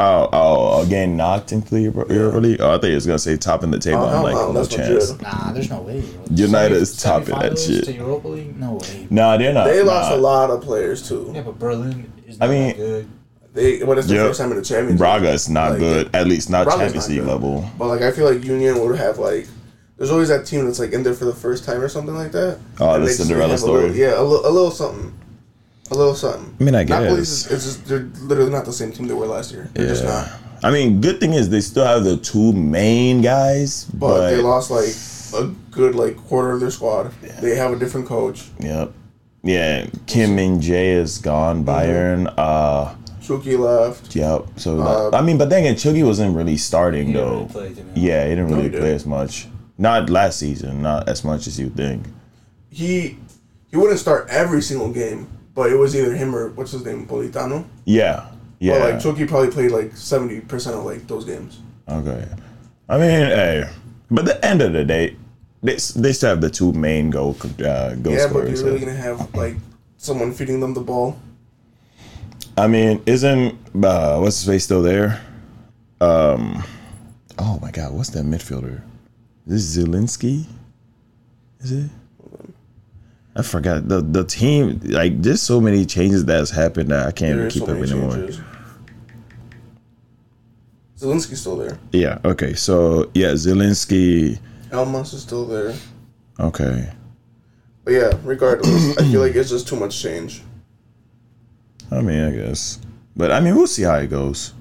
S6: Oh, oh, again knocked into the Euro- Europa League. Oh, I think it's gonna say topping the table.
S4: Oh,
S6: I'm
S4: hell
S6: like,
S4: no,
S6: no,
S4: that's
S6: chance.
S4: legit.
S3: Nah, there's no way. bro.
S6: United
S3: Semi-
S6: is topping that
S3: semifinals
S6: shit.
S3: To Europa League, no way.
S6: Nah, they're not.
S4: They lost
S6: nah.
S4: a lot of players
S3: Yeah,
S4: too.
S3: but Berlin is.
S6: I
S3: Not
S6: mean-
S3: good.
S4: They but it's the
S6: Yeah.
S4: first time in the Champions.
S6: Braga is not
S4: Like,
S6: good. At least not
S4: Braga's
S6: Champions
S4: not
S6: League
S4: good.
S6: level.
S4: But like I feel like Union would have like. There's always that team that's like in there for the first time or something like that.
S6: Oh,
S4: And
S6: the
S4: they just
S6: Cinderella
S4: have a little-
S6: story.
S4: yeah, a, li- a little something. A little something.
S6: I mean, I
S4: Napoli is
S6: guess.
S4: it's just they're literally not the same team they were last year. They're just
S6: Yeah.
S4: not.
S6: I mean, good thing is they still have the two main guys, but,
S4: But they lost like a good like quarter of their squad. They have a different coach.
S6: yep, yeah. Kim and Jay is gone. Bayern, uh,
S4: Chucky left.
S6: yep. So
S4: Uh,
S6: that- I mean, but then again, Chucky wasn't really starting
S3: didn't
S6: though.
S3: really play, did he?
S6: yeah, he didn't really
S4: he
S6: play
S4: didn't.
S6: as much. Not last season, not as much as you think.
S4: He he wouldn't start every single game, but it was either him or what's his name, Politano.
S6: Yeah, yeah.
S4: But like Chucky probably played like seventy percent of like those games.
S6: Okay. I mean, hey, but the end of the day, they, they still have the two main goal uh, goal
S4: yeah, but
S6: scorers.
S4: you're
S6: so-
S4: really gonna have like someone feeding them the ball.
S6: I mean, isn't uh, what's his face still there? Um, oh my God, what's that midfielder? Is this Zielinski? Is it? I forgot the the team. Like, there's so many changes that's happened that I can't
S4: There are
S6: keep
S4: so
S6: up
S4: many
S6: anymore.
S4: changes. Zelensky's still there.
S6: Yeah. Okay. So yeah, Zelensky.
S4: Elmas is still there.
S6: Okay.
S4: But yeah, regardless, I feel like it's just too much change.
S6: I mean, I guess. But I mean, we'll see how it goes.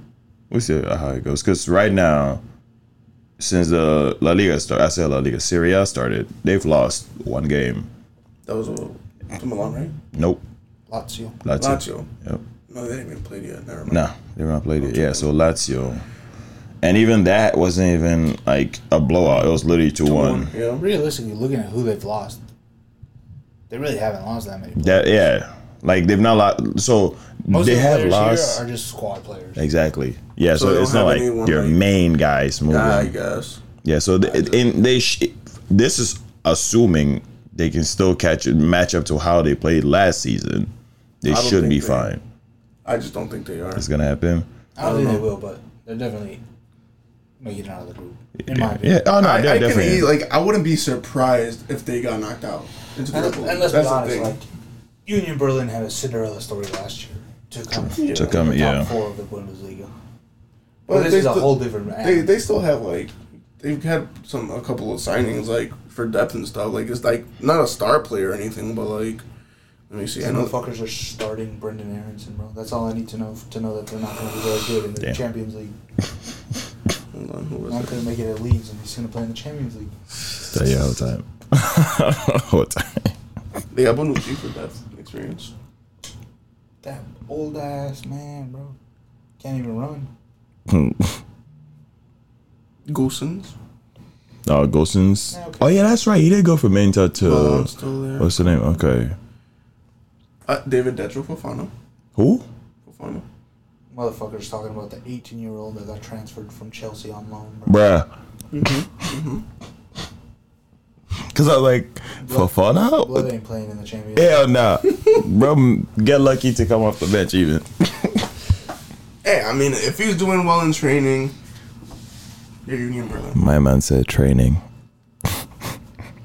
S6: We'll see how it goes. Because right now, since the La Liga started, I said La Liga, Serie A started, they've lost one game.
S4: That was a, to Milan, right?
S6: Nope.
S3: Lazio.
S6: Lazio.
S4: Lazio.
S6: Yep.
S4: No, they haven't even played yet. Never mind.
S6: Nah, they were not played it. Yeah, so Lazio. And even that wasn't even like a blowout. It was literally 2 1.
S4: Yeah.
S3: Realistically, looking at who they've lost, they really haven't lost that many.
S6: That, yeah. Like, they've not lost. So
S3: Most
S6: they
S3: of the
S6: have
S3: players
S6: lost.
S3: here are just squad players.
S6: Exactly. Yeah,
S4: So
S6: so,
S4: they don't
S6: it's not
S4: have
S6: like
S4: anyone,
S6: your
S4: like-
S6: main guys moving.
S4: Ah, I guess.
S6: Yeah, so th- and they sh- this is assuming they can still catch match up to how they played last season. They
S4: don't
S6: should be
S4: think they-
S6: fine.
S4: I just don't think they are.
S6: It's gonna happen.
S3: I don't think they will, but they're definitely making it out of the group. In my opinion.
S6: Yeah. Oh no,
S4: I,
S6: they're
S4: I can
S6: definitely.
S4: easily- like I wouldn't be surprised if they got knocked out. It's
S3: And,
S4: doable.
S3: and let's
S4: That's the
S3: be honest,
S4: thing.
S3: like Union Berlin had a Cinderella story last year to come to
S6: To come,
S3: top
S6: yeah.
S3: four of the Bundesliga. But
S4: Well,
S3: this
S4: they
S3: is a
S4: still-
S3: whole different.
S4: they they still have like they've had some a couple of signings like for depth and stuff. Like it's like not a star player or anything, but like let me see. I
S3: These
S4: know
S3: motherfuckers are starting Brendan Aronson, bro. That's all I need to know to know that they're not going to be very good in the
S6: Damn.
S3: Champions League.
S4: Hold on, who was
S3: They're not
S4: it?
S3: going to make it at Leeds, and he's going to play in the Champions League.
S6: Tell you whole time. whole time.
S4: They got Bonucci for depth experience.
S3: That old ass man, bro, can't even run.
S4: Goosen's
S6: Oh, Golson's.
S3: Yeah, okay.
S6: Oh yeah, that's right. He did go from Manta to
S4: Boland's um, still there.
S6: what's the name? Okay.
S4: Uh, David Detro Fofana.
S6: Who?
S4: Fofana.
S3: Motherfuckers talking about the 18 year old that got transferred from Chelsea on loan, bro.
S6: Bruh. Cause I was like Fofana.
S3: Blood ain't playing in the Champions. League.
S6: Hell nah, bro. Get lucky to come off the bench even.
S4: Hey, I mean, if he's doing well in training, you're Union Berlin.
S6: My man said training.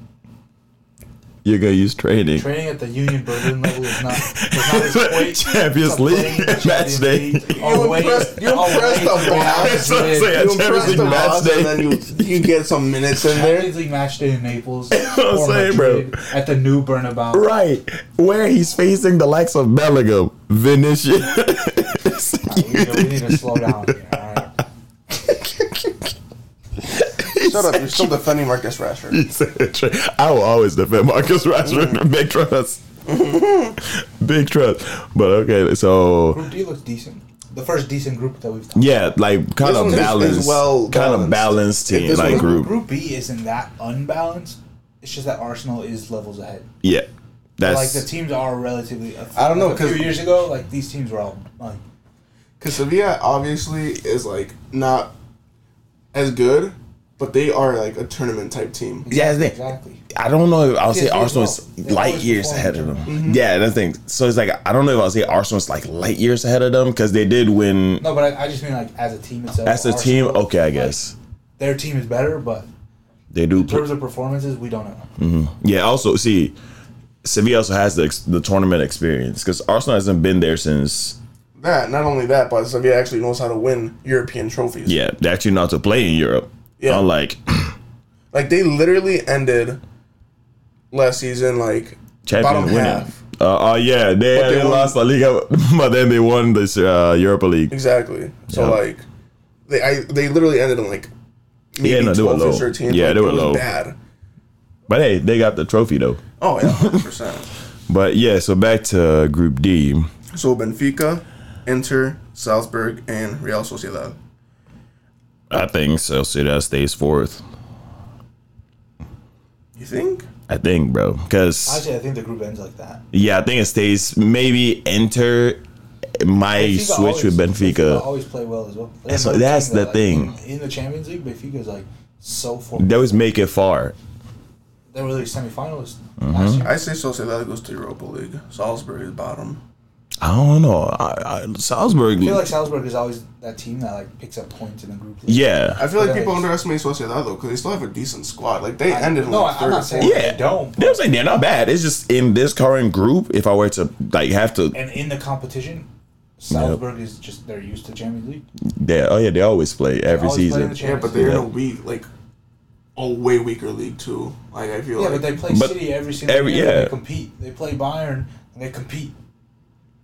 S6: You're gonna use training.
S3: Training at the Union Berlin level is not, is not as quick.
S6: Champions League match day.
S3: Oh, wait. Oh, wait.
S6: That's what I'm saying.
S4: You
S6: Champions
S4: impress
S6: League
S4: the
S6: match
S4: boss, and then
S6: day.
S4: you, you get some minutes in there.
S3: Champions League match day in Naples.
S6: what I'm
S3: or
S6: saying, bro.
S3: Madrid At the new Bernabeu.
S6: Right, where he's facing the likes of Bellingham, Vinicius.
S3: We need, to, we need to slow down here, alright?
S4: Shut up! You're still defending Marcus Rashford.
S6: He said tra- I will always defend Marcus
S4: Mm-hmm.
S6: Rashford. Big trust. Big trust. But okay, so
S3: Group D looks decent. The first decent group that we've talked
S6: Yeah, like
S4: This one
S6: kind of
S4: is- is
S6: balanced,
S4: well
S6: kind
S4: balanced.
S6: of balanced
S4: If
S6: team,
S4: this
S6: like
S4: was-
S6: group.
S3: about. Group B isn't that unbalanced. It's just that Arsenal is levels ahead.
S6: Yeah,
S3: Like
S6: that's
S3: the teams are relatively. I
S4: I don't know,
S3: A few
S4: 'cause-
S3: years ago, like these teams were all like
S4: Because Sevilla obviously is like not as good, but they are like a tournament type team.
S6: yeah. that's the thing.
S3: exactly.
S6: I don't know. if I'll say
S3: Yes, they
S6: Arsenal
S3: will.
S6: is
S3: They
S6: light
S3: always
S6: years
S3: perform
S6: ahead of
S3: better.
S6: them. Yeah, that's the thing. So it's like I don't know if I'll say Arsenal is like light years ahead of them because they did win
S3: No, but I, I just mean like as a team itself.
S6: as a team.
S3: Arsenal,
S6: Okay, I
S3: like,
S6: guess
S3: their team is better, but
S6: they do.
S3: in
S6: pl-
S3: terms of performances, we don't know.
S6: Yeah. Also, see, Sevilla also has the ex- the tournament experience because Arsenal hasn't been there since.
S4: That not only that, but Sevilla actually knows how to win European trophies.
S6: Yeah, they actually know how to play in Europe.
S4: Yeah.
S6: Unlike
S4: Like they literally ended last season like
S6: champion
S4: bottom
S6: winning.
S4: half.
S6: Uh, uh, yeah, they,
S4: But they
S6: they
S4: won-
S6: lost La Liga, but then they won this uh, Europa League.
S4: Exactly. So
S6: Yeah.
S4: like they I, they literally ended in like maybe
S6: Yeah, no, they were
S4: 12th or
S6: low.
S4: 13th.
S6: Yeah,
S4: Like,
S6: they were
S4: it was
S6: low.
S4: Bad.
S6: But hey, they got the trophy though.
S4: Oh yeah, hundred percent.
S6: But yeah, so back to Group D.
S4: So Benfica, Inter, Salzburg, and Real Sociedad.
S6: I think Sociedad stays fourth.
S4: You think?
S6: I think, bro, because
S3: Actually, I think the group ends like that.
S6: yeah, I think it stays. Maybe enter my
S3: Benfica
S6: switch
S3: always-
S6: with Benfica.
S3: always play well as well.
S6: That's-
S3: another
S6: that's
S3: team that,
S6: the
S3: like, In, in the Champions League, Benfica's like so far.
S6: They always make it far.
S3: They
S6: Mm-hmm.
S3: were the semifinalists last year.
S4: I say Sociedad goes to Europa League. Salzburg is bottom.
S6: I don't know. I, I, Salzburg.
S3: I feel like Salzburg is always that team that like picks up points in the group. league.
S6: yeah,
S4: I feel like
S3: Yeah,
S4: people
S3: it's-
S4: underestimate Sociedad though, because they still have a decent squad. Like they ended
S3: no,
S4: like
S3: I-
S4: third.
S3: I'm
S4: or
S3: not
S4: fourth.
S3: saying
S6: Yeah.
S3: they don't.
S6: they're saying they're not bad. It's just in this current group. If I were to like have to,
S3: And in the competition, Salzburg is just they're used to Champions League.
S6: they oh yeah, they always play every
S3: always play in
S6: season.
S4: Yeah,
S3: the Champions
S4: but they're in
S6: Yeah.
S4: a weak, like a way weaker league too. Like I feel
S3: Yeah,
S4: like
S3: but they play
S6: But
S3: City every single
S6: every-
S3: year.
S6: yeah.
S3: They compete. They play Bayern and they compete.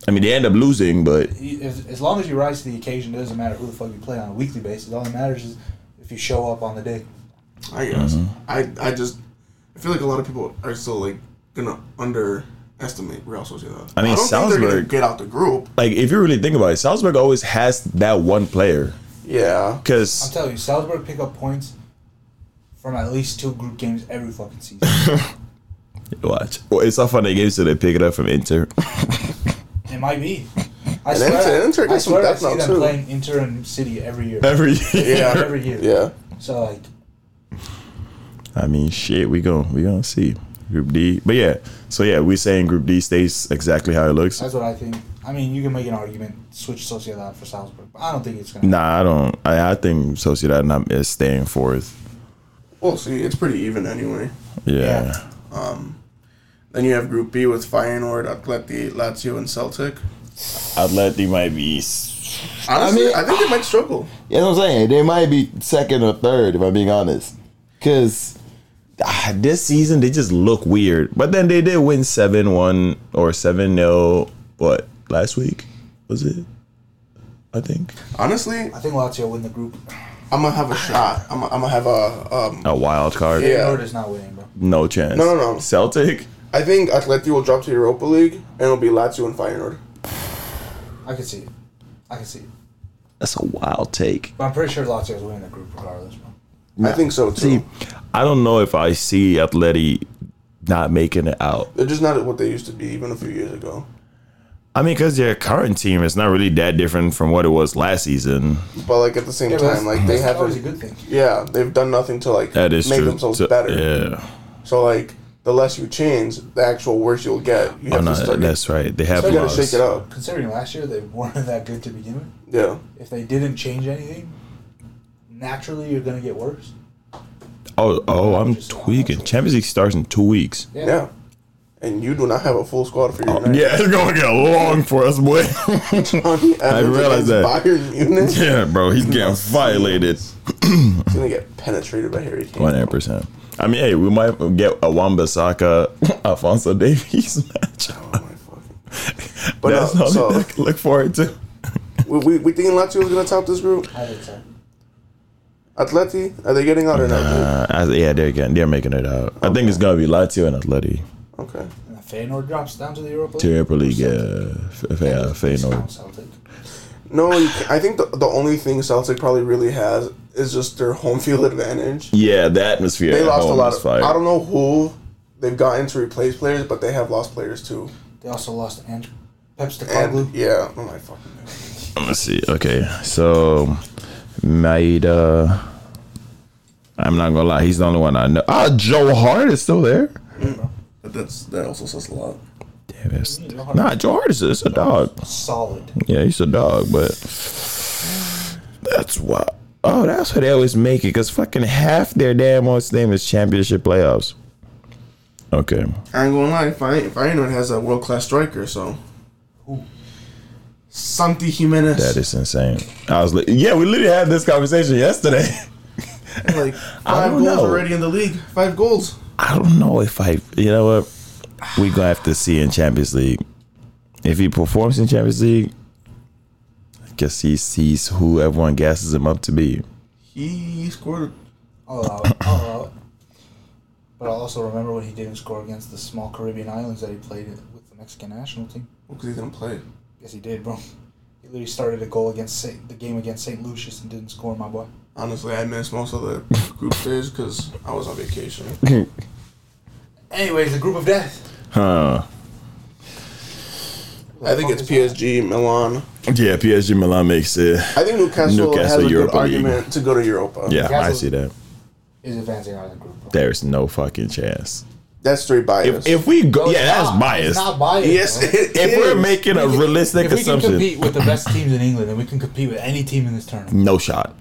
S6: I mean, they end up losing, but
S3: You- As, as long as you rise to the occasion, it doesn't matter who the fuck you play on a weekly basis. All that matters is if you show up on the day.
S4: I guess
S6: Mm-hmm.
S4: I I just I feel like a lot of people are still like gonna underestimate Real Sociedad.
S6: I
S4: they're
S6: mean,
S4: gonna
S6: Salzburg-
S4: get out the group.
S6: like if you really think about it, Salzburg always has that one player
S4: Yeah,
S3: I'm
S6: because
S3: telling you, Salzburg pick up points from at least two group games every fucking season.
S6: watch, well, it's not funny games so they pick it up from Inter.
S3: It might be. I
S4: And
S3: swear,
S4: Inter-
S3: I-
S4: Inter
S3: I
S4: gets some
S3: swear I
S4: depth now,
S3: see them
S4: too.
S3: playing Inter and City every year.
S6: Every
S4: yeah,
S6: year.
S3: Every year.
S4: yeah.
S3: So like,
S6: I mean, shit, we gon' we gonna see Group D, but yeah, so yeah, we saying Group D stays exactly how it looks.
S3: that's what I think. I mean, you can make an argument switch Sociedad for Salzburg. But I don't think it's gonna.
S4: Mm.
S6: Nah, I don't. I, I think Sociedad not is staying fourth.
S4: We'll see. It's pretty even anyway.
S6: Yeah.
S4: Then you have Group B with Feyenoord, Atleti, Lazio, and Celtic.
S6: Atleti might be. s-
S4: Honestly, I,
S6: mean-
S4: think they might struggle.
S6: You know what I'm saying? They might be second or third, if I'm being honest. Because this season, they just look weird. But then they did win 7 1 or 7 0, what, last week? Was it? I think.
S4: Honestly,
S3: I think Lazio win the group.
S4: I'm gonna have a shot. I'm, I'm gonna have a. Um,
S6: A wild card.
S4: Yeah.
S3: Feyenoord is not winning, bro.
S6: No chance.
S4: No, no, no.
S6: Celtic?
S4: I think Atleti will drop to Europa League, and it'll be Lazio and Feyenoord.
S3: I can see it. I can see it.
S6: That's a wild take.
S3: But I'm pretty sure Lazio is winning the group regardless, bro.
S4: I think so too.
S6: See, I don't know if I see Atleti not making it out.
S4: They're just not what they used to be even a few years ago.
S6: I mean, because their current team is not really that different from what it was last season.
S4: But like at the same time, like they
S3: That's always a
S4: haven't.
S3: good thing.
S4: Yeah, they've done nothing to like
S6: That is
S4: make
S6: true.
S4: themselves
S6: So-
S4: better.
S6: Yeah.
S4: So like the less you change, the actual worse you'll get. You
S6: Oh,
S4: have
S6: no,
S4: to start.
S6: that's right. They have
S4: you gotta
S6: lost.
S4: shake it up.
S3: Considering last year they weren't that good to begin with.
S4: Yeah.
S3: If they didn't change anything, naturally you're gonna get worse.
S6: Oh, oh, I'm
S3: Just-
S6: tweaking. Champions League starts in two weeks.
S3: Yeah.
S4: Yeah. And you do not have a full squad for your United.
S6: Oh, Yeah, it's gonna get long for us, boy.
S4: I
S6: realize that.
S4: Bayern Munich is
S6: yeah, bro, he's getting violated.
S4: gonna get penetrated by Harry Kane.
S6: One hundred percent. I mean, hey, we might get a Wamba Saka, Alfonso Davies match.
S4: Oh my fucking. But
S6: But that's
S4: no,
S6: all
S4: so
S6: I can look forward to.
S4: we, we, we thinking Lazio is gonna top this group.
S3: I think so.
S4: Atleti, are they getting out or not? dude?
S6: Uh, I- yeah, they're getting, they're making it out. I think it's gonna be Lazio and Atleti.
S4: Okay.
S3: And if Feyenoord drops down to the Europa
S6: To
S3: League.
S6: Europa League, yeah, F- F- yeah, Feyenoord.
S3: Celtic.
S4: No, you can, I think the, the only thing Celtic probably really has is just their home field advantage.
S6: Yeah, the atmosphere.
S4: They
S6: at
S4: lost a
S6: home
S4: lot
S6: is
S4: of.
S6: fire.
S4: I don't know who they've gotten to replace players, but they have lost players too.
S3: They also lost and Peps to
S4: And
S3: Koglu.
S4: yeah, oh my fucking. God.
S6: Let's see. Okay, so Maida. I'm not gonna lie, he's the only one I know. Ah, Joe Hart is still there.
S4: But that's that also says a lot.
S6: Damn, it's, nah, Joe Hart is it's a dog.
S3: Solid.
S6: Yeah, he's a dog, but that's why. Oh, that's why they always make it, cause fucking half their damn most name is championship playoffs. Okay,
S4: I ain't gonna lie, Fey- Feyenoord has a world class striker, so.
S3: Who?
S4: Santi Jimenez.
S6: that is insane. I was like, yeah, we literally had this conversation yesterday.
S4: like
S6: I
S4: five
S6: don't
S4: goals
S6: know.
S4: already in the league. Five goals.
S6: I don't know if I. You know what? We gonna have to see in Champions League. If he performs in Champions League, I guess he sees who everyone guesses him up to be.
S4: He scored.
S3: All out. All out. uh, oh, But I also remember when he didn't score against the small Caribbean islands that he played with the Mexican national team.
S4: Because oh, he didn't play.
S3: Yes, he did, bro. He literally started a goal against Saint, the game against St. Lucius and didn't score, my boy.
S4: Honestly, I missed most of the group days because I was on vacation.
S3: Anyways, the group of death.
S6: Huh?
S4: I think it's PSG, Milan.
S6: Yeah, PSG Milan makes it.
S4: I think Newcastle, has
S6: Newcastle,
S4: a
S6: Europa
S4: good
S6: League.
S4: argument to go to Europa.
S6: Yeah, I
S3: Newcastle-
S6: see that.
S3: Is advancing out of the group. Bro.
S6: There's no fucking chance.
S4: That's straight bias.
S6: If, if we go,
S3: No, it's
S6: yeah, that's
S3: not. It's
S6: biased.
S3: not biased.
S4: yes,
S3: bro.
S4: it
S6: if we're
S4: is.
S6: making a realistic
S3: If we can
S6: assumption,
S3: compete with the best teams in England, then we can compete with any team in this tournament.
S6: no shot,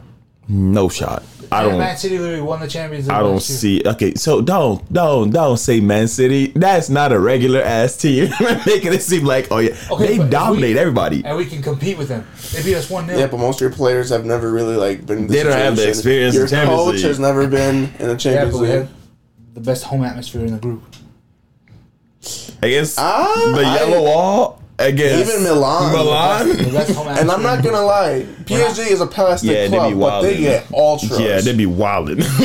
S6: no shot. I
S3: Yeah, Man
S6: don't.
S3: City literally won the Champions League.
S6: I don't
S3: last year.
S6: see. Okay, so don't, don't, don't say Man City. That's not a regular ass team. Making it seem like, oh yeah,
S3: Okay, but
S6: they
S3: if
S6: dominate
S3: we-
S6: everybody.
S3: And we can compete with them. They beat us 1 0.
S4: Yeah, but most of your players have never really like been. in this
S6: They don't have the
S4: situation.
S6: experience in
S4: Your
S6: Champions
S4: coach
S6: League.
S4: has never been in a
S3: Yeah,
S4: Champions
S3: but we
S4: League.
S3: had the best home atmosphere in the group.
S6: Against
S4: Ah,
S6: the
S4: I-
S6: Yellow Wall. Against
S4: Even Milan.
S3: The
S6: Milan.
S3: best home atmosphere.
S4: And I'm not gonna lie, PSG is a plastic
S6: Yeah, they be
S4: club, but they
S6: wildin'.
S4: get ultras.
S6: Yeah, they'd be wilding.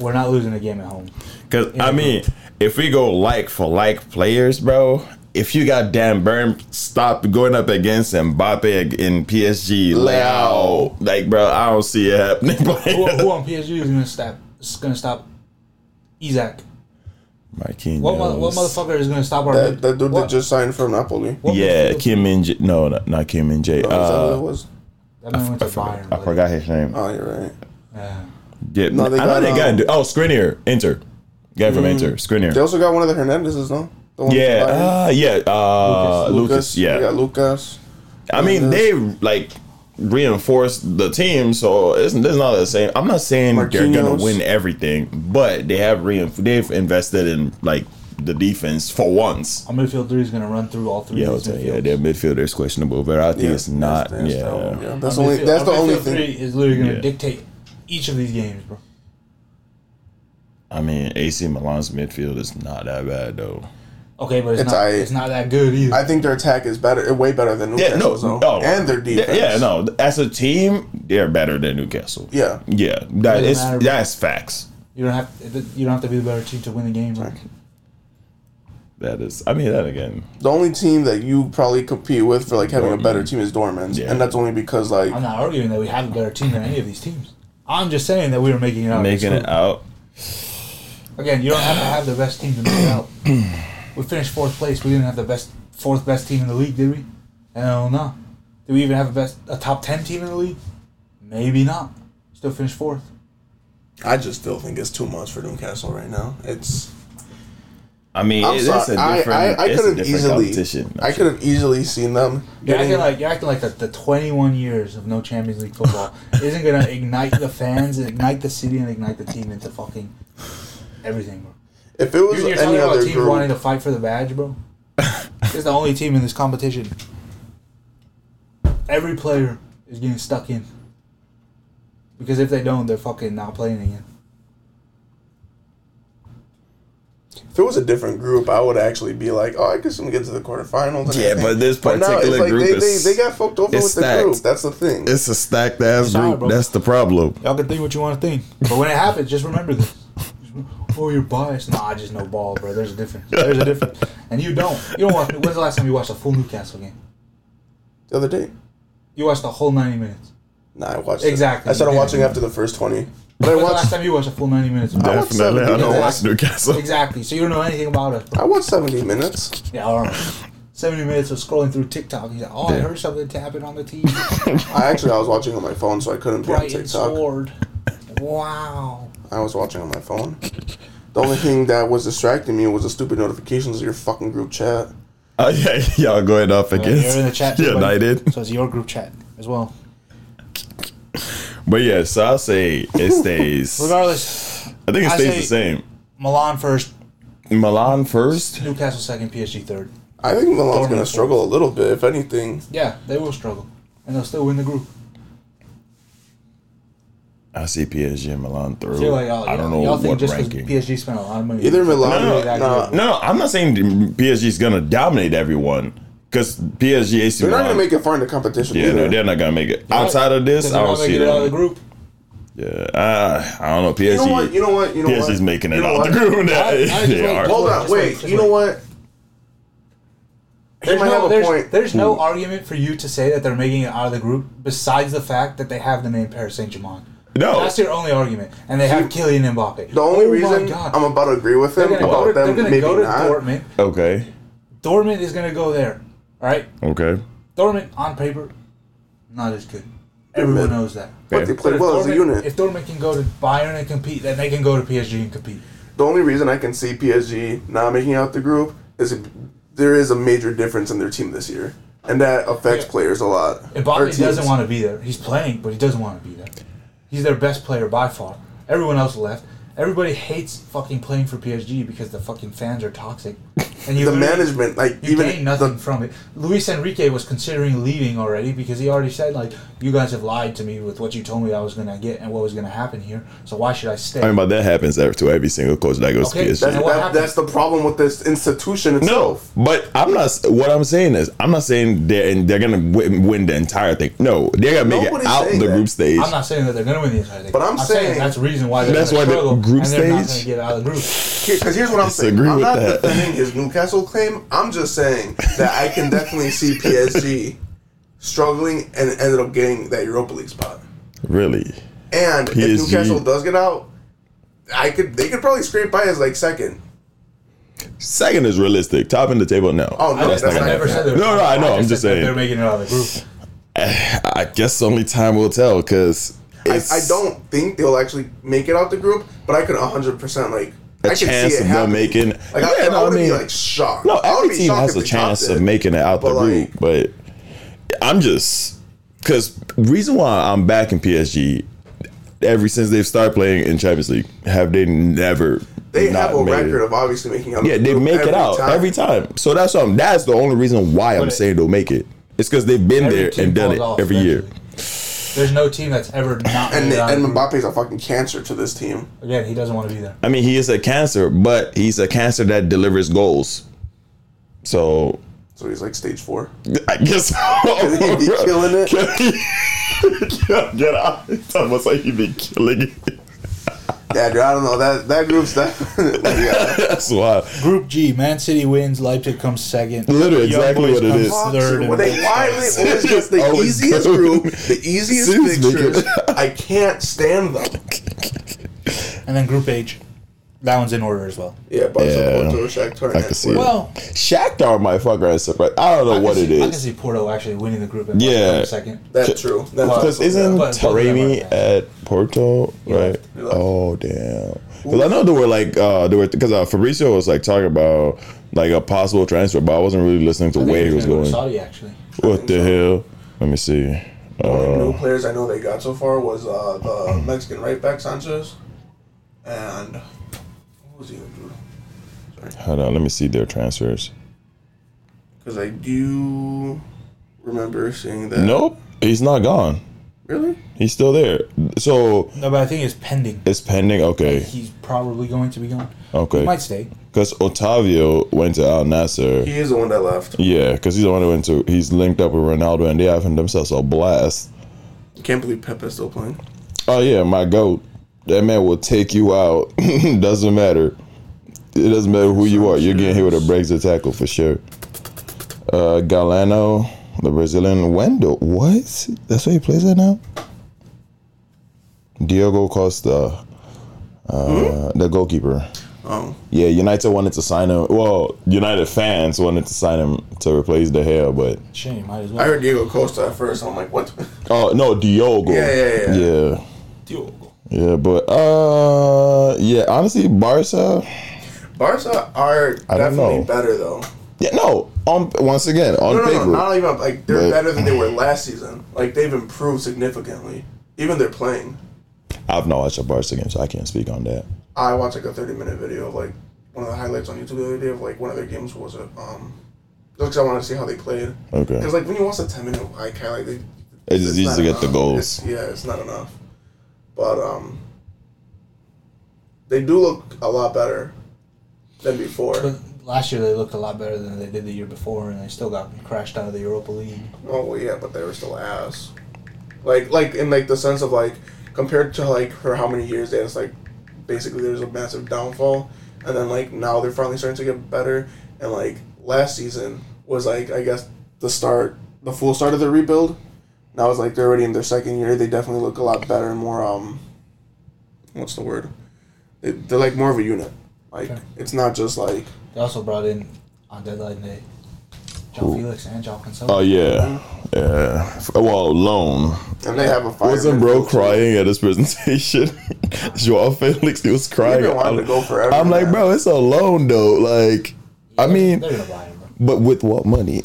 S3: We're not losing a game at home.
S6: Because I mean, if we go like for like players, bro, if you got Dan Burn stop going up against Mbappe in PSG, Leao, like, bro, I don't see it happening.
S3: Who, who
S6: bro.
S3: on PSG is going to stop? Is going to stop Isaac?
S6: Marquinhos.
S3: What, mo- what motherfucker is going to stop our?
S4: That, that dude
S3: what-
S4: that just signed from Napoli.
S3: what
S6: Yeah,
S3: midfielder-
S6: Kim and J- no, not, not Kim and Jay.
S4: Is that what
S6: Uh,
S4: Oh, it was?
S3: That man went to
S6: I forgot-
S3: Bayern.
S6: I
S3: like,
S6: forgot his name.
S4: Oh, you're right.
S3: yeah.
S6: Yeah,
S4: No, they
S6: I
S4: got,
S6: know they got.
S4: um, Mm.
S6: into- oh, Skriniar, Inter. Guy from Inter, Skriniar.
S4: They also got one of the Hernandezes, no? The one
S6: Yeah,
S4: from Bayern.
S6: uh, yeah, uh, Lucas,
S4: They
S6: yeah.
S4: got Lucas.
S6: I mean, they like reinforced the team, so it's, it's not the same. I'm not saying they're gonna
S4: Marquinhos.
S6: win everything, but they have reinf- they've invested in like the defense for once.
S3: Our midfield three is going to run through all three.
S6: Yeah,
S3: of these
S6: Jose, yeah,
S3: midfields.
S6: their midfielder is questionable, but I think
S4: Yeah,
S6: it's not.
S4: that's- that's
S6: yeah,
S4: the- yeah,
S3: Our
S4: That's only.
S3: midfield-
S4: That's the
S3: our
S4: only
S3: midfield
S4: thing.
S3: Three is literally going to
S6: Yeah.
S3: dictate each of these games, bro.
S6: I mean, AC Milan's midfield is not that bad though.
S3: Okay, but it's,
S4: It's
S3: not.
S4: aight.
S3: It's not that good either.
S4: I think their attack is better, way better than
S6: Yeah, no,
S4: Newcastle's. though.
S6: no,
S4: and their
S6: Oh. Yeah,
S4: defense.
S6: Yeah, no, as a team, they're better than Newcastle.
S4: Yeah,
S6: yeah, that
S3: Doesn't
S6: is
S3: matter, bro.
S6: that's facts.
S3: you don't have. To, you don't have to be the better team to win the game, bro.
S6: That is, I mean, that again.
S4: the only team that you probably compete with for like having a better team is Dortmund,
S6: Yeah.
S4: and that's only because like
S3: I'm not arguing that we have a better team than any of these teams. I'm just saying that we were making it out.
S6: making it
S3: out.
S6: out.
S3: Again, you don't have to have the best team to make it out. We finished fourth place. We didn't have the best fourth best team in the league, did we? Hell no. Did we even have a best a top ten team in the league? Maybe not. Still finished fourth.
S4: I just still think it's too much for Newcastle right now. It's
S6: I mean,
S4: I'm
S6: it- it's
S4: sorry,
S6: a
S4: I,
S6: different,
S4: I, I
S6: it's a
S4: could have
S6: different
S4: easily,
S6: competition.
S4: I could have easily seen them.
S3: You're
S4: getting-
S3: acting like you're acting like the, the 21 years of no Champions League football isn't gonna ignite the fans, ignite the city, and ignite the team into fucking everything, bro.
S4: if it was
S3: You're, you're
S4: any
S3: talking about a
S4: other
S3: team
S4: group,
S3: wanting to fight for the badge, bro. it's the only team in this competition. Every player is getting stuck in. Because if they don't, they're fucking not playing again.
S4: if it was a different group, I would actually be like, oh, I could see them get to the quarterfinals. and
S6: Yeah,
S4: everything."
S6: but this
S4: now it's
S6: particular group
S4: they,
S6: is-
S4: they, they got fucked over with
S6: it's
S4: the group.
S6: stacked.
S4: That's the thing.
S6: It's a stacked ass
S3: Sorry,
S6: group.
S3: bro.
S6: That's the problem.
S3: Y'all can think what you want to think. But when it happens, just remember this. Oh, you're biased. Nah, I just know ball, bro. There's a difference. There's a difference. And you don't. You don't watch. When's the last time you watched a full Newcastle game?
S4: the other day,
S3: You watched the whole 90 minutes.
S4: nah, I watched
S3: Exactly,
S4: It. I started
S3: you did.
S4: watching after the first twenty, but I
S3: When's the last
S4: watched.
S3: time you watched a full 90 minutes? of ball?
S4: watched
S6: Definitely, I
S4: seventy
S6: don't watch
S4: minutes.
S6: Newcastle.
S3: Exactly. So you don't know anything about us.
S4: I watched seventy minutes.
S3: Yeah, all right. 70 minutes of scrolling through TikTok. He's like, oh, I
S6: Yeah.
S3: heard something tapping on the TV.
S4: I actually I was watching on my phone, so I couldn't be on
S3: Brighton
S4: TikTok.
S3: scored. Wow.
S4: I was watching on my phone. The only thing that was distracting me was the stupid notifications of your fucking group chat.
S6: Oh yeah, y'all going up
S3: You're in the
S6: against
S3: chat. too, buddy.
S6: United.
S3: So it's your group chat as well.
S6: But yeah, so I'll say it stays. I
S3: Regardless,
S6: think it
S3: I
S6: stays
S3: say-
S6: the same.
S3: Milan first,
S6: Milan first.
S3: Newcastle second, PSG third.
S4: I think Milan's going to
S3: Dortmund.
S4: struggle a little bit, if anything.
S3: Yeah, they will struggle. And they'll still win the group.
S6: I see PSG and Milan
S3: I
S6: through.
S3: feel like, oh,
S6: I
S3: y'all-
S6: don't know
S3: y'all think
S6: what
S3: just 'cause
S6: ranking.
S3: PSG spent a lot of money.
S4: Either Milan,
S3: Really
S4: no,
S3: that
S4: no,
S3: good.
S6: no, no, I'm not saying PSG is gonna dominate everyone because PSG, AC
S4: they're not
S6: Milan.
S4: going to make it far in the competition.
S6: yeah,
S4: either.
S6: no, they're not gonna make it. Outside of this,
S3: Does
S6: I
S3: Milan
S6: don't
S3: make
S6: see
S3: it out of the
S6: them.
S3: group?
S6: Yeah, uh, I don't know. PSG.
S4: you know what? You know what? You know
S6: PSG's
S4: what?
S6: making
S4: You
S6: it
S4: know
S6: out
S4: what?
S6: the group. Now.
S3: I
S6: they
S3: just
S6: are.
S3: like-
S4: Hold on,
S3: Just wait,
S4: wait.
S3: just
S4: You know
S3: wait.
S4: what? He
S3: There's
S4: might
S3: no,
S4: have a
S3: there's,
S4: point.
S3: there's no argument for you to say that they're making it out of the group besides the fact that they have the name Paris Saint Germain.
S6: No.
S3: That's your only argument. And they have Kylian Mbappe.
S4: The only
S3: Oh my
S4: reason
S3: God.
S4: I'm about to agree with
S3: they're
S4: him
S3: gonna
S4: about
S3: go to, they're
S4: them
S3: gonna
S4: maybe
S3: go to
S4: not.
S3: Dortmund.
S6: Okay.
S3: Dortmund is going to go there. All right?
S6: Okay.
S3: Dortmund, on paper, not as good. Everyone knows that.
S4: But they
S6: Okay.
S4: played
S3: if
S4: well as a
S3: Dortmund-
S4: unit.
S3: If Dortmund can go to Bayern and compete, then they can go to PSG and compete.
S4: the only reason I can see PSG not making out the group is if there is a major difference in their team this year, and that affects players a lot. Or
S3: Ibaka
S4: teams.
S3: doesn't want to be there. He's playing, but he doesn't want to be there. He's their best player by far. Everyone else left. Everybody hates fucking playing for PSG because the fucking fans are toxic. And you
S4: the
S3: literally-
S4: management, like
S3: You gain
S4: even
S3: nothing
S4: the,
S3: from it. Luis Enrique was considering leaving already because he already said like, "You guys have lied to me with what you told me I was gonna get and what was gonna happen here. So why should I stay?"
S6: I mean, but that happens to every single coach that goes
S3: Okay,
S6: to
S3: that's-
S6: PSG.
S4: that,
S3: what
S4: that-
S3: happened?
S4: that's the problem with this institution
S6: No,
S4: itself.
S6: but I'm not. What I'm saying is, I'm not saying they're and they're gonna win, win the entire thing. No, they're gonna make
S4: Nobody's
S6: it out
S4: saying
S6: the
S4: that.
S6: group stage.
S3: I'm not saying that they're gonna win the entire thing.
S4: But I'm saying-
S3: that's the reason why they're
S6: That's
S3: gonna
S6: why the
S3: struggle
S6: group
S3: and they're not gonna
S6: stage-
S3: get out of the group.
S4: Because here's what I'm saying.
S6: Disagree
S4: I'm
S6: with
S4: not
S6: that.
S4: defending his Newcastle claim. I'm just saying that I can definitely see PSG struggling and ended up getting that Europa League spot.
S6: really,
S4: And if
S6: PSG.
S4: Newcastle does get out, I could they could probably scrape by as like second.
S6: second is realistic. Top in the table now.
S4: Oh no, that's,
S6: That's not
S4: not
S3: I
S6: gonna
S4: never
S3: never
S6: happen.
S3: said they were
S6: No, no, I know, I'm
S3: said
S6: just
S3: that
S6: saying.
S3: they're making it out of the group.
S6: I guess only time will tell. Cause
S4: I,
S6: it's
S4: I don't think they'll actually make it out the group, but I could 100 percent like
S6: A
S4: I could
S6: chance of them
S4: happening.
S6: making-
S4: Like I,
S6: Yeah,
S4: I
S6: no, I
S4: wouldn't be
S6: mean-
S4: like shocked.
S6: No,
S4: I would
S6: every
S4: be
S6: team
S4: shocked
S6: has
S4: if
S6: a
S4: they topped
S6: chance
S4: it.
S6: of making it out the
S4: But, like-
S6: group, but I'm just because reason why I'm back in PSG ever since they've started playing in Champions League have they never
S4: They
S6: not
S4: have a
S6: made it.
S4: record of obviously making out.
S6: Yeah,
S4: the
S6: they
S4: group
S6: make it out every time. So that's what I'm, that's the only reason why I'm
S3: But it-
S6: saying they'll make it. It's because they've been
S3: Every
S6: there
S3: team
S6: and
S3: falls
S6: done it
S3: off
S6: every year.
S3: eventually. There's no team that's ever not
S4: And
S3: made it out of
S4: and
S3: the group.
S4: Mbappe's a fucking cancer to this team.
S3: Again, he doesn't want to be there.
S6: I mean, he is a cancer, but he's a cancer that delivers goals. So
S4: So he's like stage four.
S6: I guess
S4: he be killing it?
S6: Get out! It's almost like he be killing it.
S4: Yeah, dude, I don't know that that group's that. yeah.
S6: That's why.
S3: Group G, Man City wins, Leipzig comes second.
S6: Literally, exactly what it is.
S3: Third
S4: Well, they, why do they always get the
S6: Always
S4: easiest
S6: go.
S4: group, the easiest
S6: Seriously.
S4: pictures? I can't stand them.
S3: And then Group H. That one's in order as well.
S4: Yeah,
S6: Yeah.
S4: Barcelona, Porto, Shakhtar.
S6: I can see it.
S3: Well,
S6: Shakhtar might fuck around. and surprise- I don't know
S3: I
S6: what
S3: can
S6: it
S3: see- I can
S6: is.
S3: see Porto actually winning the group. And
S6: Yeah.
S3: coming second.
S4: That's true. That's
S6: Because
S4: also-
S6: isn't
S3: But- but-
S6: Taremi at Porto right?
S4: left.
S6: Oh damn! Because I know there were like uh, there were because uh, Fabrizio was like talking about like a possible transfer, but I wasn't really listening to
S3: I think
S6: where he was
S3: gonna go to
S6: going.
S3: Saudi actually.
S6: What the hell? Let me see. Uh,
S4: The only
S6: Oh.
S4: new players I know they got so far was uh, the Mexican right back Sanchez, and who was the other dude?
S6: Hold on. Let me see their transfers.
S4: Because I do remember seeing that.
S6: Nope, he's not gone.
S4: really?
S6: He's still there. So
S3: No, but I think it's pending.
S6: it's pending. Okay,
S3: He's probably going to be gone. He
S6: okay.
S3: might stay.
S6: Because Otavio went to Al Nasser.
S4: He is the one that left.
S6: Yeah, because he's the one who went to. He's linked up with Ronaldo, and they having themselves a blast.
S4: Can't believe Pepe's still playing.
S6: Oh yeah, my goat. That man will take you out. doesn't matter. It doesn't matter who you are. You're getting hit with a Brexit tackle for sure. Uh, Galano, the Brazilian Wendell. What? That's where he plays at now. Diogo Costa, uh, the goalkeeper.
S4: Hmm? Oh,
S6: Yeah, United wanted to sign him. Well, United fans wanted to sign him to replace De Gea, but
S3: Shame. Might as
S4: I
S3: well.
S4: heard Diego Costa at first. I'm like, what?
S6: oh no, Diogo.
S4: Yeah, yeah, yeah.
S6: yeah. Yeah, but uh, yeah, honestly, Barca.
S4: Barca are
S6: I don't
S4: definitely
S6: know.
S4: better though.
S6: Yeah, no. On once again on
S4: No, no,
S6: paper,
S4: no, not even like they're
S6: But-
S4: better than they were last season. Like they've improved significantly. Even they're playing.
S6: I've not watched a Barca game, so I can't speak on that.
S4: I watched like a 30 minute video of like one of the highlights on YouTube the other day of like one of their games what was it um because I wanted to see how they played.
S6: Okay,
S4: Because like when you watch a 10 minute like highlight, they,
S6: it's just easy
S4: not
S6: to get the
S4: enough.
S6: goals.
S4: It's- yeah, it's not enough. But um, they do look a lot better than before.
S3: But last year they looked a lot better than they did the year before, and they still got crashed out of the Europa League.
S4: Oh well, yeah, but they were still ass. Like like in like the sense of like compared to like for how many years they had, it's like basically there's a massive downfall, and then like now they're finally starting to get better, and like last season was like I guess the start the full start of the rebuild. Now it's like they're already in their second year. They definitely look a lot better and more um, what's the word? They, they're like more of a unit. Like
S3: Okay.
S4: it's not just like
S3: They also brought in on deadline day. John Felix and John Consola.
S6: Oh yeah, yeah. F- Well, loan.
S4: And they have a fire.
S6: Wasn't bro crying at his presentation? Joao Felix, he was crying.
S4: been wanting to go forever,
S6: I'm like,
S4: man.
S6: bro, it's a loan though. Like, I mean,
S3: they're gonna buy him. bro.
S6: but with what money?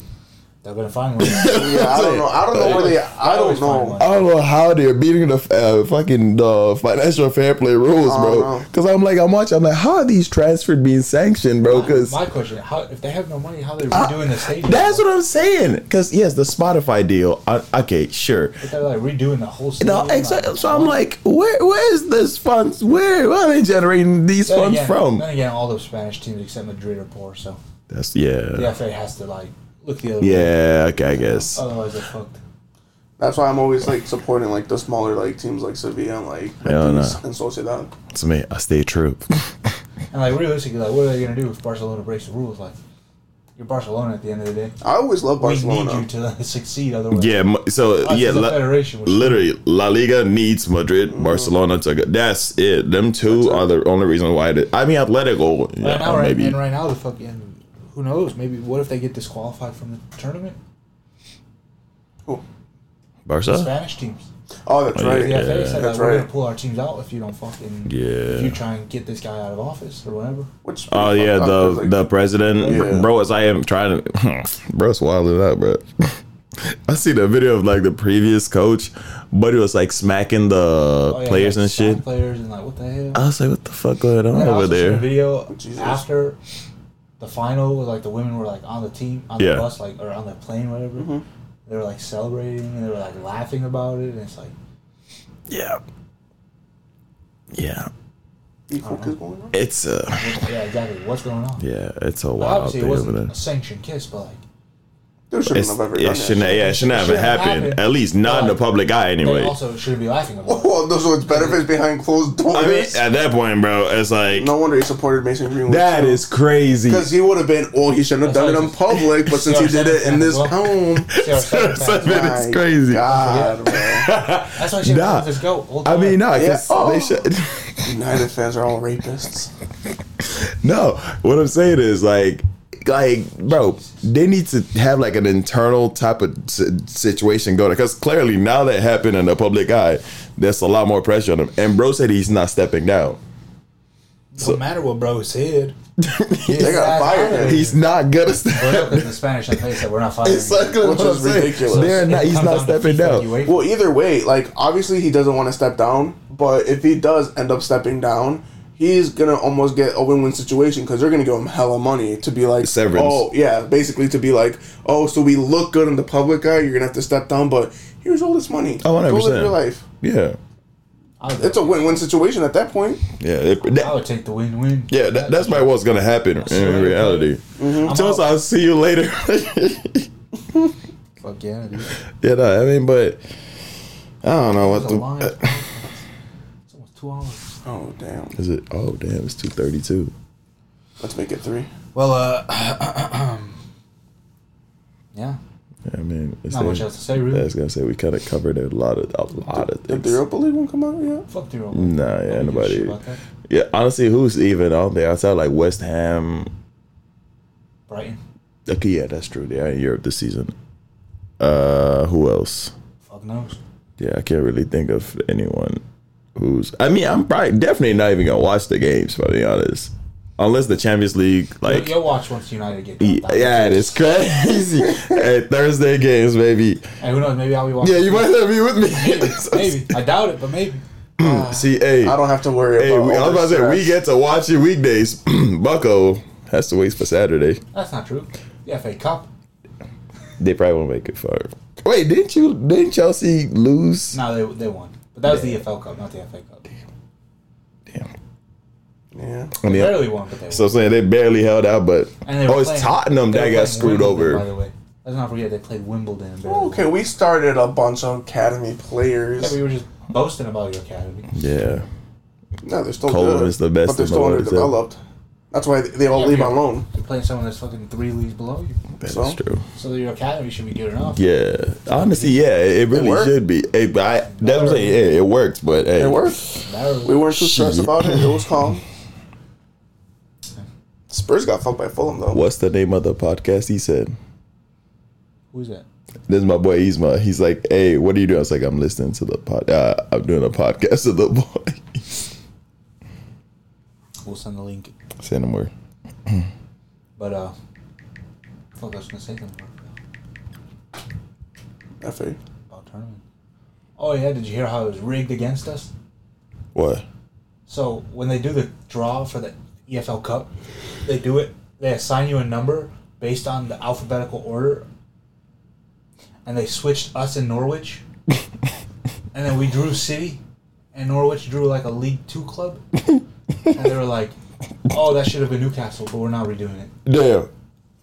S3: They're gonna find one.
S4: Yeah, I don't know. I don't know where they. I don't
S3: always find
S4: know.
S3: one.
S6: I don't know how they're beating the uh, fucking uh, financial fair play rules,
S4: I don't
S6: bro.
S4: know.
S6: Because I'm like, I'm watching. I'm like, how are these transfers being sanctioned, bro? Because Ah,
S3: My question: How if they have no money, how they redoing the stadium?
S6: that's what I'm saying. Because yes, the Spotify deal. I, okay, sure.
S3: But they're like redoing the whole
S6: No,
S3: stadium.
S6: exactly. So I'm like, where where is this funds? Where, where are they generating these
S3: Then
S6: funds
S3: again,
S6: from?
S3: Then again, all those Spanish teams except Madrid are poor, so
S6: That's yeah.
S3: the FA has to like look the other way.
S6: Yeah, okay, I guess.
S3: Otherwise, they're fucked.
S4: That's why I'm always like supporting like the smaller like teams like Sevilla and like
S6: Yeah, I
S4: Betis and Sociedad.
S6: to me, I stay true.
S3: And like realistically, like what are they gonna do if Barcelona breaks the rules? Like you're Barcelona at the end of the day.
S4: I always love
S3: We need
S4: Barcelona.
S3: you to succeed, otherwise.
S6: yeah, mu- so
S3: Us
S6: yeah,
S3: as a
S6: la-
S3: federation, which-
S6: literally, La Liga needs Madrid,
S3: Mm.
S6: Barcelona to go. That's it. Them two are the only reason why. They, I mean, Atletico,
S3: Right
S6: yeah,
S3: now, right,
S6: maybe.
S3: and right now the fucking who knows? Maybe what if they get disqualified from the tournament? The
S6: Barca.
S3: Spanish teams.
S4: Oh, that's
S6: Oh,
S4: right.
S3: The
S6: yeah.
S3: FA said
S4: That's
S3: that we're
S4: right.
S3: gonna pull our teams out if you don't fucking if you
S6: Yeah.
S3: try and get this guy out of office or whatever.
S4: Which
S6: Oh yeah, the
S4: like,
S6: the president,
S4: Yeah.
S6: bro. As I am trying to, bro, it's wilding out, bro. I see the video of like the previous coach, but it was like smacking the
S3: Oh, yeah,
S6: players
S3: like,
S6: and
S3: sign
S6: shit.
S3: Players and like what the hell?
S6: I was like, what the fuck going on
S3: And I
S6: over
S3: also seen a
S6: there?
S3: video
S4: Jesus.
S3: after the final, like the women were like on the team, on
S6: Yeah.
S3: the bus, like or on the plane, whatever. They were like celebrating and they were like laughing about it, and it's like
S6: Yeah. Yeah.
S4: you focus going on?
S6: It's a
S3: what- yeah, exactly, what's going on?
S6: yeah, it's a
S3: Well,
S6: wild
S3: obviously, it
S6: thing over
S3: wasn't
S6: there.
S3: a sanctioned kiss, but like
S4: They shouldn't
S6: It's,
S4: have ever
S6: it
S4: done
S6: shouldn't,
S4: that.
S6: yeah, it shouldn't have
S3: shouldn't have
S6: happened.
S3: happened.
S6: At least not in the
S3: But
S6: public eye,
S3: they
S6: anyway.
S3: also shouldn't be laughing about. it.
S4: Oh, those are better if it's behind closed doors.
S6: I mean, at that point, bro, it's like
S4: no wonder he supported Mason Greenwood.
S6: that is crazy.
S4: because he would have been. Oh, he shouldn't have
S3: That's
S4: done it
S3: how
S4: in
S3: he's-
S4: public. But since he did it in this home,
S3: See what I'm saying?
S6: So
S3: Fans-
S6: it is
S4: My
S6: crazy.
S4: God, bro.
S3: That's why she was
S6: Nah.
S3: letting this go. all the
S6: I mean,
S3: time.
S6: no, 'cause
S4: Yeah.
S6: they should.
S4: United fans are all rapists.
S6: No, what I'm saying is like, like, bro, they need to have like an internal type of si- situation going because clearly now that happened in the public eye, there's a lot more pressure on him. And bro said he's not stepping down.
S3: no matter what bro said,
S4: They got fired.
S6: He's not gonna step.
S3: because the Spanish FA said we're not firing. you."
S6: Exactly what
S4: Which
S6: I'm
S4: is
S6: saying.
S4: ridiculous.
S6: They're
S3: It
S6: not. He's
S3: comes
S6: not
S3: down to
S6: stepping
S3: FIFA,
S6: down.
S3: UEFA.
S4: Well, either way, like obviously he doesn't want to step down, but if he does end up stepping down, he's gonna almost get a win-win situation because they're gonna give him hella money to be like,
S6: Severance.
S4: oh yeah, basically to be like, oh, so we look good in the public eye, you're gonna have to step down, but here's all this money.
S6: Oh, 100%.
S4: Go live your life.
S6: Yeah,
S3: I would,
S4: It's a win-win situation at that point.
S6: yeah, it- that-
S3: I would take the win-win.
S6: yeah. That, that's probably what's gonna happen in reality.
S3: I'm
S6: So
S3: out.
S6: I'll see you later.
S3: Fuck yeah, dude.
S6: yeah, no, I mean, but I don't know what
S3: It's a
S6: the. uh,
S3: line. It's almost two hours.
S4: Oh damn,
S6: Is it? Oh damn! It's two thirty-two.
S4: let's make it three.
S3: Well, uh, yeah,
S6: I mean, it's
S3: not much else to say, really.
S6: I was gonna say we kind of covered a lot of a lot of
S4: Did the
S6: things.
S4: Europa League one come out yet?
S3: Fuck the Europa.
S6: Nah,
S3: I
S6: yeah,
S3: don't give a
S6: Mm, nobody-
S3: shit about that.
S6: Yeah, honestly, who's even out there outside like West Ham?
S3: Brighton,
S6: Okay, yeah, that's true. They are in Europe this season. Uh, who else?
S3: fuck knows.
S6: Yeah, I can't really think of anyone who's. I mean, I'm probably definitely not even gonna watch the games, to be honest, unless the Champions League like.
S3: You'll watch once United get. knocked out.
S6: Yeah, it's crazy. hey, Thursday games, baby.
S3: And who knows? Maybe I'll be watching.
S6: Yeah, you might not be with me.
S3: Maybe, maybe. I doubt it, but maybe.
S6: See, hey,
S4: I don't have to worry
S6: Hey,
S4: about.
S6: we, I
S4: all
S6: was about to
S4: this
S6: say we
S4: stress.
S6: get to watch it weekdays. Bucko has to wait for Saturday.
S3: That's not true. The FA Cup.
S6: They probably won't make it far. Wait, didn't you? Didn't Chelsea lose?
S3: No, they they won, but that was the EFL Cup, not the FA Cup.
S6: Damn.
S4: yeah.
S6: I mean,
S3: Barely won, but they won.
S6: so I'm saying they barely held out, but
S3: And they
S6: oh,
S3: were
S6: it's
S3: playing-
S6: Tottenham
S3: they were
S6: that
S3: playing
S6: got screwed
S3: Wimbledon,
S6: over. Oh,
S3: By the way, let's not forget they played Wimbledon. And barely won.
S4: Okay, we started a bunch of academy
S3: Yeah,
S4: players.
S3: we were just boasting about your academy.
S6: Yeah,
S4: No, they're still
S6: Cole
S4: good.
S6: is the best
S4: but they're
S6: of
S4: still
S6: all time.
S4: underdeveloped. That's why they all
S3: Yeah,
S4: leave
S3: yeah.
S4: on loan.
S3: You're playing someone that's fucking three leagues below you,
S6: that's
S4: So?
S6: true.
S3: so your academy should be good enough.
S6: Yeah, honestly, yeah, it, it really
S4: worked.
S6: should be. Hey, but I, that's what I'm saying. Yeah, it worked, but hey,
S4: It worked. We
S3: Barely.
S4: weren't too stressed
S6: Shit.
S4: about it. It was calm. Spurs got fucked by Fulham though.
S6: What's the name of the podcast? He said
S3: Who's that?
S6: This is my boy Isma. He's like, "Hey, what are you doing?" I was like, "I'm listening to the pod. Uh, I'm doing a podcast with the boy."
S3: We'll send the link.
S6: Send him word.
S3: But uh, fuck, I was gonna say something
S4: FA.
S3: about tournament. Oh yeah, did you hear how it was rigged against us?
S6: What?
S3: So when they do the draw for the EFL Cup, they do it. They assign you a number based on the alphabetical order, and they switched us and Norwich, and then we drew City, and Norwich drew like a League Two club, and they were like, "Oh, that should have been Newcastle, but we're not redoing it."
S6: Damn.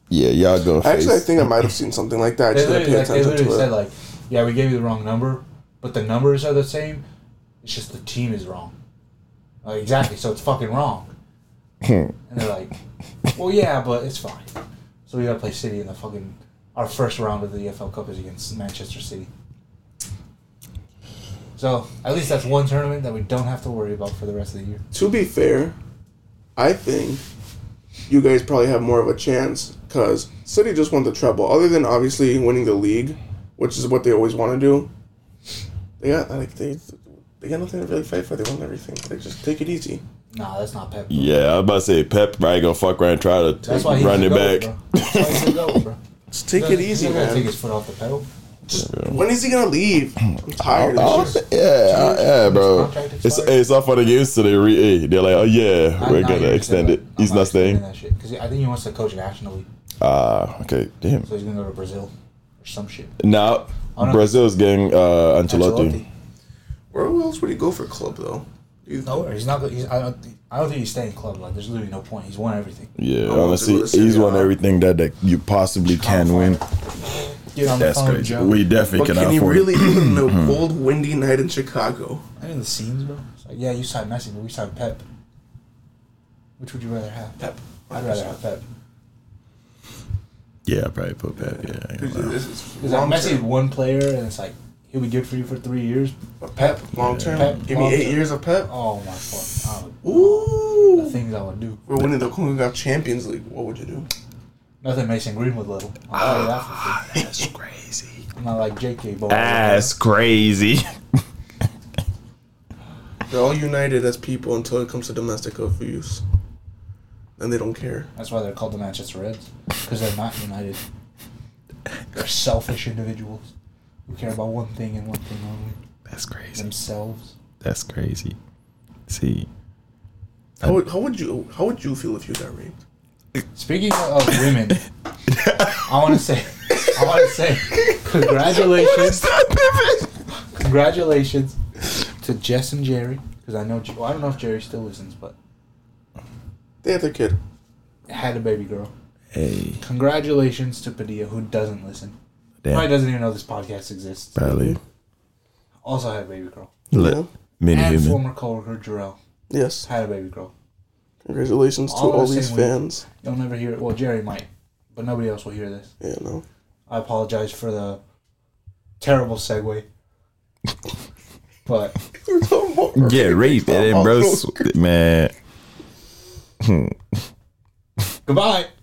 S6: Yeah, y'all go.
S4: Actually, I think I might have seen something like that. I
S3: They
S4: just didn't
S3: literally,
S4: pay
S3: like, they
S4: attention
S3: literally
S4: to
S3: said
S4: it.
S3: like, "Yeah, we gave you the wrong number, but the numbers are the same. It's just the team is wrong." Like, exactly, so it's fucking wrong. and they're like, "Well, yeah, but it's fine." So we gotta play City in the fucking our first round of the EFL Cup is against Manchester City. So at least that's one tournament that we don't have to worry about for the rest of the year.
S4: To be fair, I think you guys probably have more of a chance because City just won the treble. Other than obviously winning the league, which is what they always want to do, they got like they they got nothing to really fight for. They won everything. They just take it easy.
S3: Nah, that's not Pep.
S6: Yeah, I was about to say Pep probably gonna fuck around and try to
S3: That's why he
S6: run it
S3: should go,
S6: back.
S3: bro. That's why he should go, bro.
S4: Just take it
S3: He's not- he's
S4: easy,
S3: not gonna Take
S4: man.
S3: his foot off the pedal.
S4: When is he gonna leave? I'm tired.
S6: I
S4: of
S6: don't
S4: this
S6: thi-
S4: shit.
S6: Oh, yeah, I- yeah, bro.
S3: Contract
S6: It's
S3: expired.
S6: it's up for the games to the re- hey, They're like, oh yeah,
S3: I'm
S6: we're
S3: not
S6: gonna
S3: here to
S6: extend
S3: say
S6: it.
S3: that. I'm
S6: He's not staying.
S3: extending That shit, because I think he wants to coach nationally,
S6: Ah, okay, damn.
S3: so he's gonna go to Brazil or some shit.
S6: Now
S3: Oh, no.
S6: Brazil's getting uh, Ancelotti.
S3: Ancelotti.
S4: Where else would he go for club though? You-
S3: Nowhere. He's not. go- He's, I don't. think- I don't think he's staying club. Like, there's literally no point. He's won everything.
S6: Yeah,
S4: want
S6: honestly,
S4: to do this
S6: he's
S4: again.
S6: won everything that, that you possibly can win.
S3: Get on the phone, with Joe.
S6: definitely
S4: But can he really do it on a cold, windy night in Chicago?
S3: I mean the scenes, bro. It's like, yeah, you signed Messi, but we signed Pep. Which would you rather have? Pep. I'd rather have Pep.
S6: Yeah, I probably put Pep. Yeah, I ain't gonna lie.
S4: This is
S3: Because like,
S4: long
S3: Messi
S4: term.
S3: one player, and it's like he'll be good for you for three years. But Pep.
S4: Pep, long term.
S3: Pep, Oh.
S4: Give me
S3: long
S4: eight
S3: term.
S4: years of Pep.
S3: Oh my fuck. I would, the
S4: Ooh.
S3: things I would do.
S4: We're winning the Concacaf Champions League. What would you do?
S3: Nothing Mason Greenwood level. I'll tell you that for sure.
S6: That's crazy.
S3: I'm not like J.K. Bowl.
S6: That's crazy.
S4: They're all united as people until it comes to domestic abuse, and they don't care.
S3: That's why they're called the Manchester Reds because they're not united. They're selfish individuals who care about one thing and one thing only:
S6: That's crazy.
S3: themselves.
S6: That's crazy. See,
S4: How would, how would you How would you feel if you got raped?
S3: Speaking of women, I want to say, I want to say, congratulations, congratulations to Jess and Jerry because I know Je- well, I don't know if Jerry still listens, but
S4: They had their kid.
S3: had a baby girl.
S6: hey,
S3: Congratulations to Padilla who doesn't listen. Probably
S6: damn,
S3: doesn't even know this podcast exists.
S6: probably
S3: Also had a baby girl.
S6: look, mini
S3: And
S6: human.
S3: former coworker Jarrell
S4: Yes.
S3: had a baby girl.
S4: Congratulations to
S3: All
S4: all,
S3: I'm
S4: these
S3: saying we-
S4: fans.
S3: You'll never hear it. Well, Jerry might, but nobody else will hear this.
S4: Yeah, no.
S3: I apologize for the terrible segue. but
S6: Yeah, rape and then bro, man.
S3: goodbye.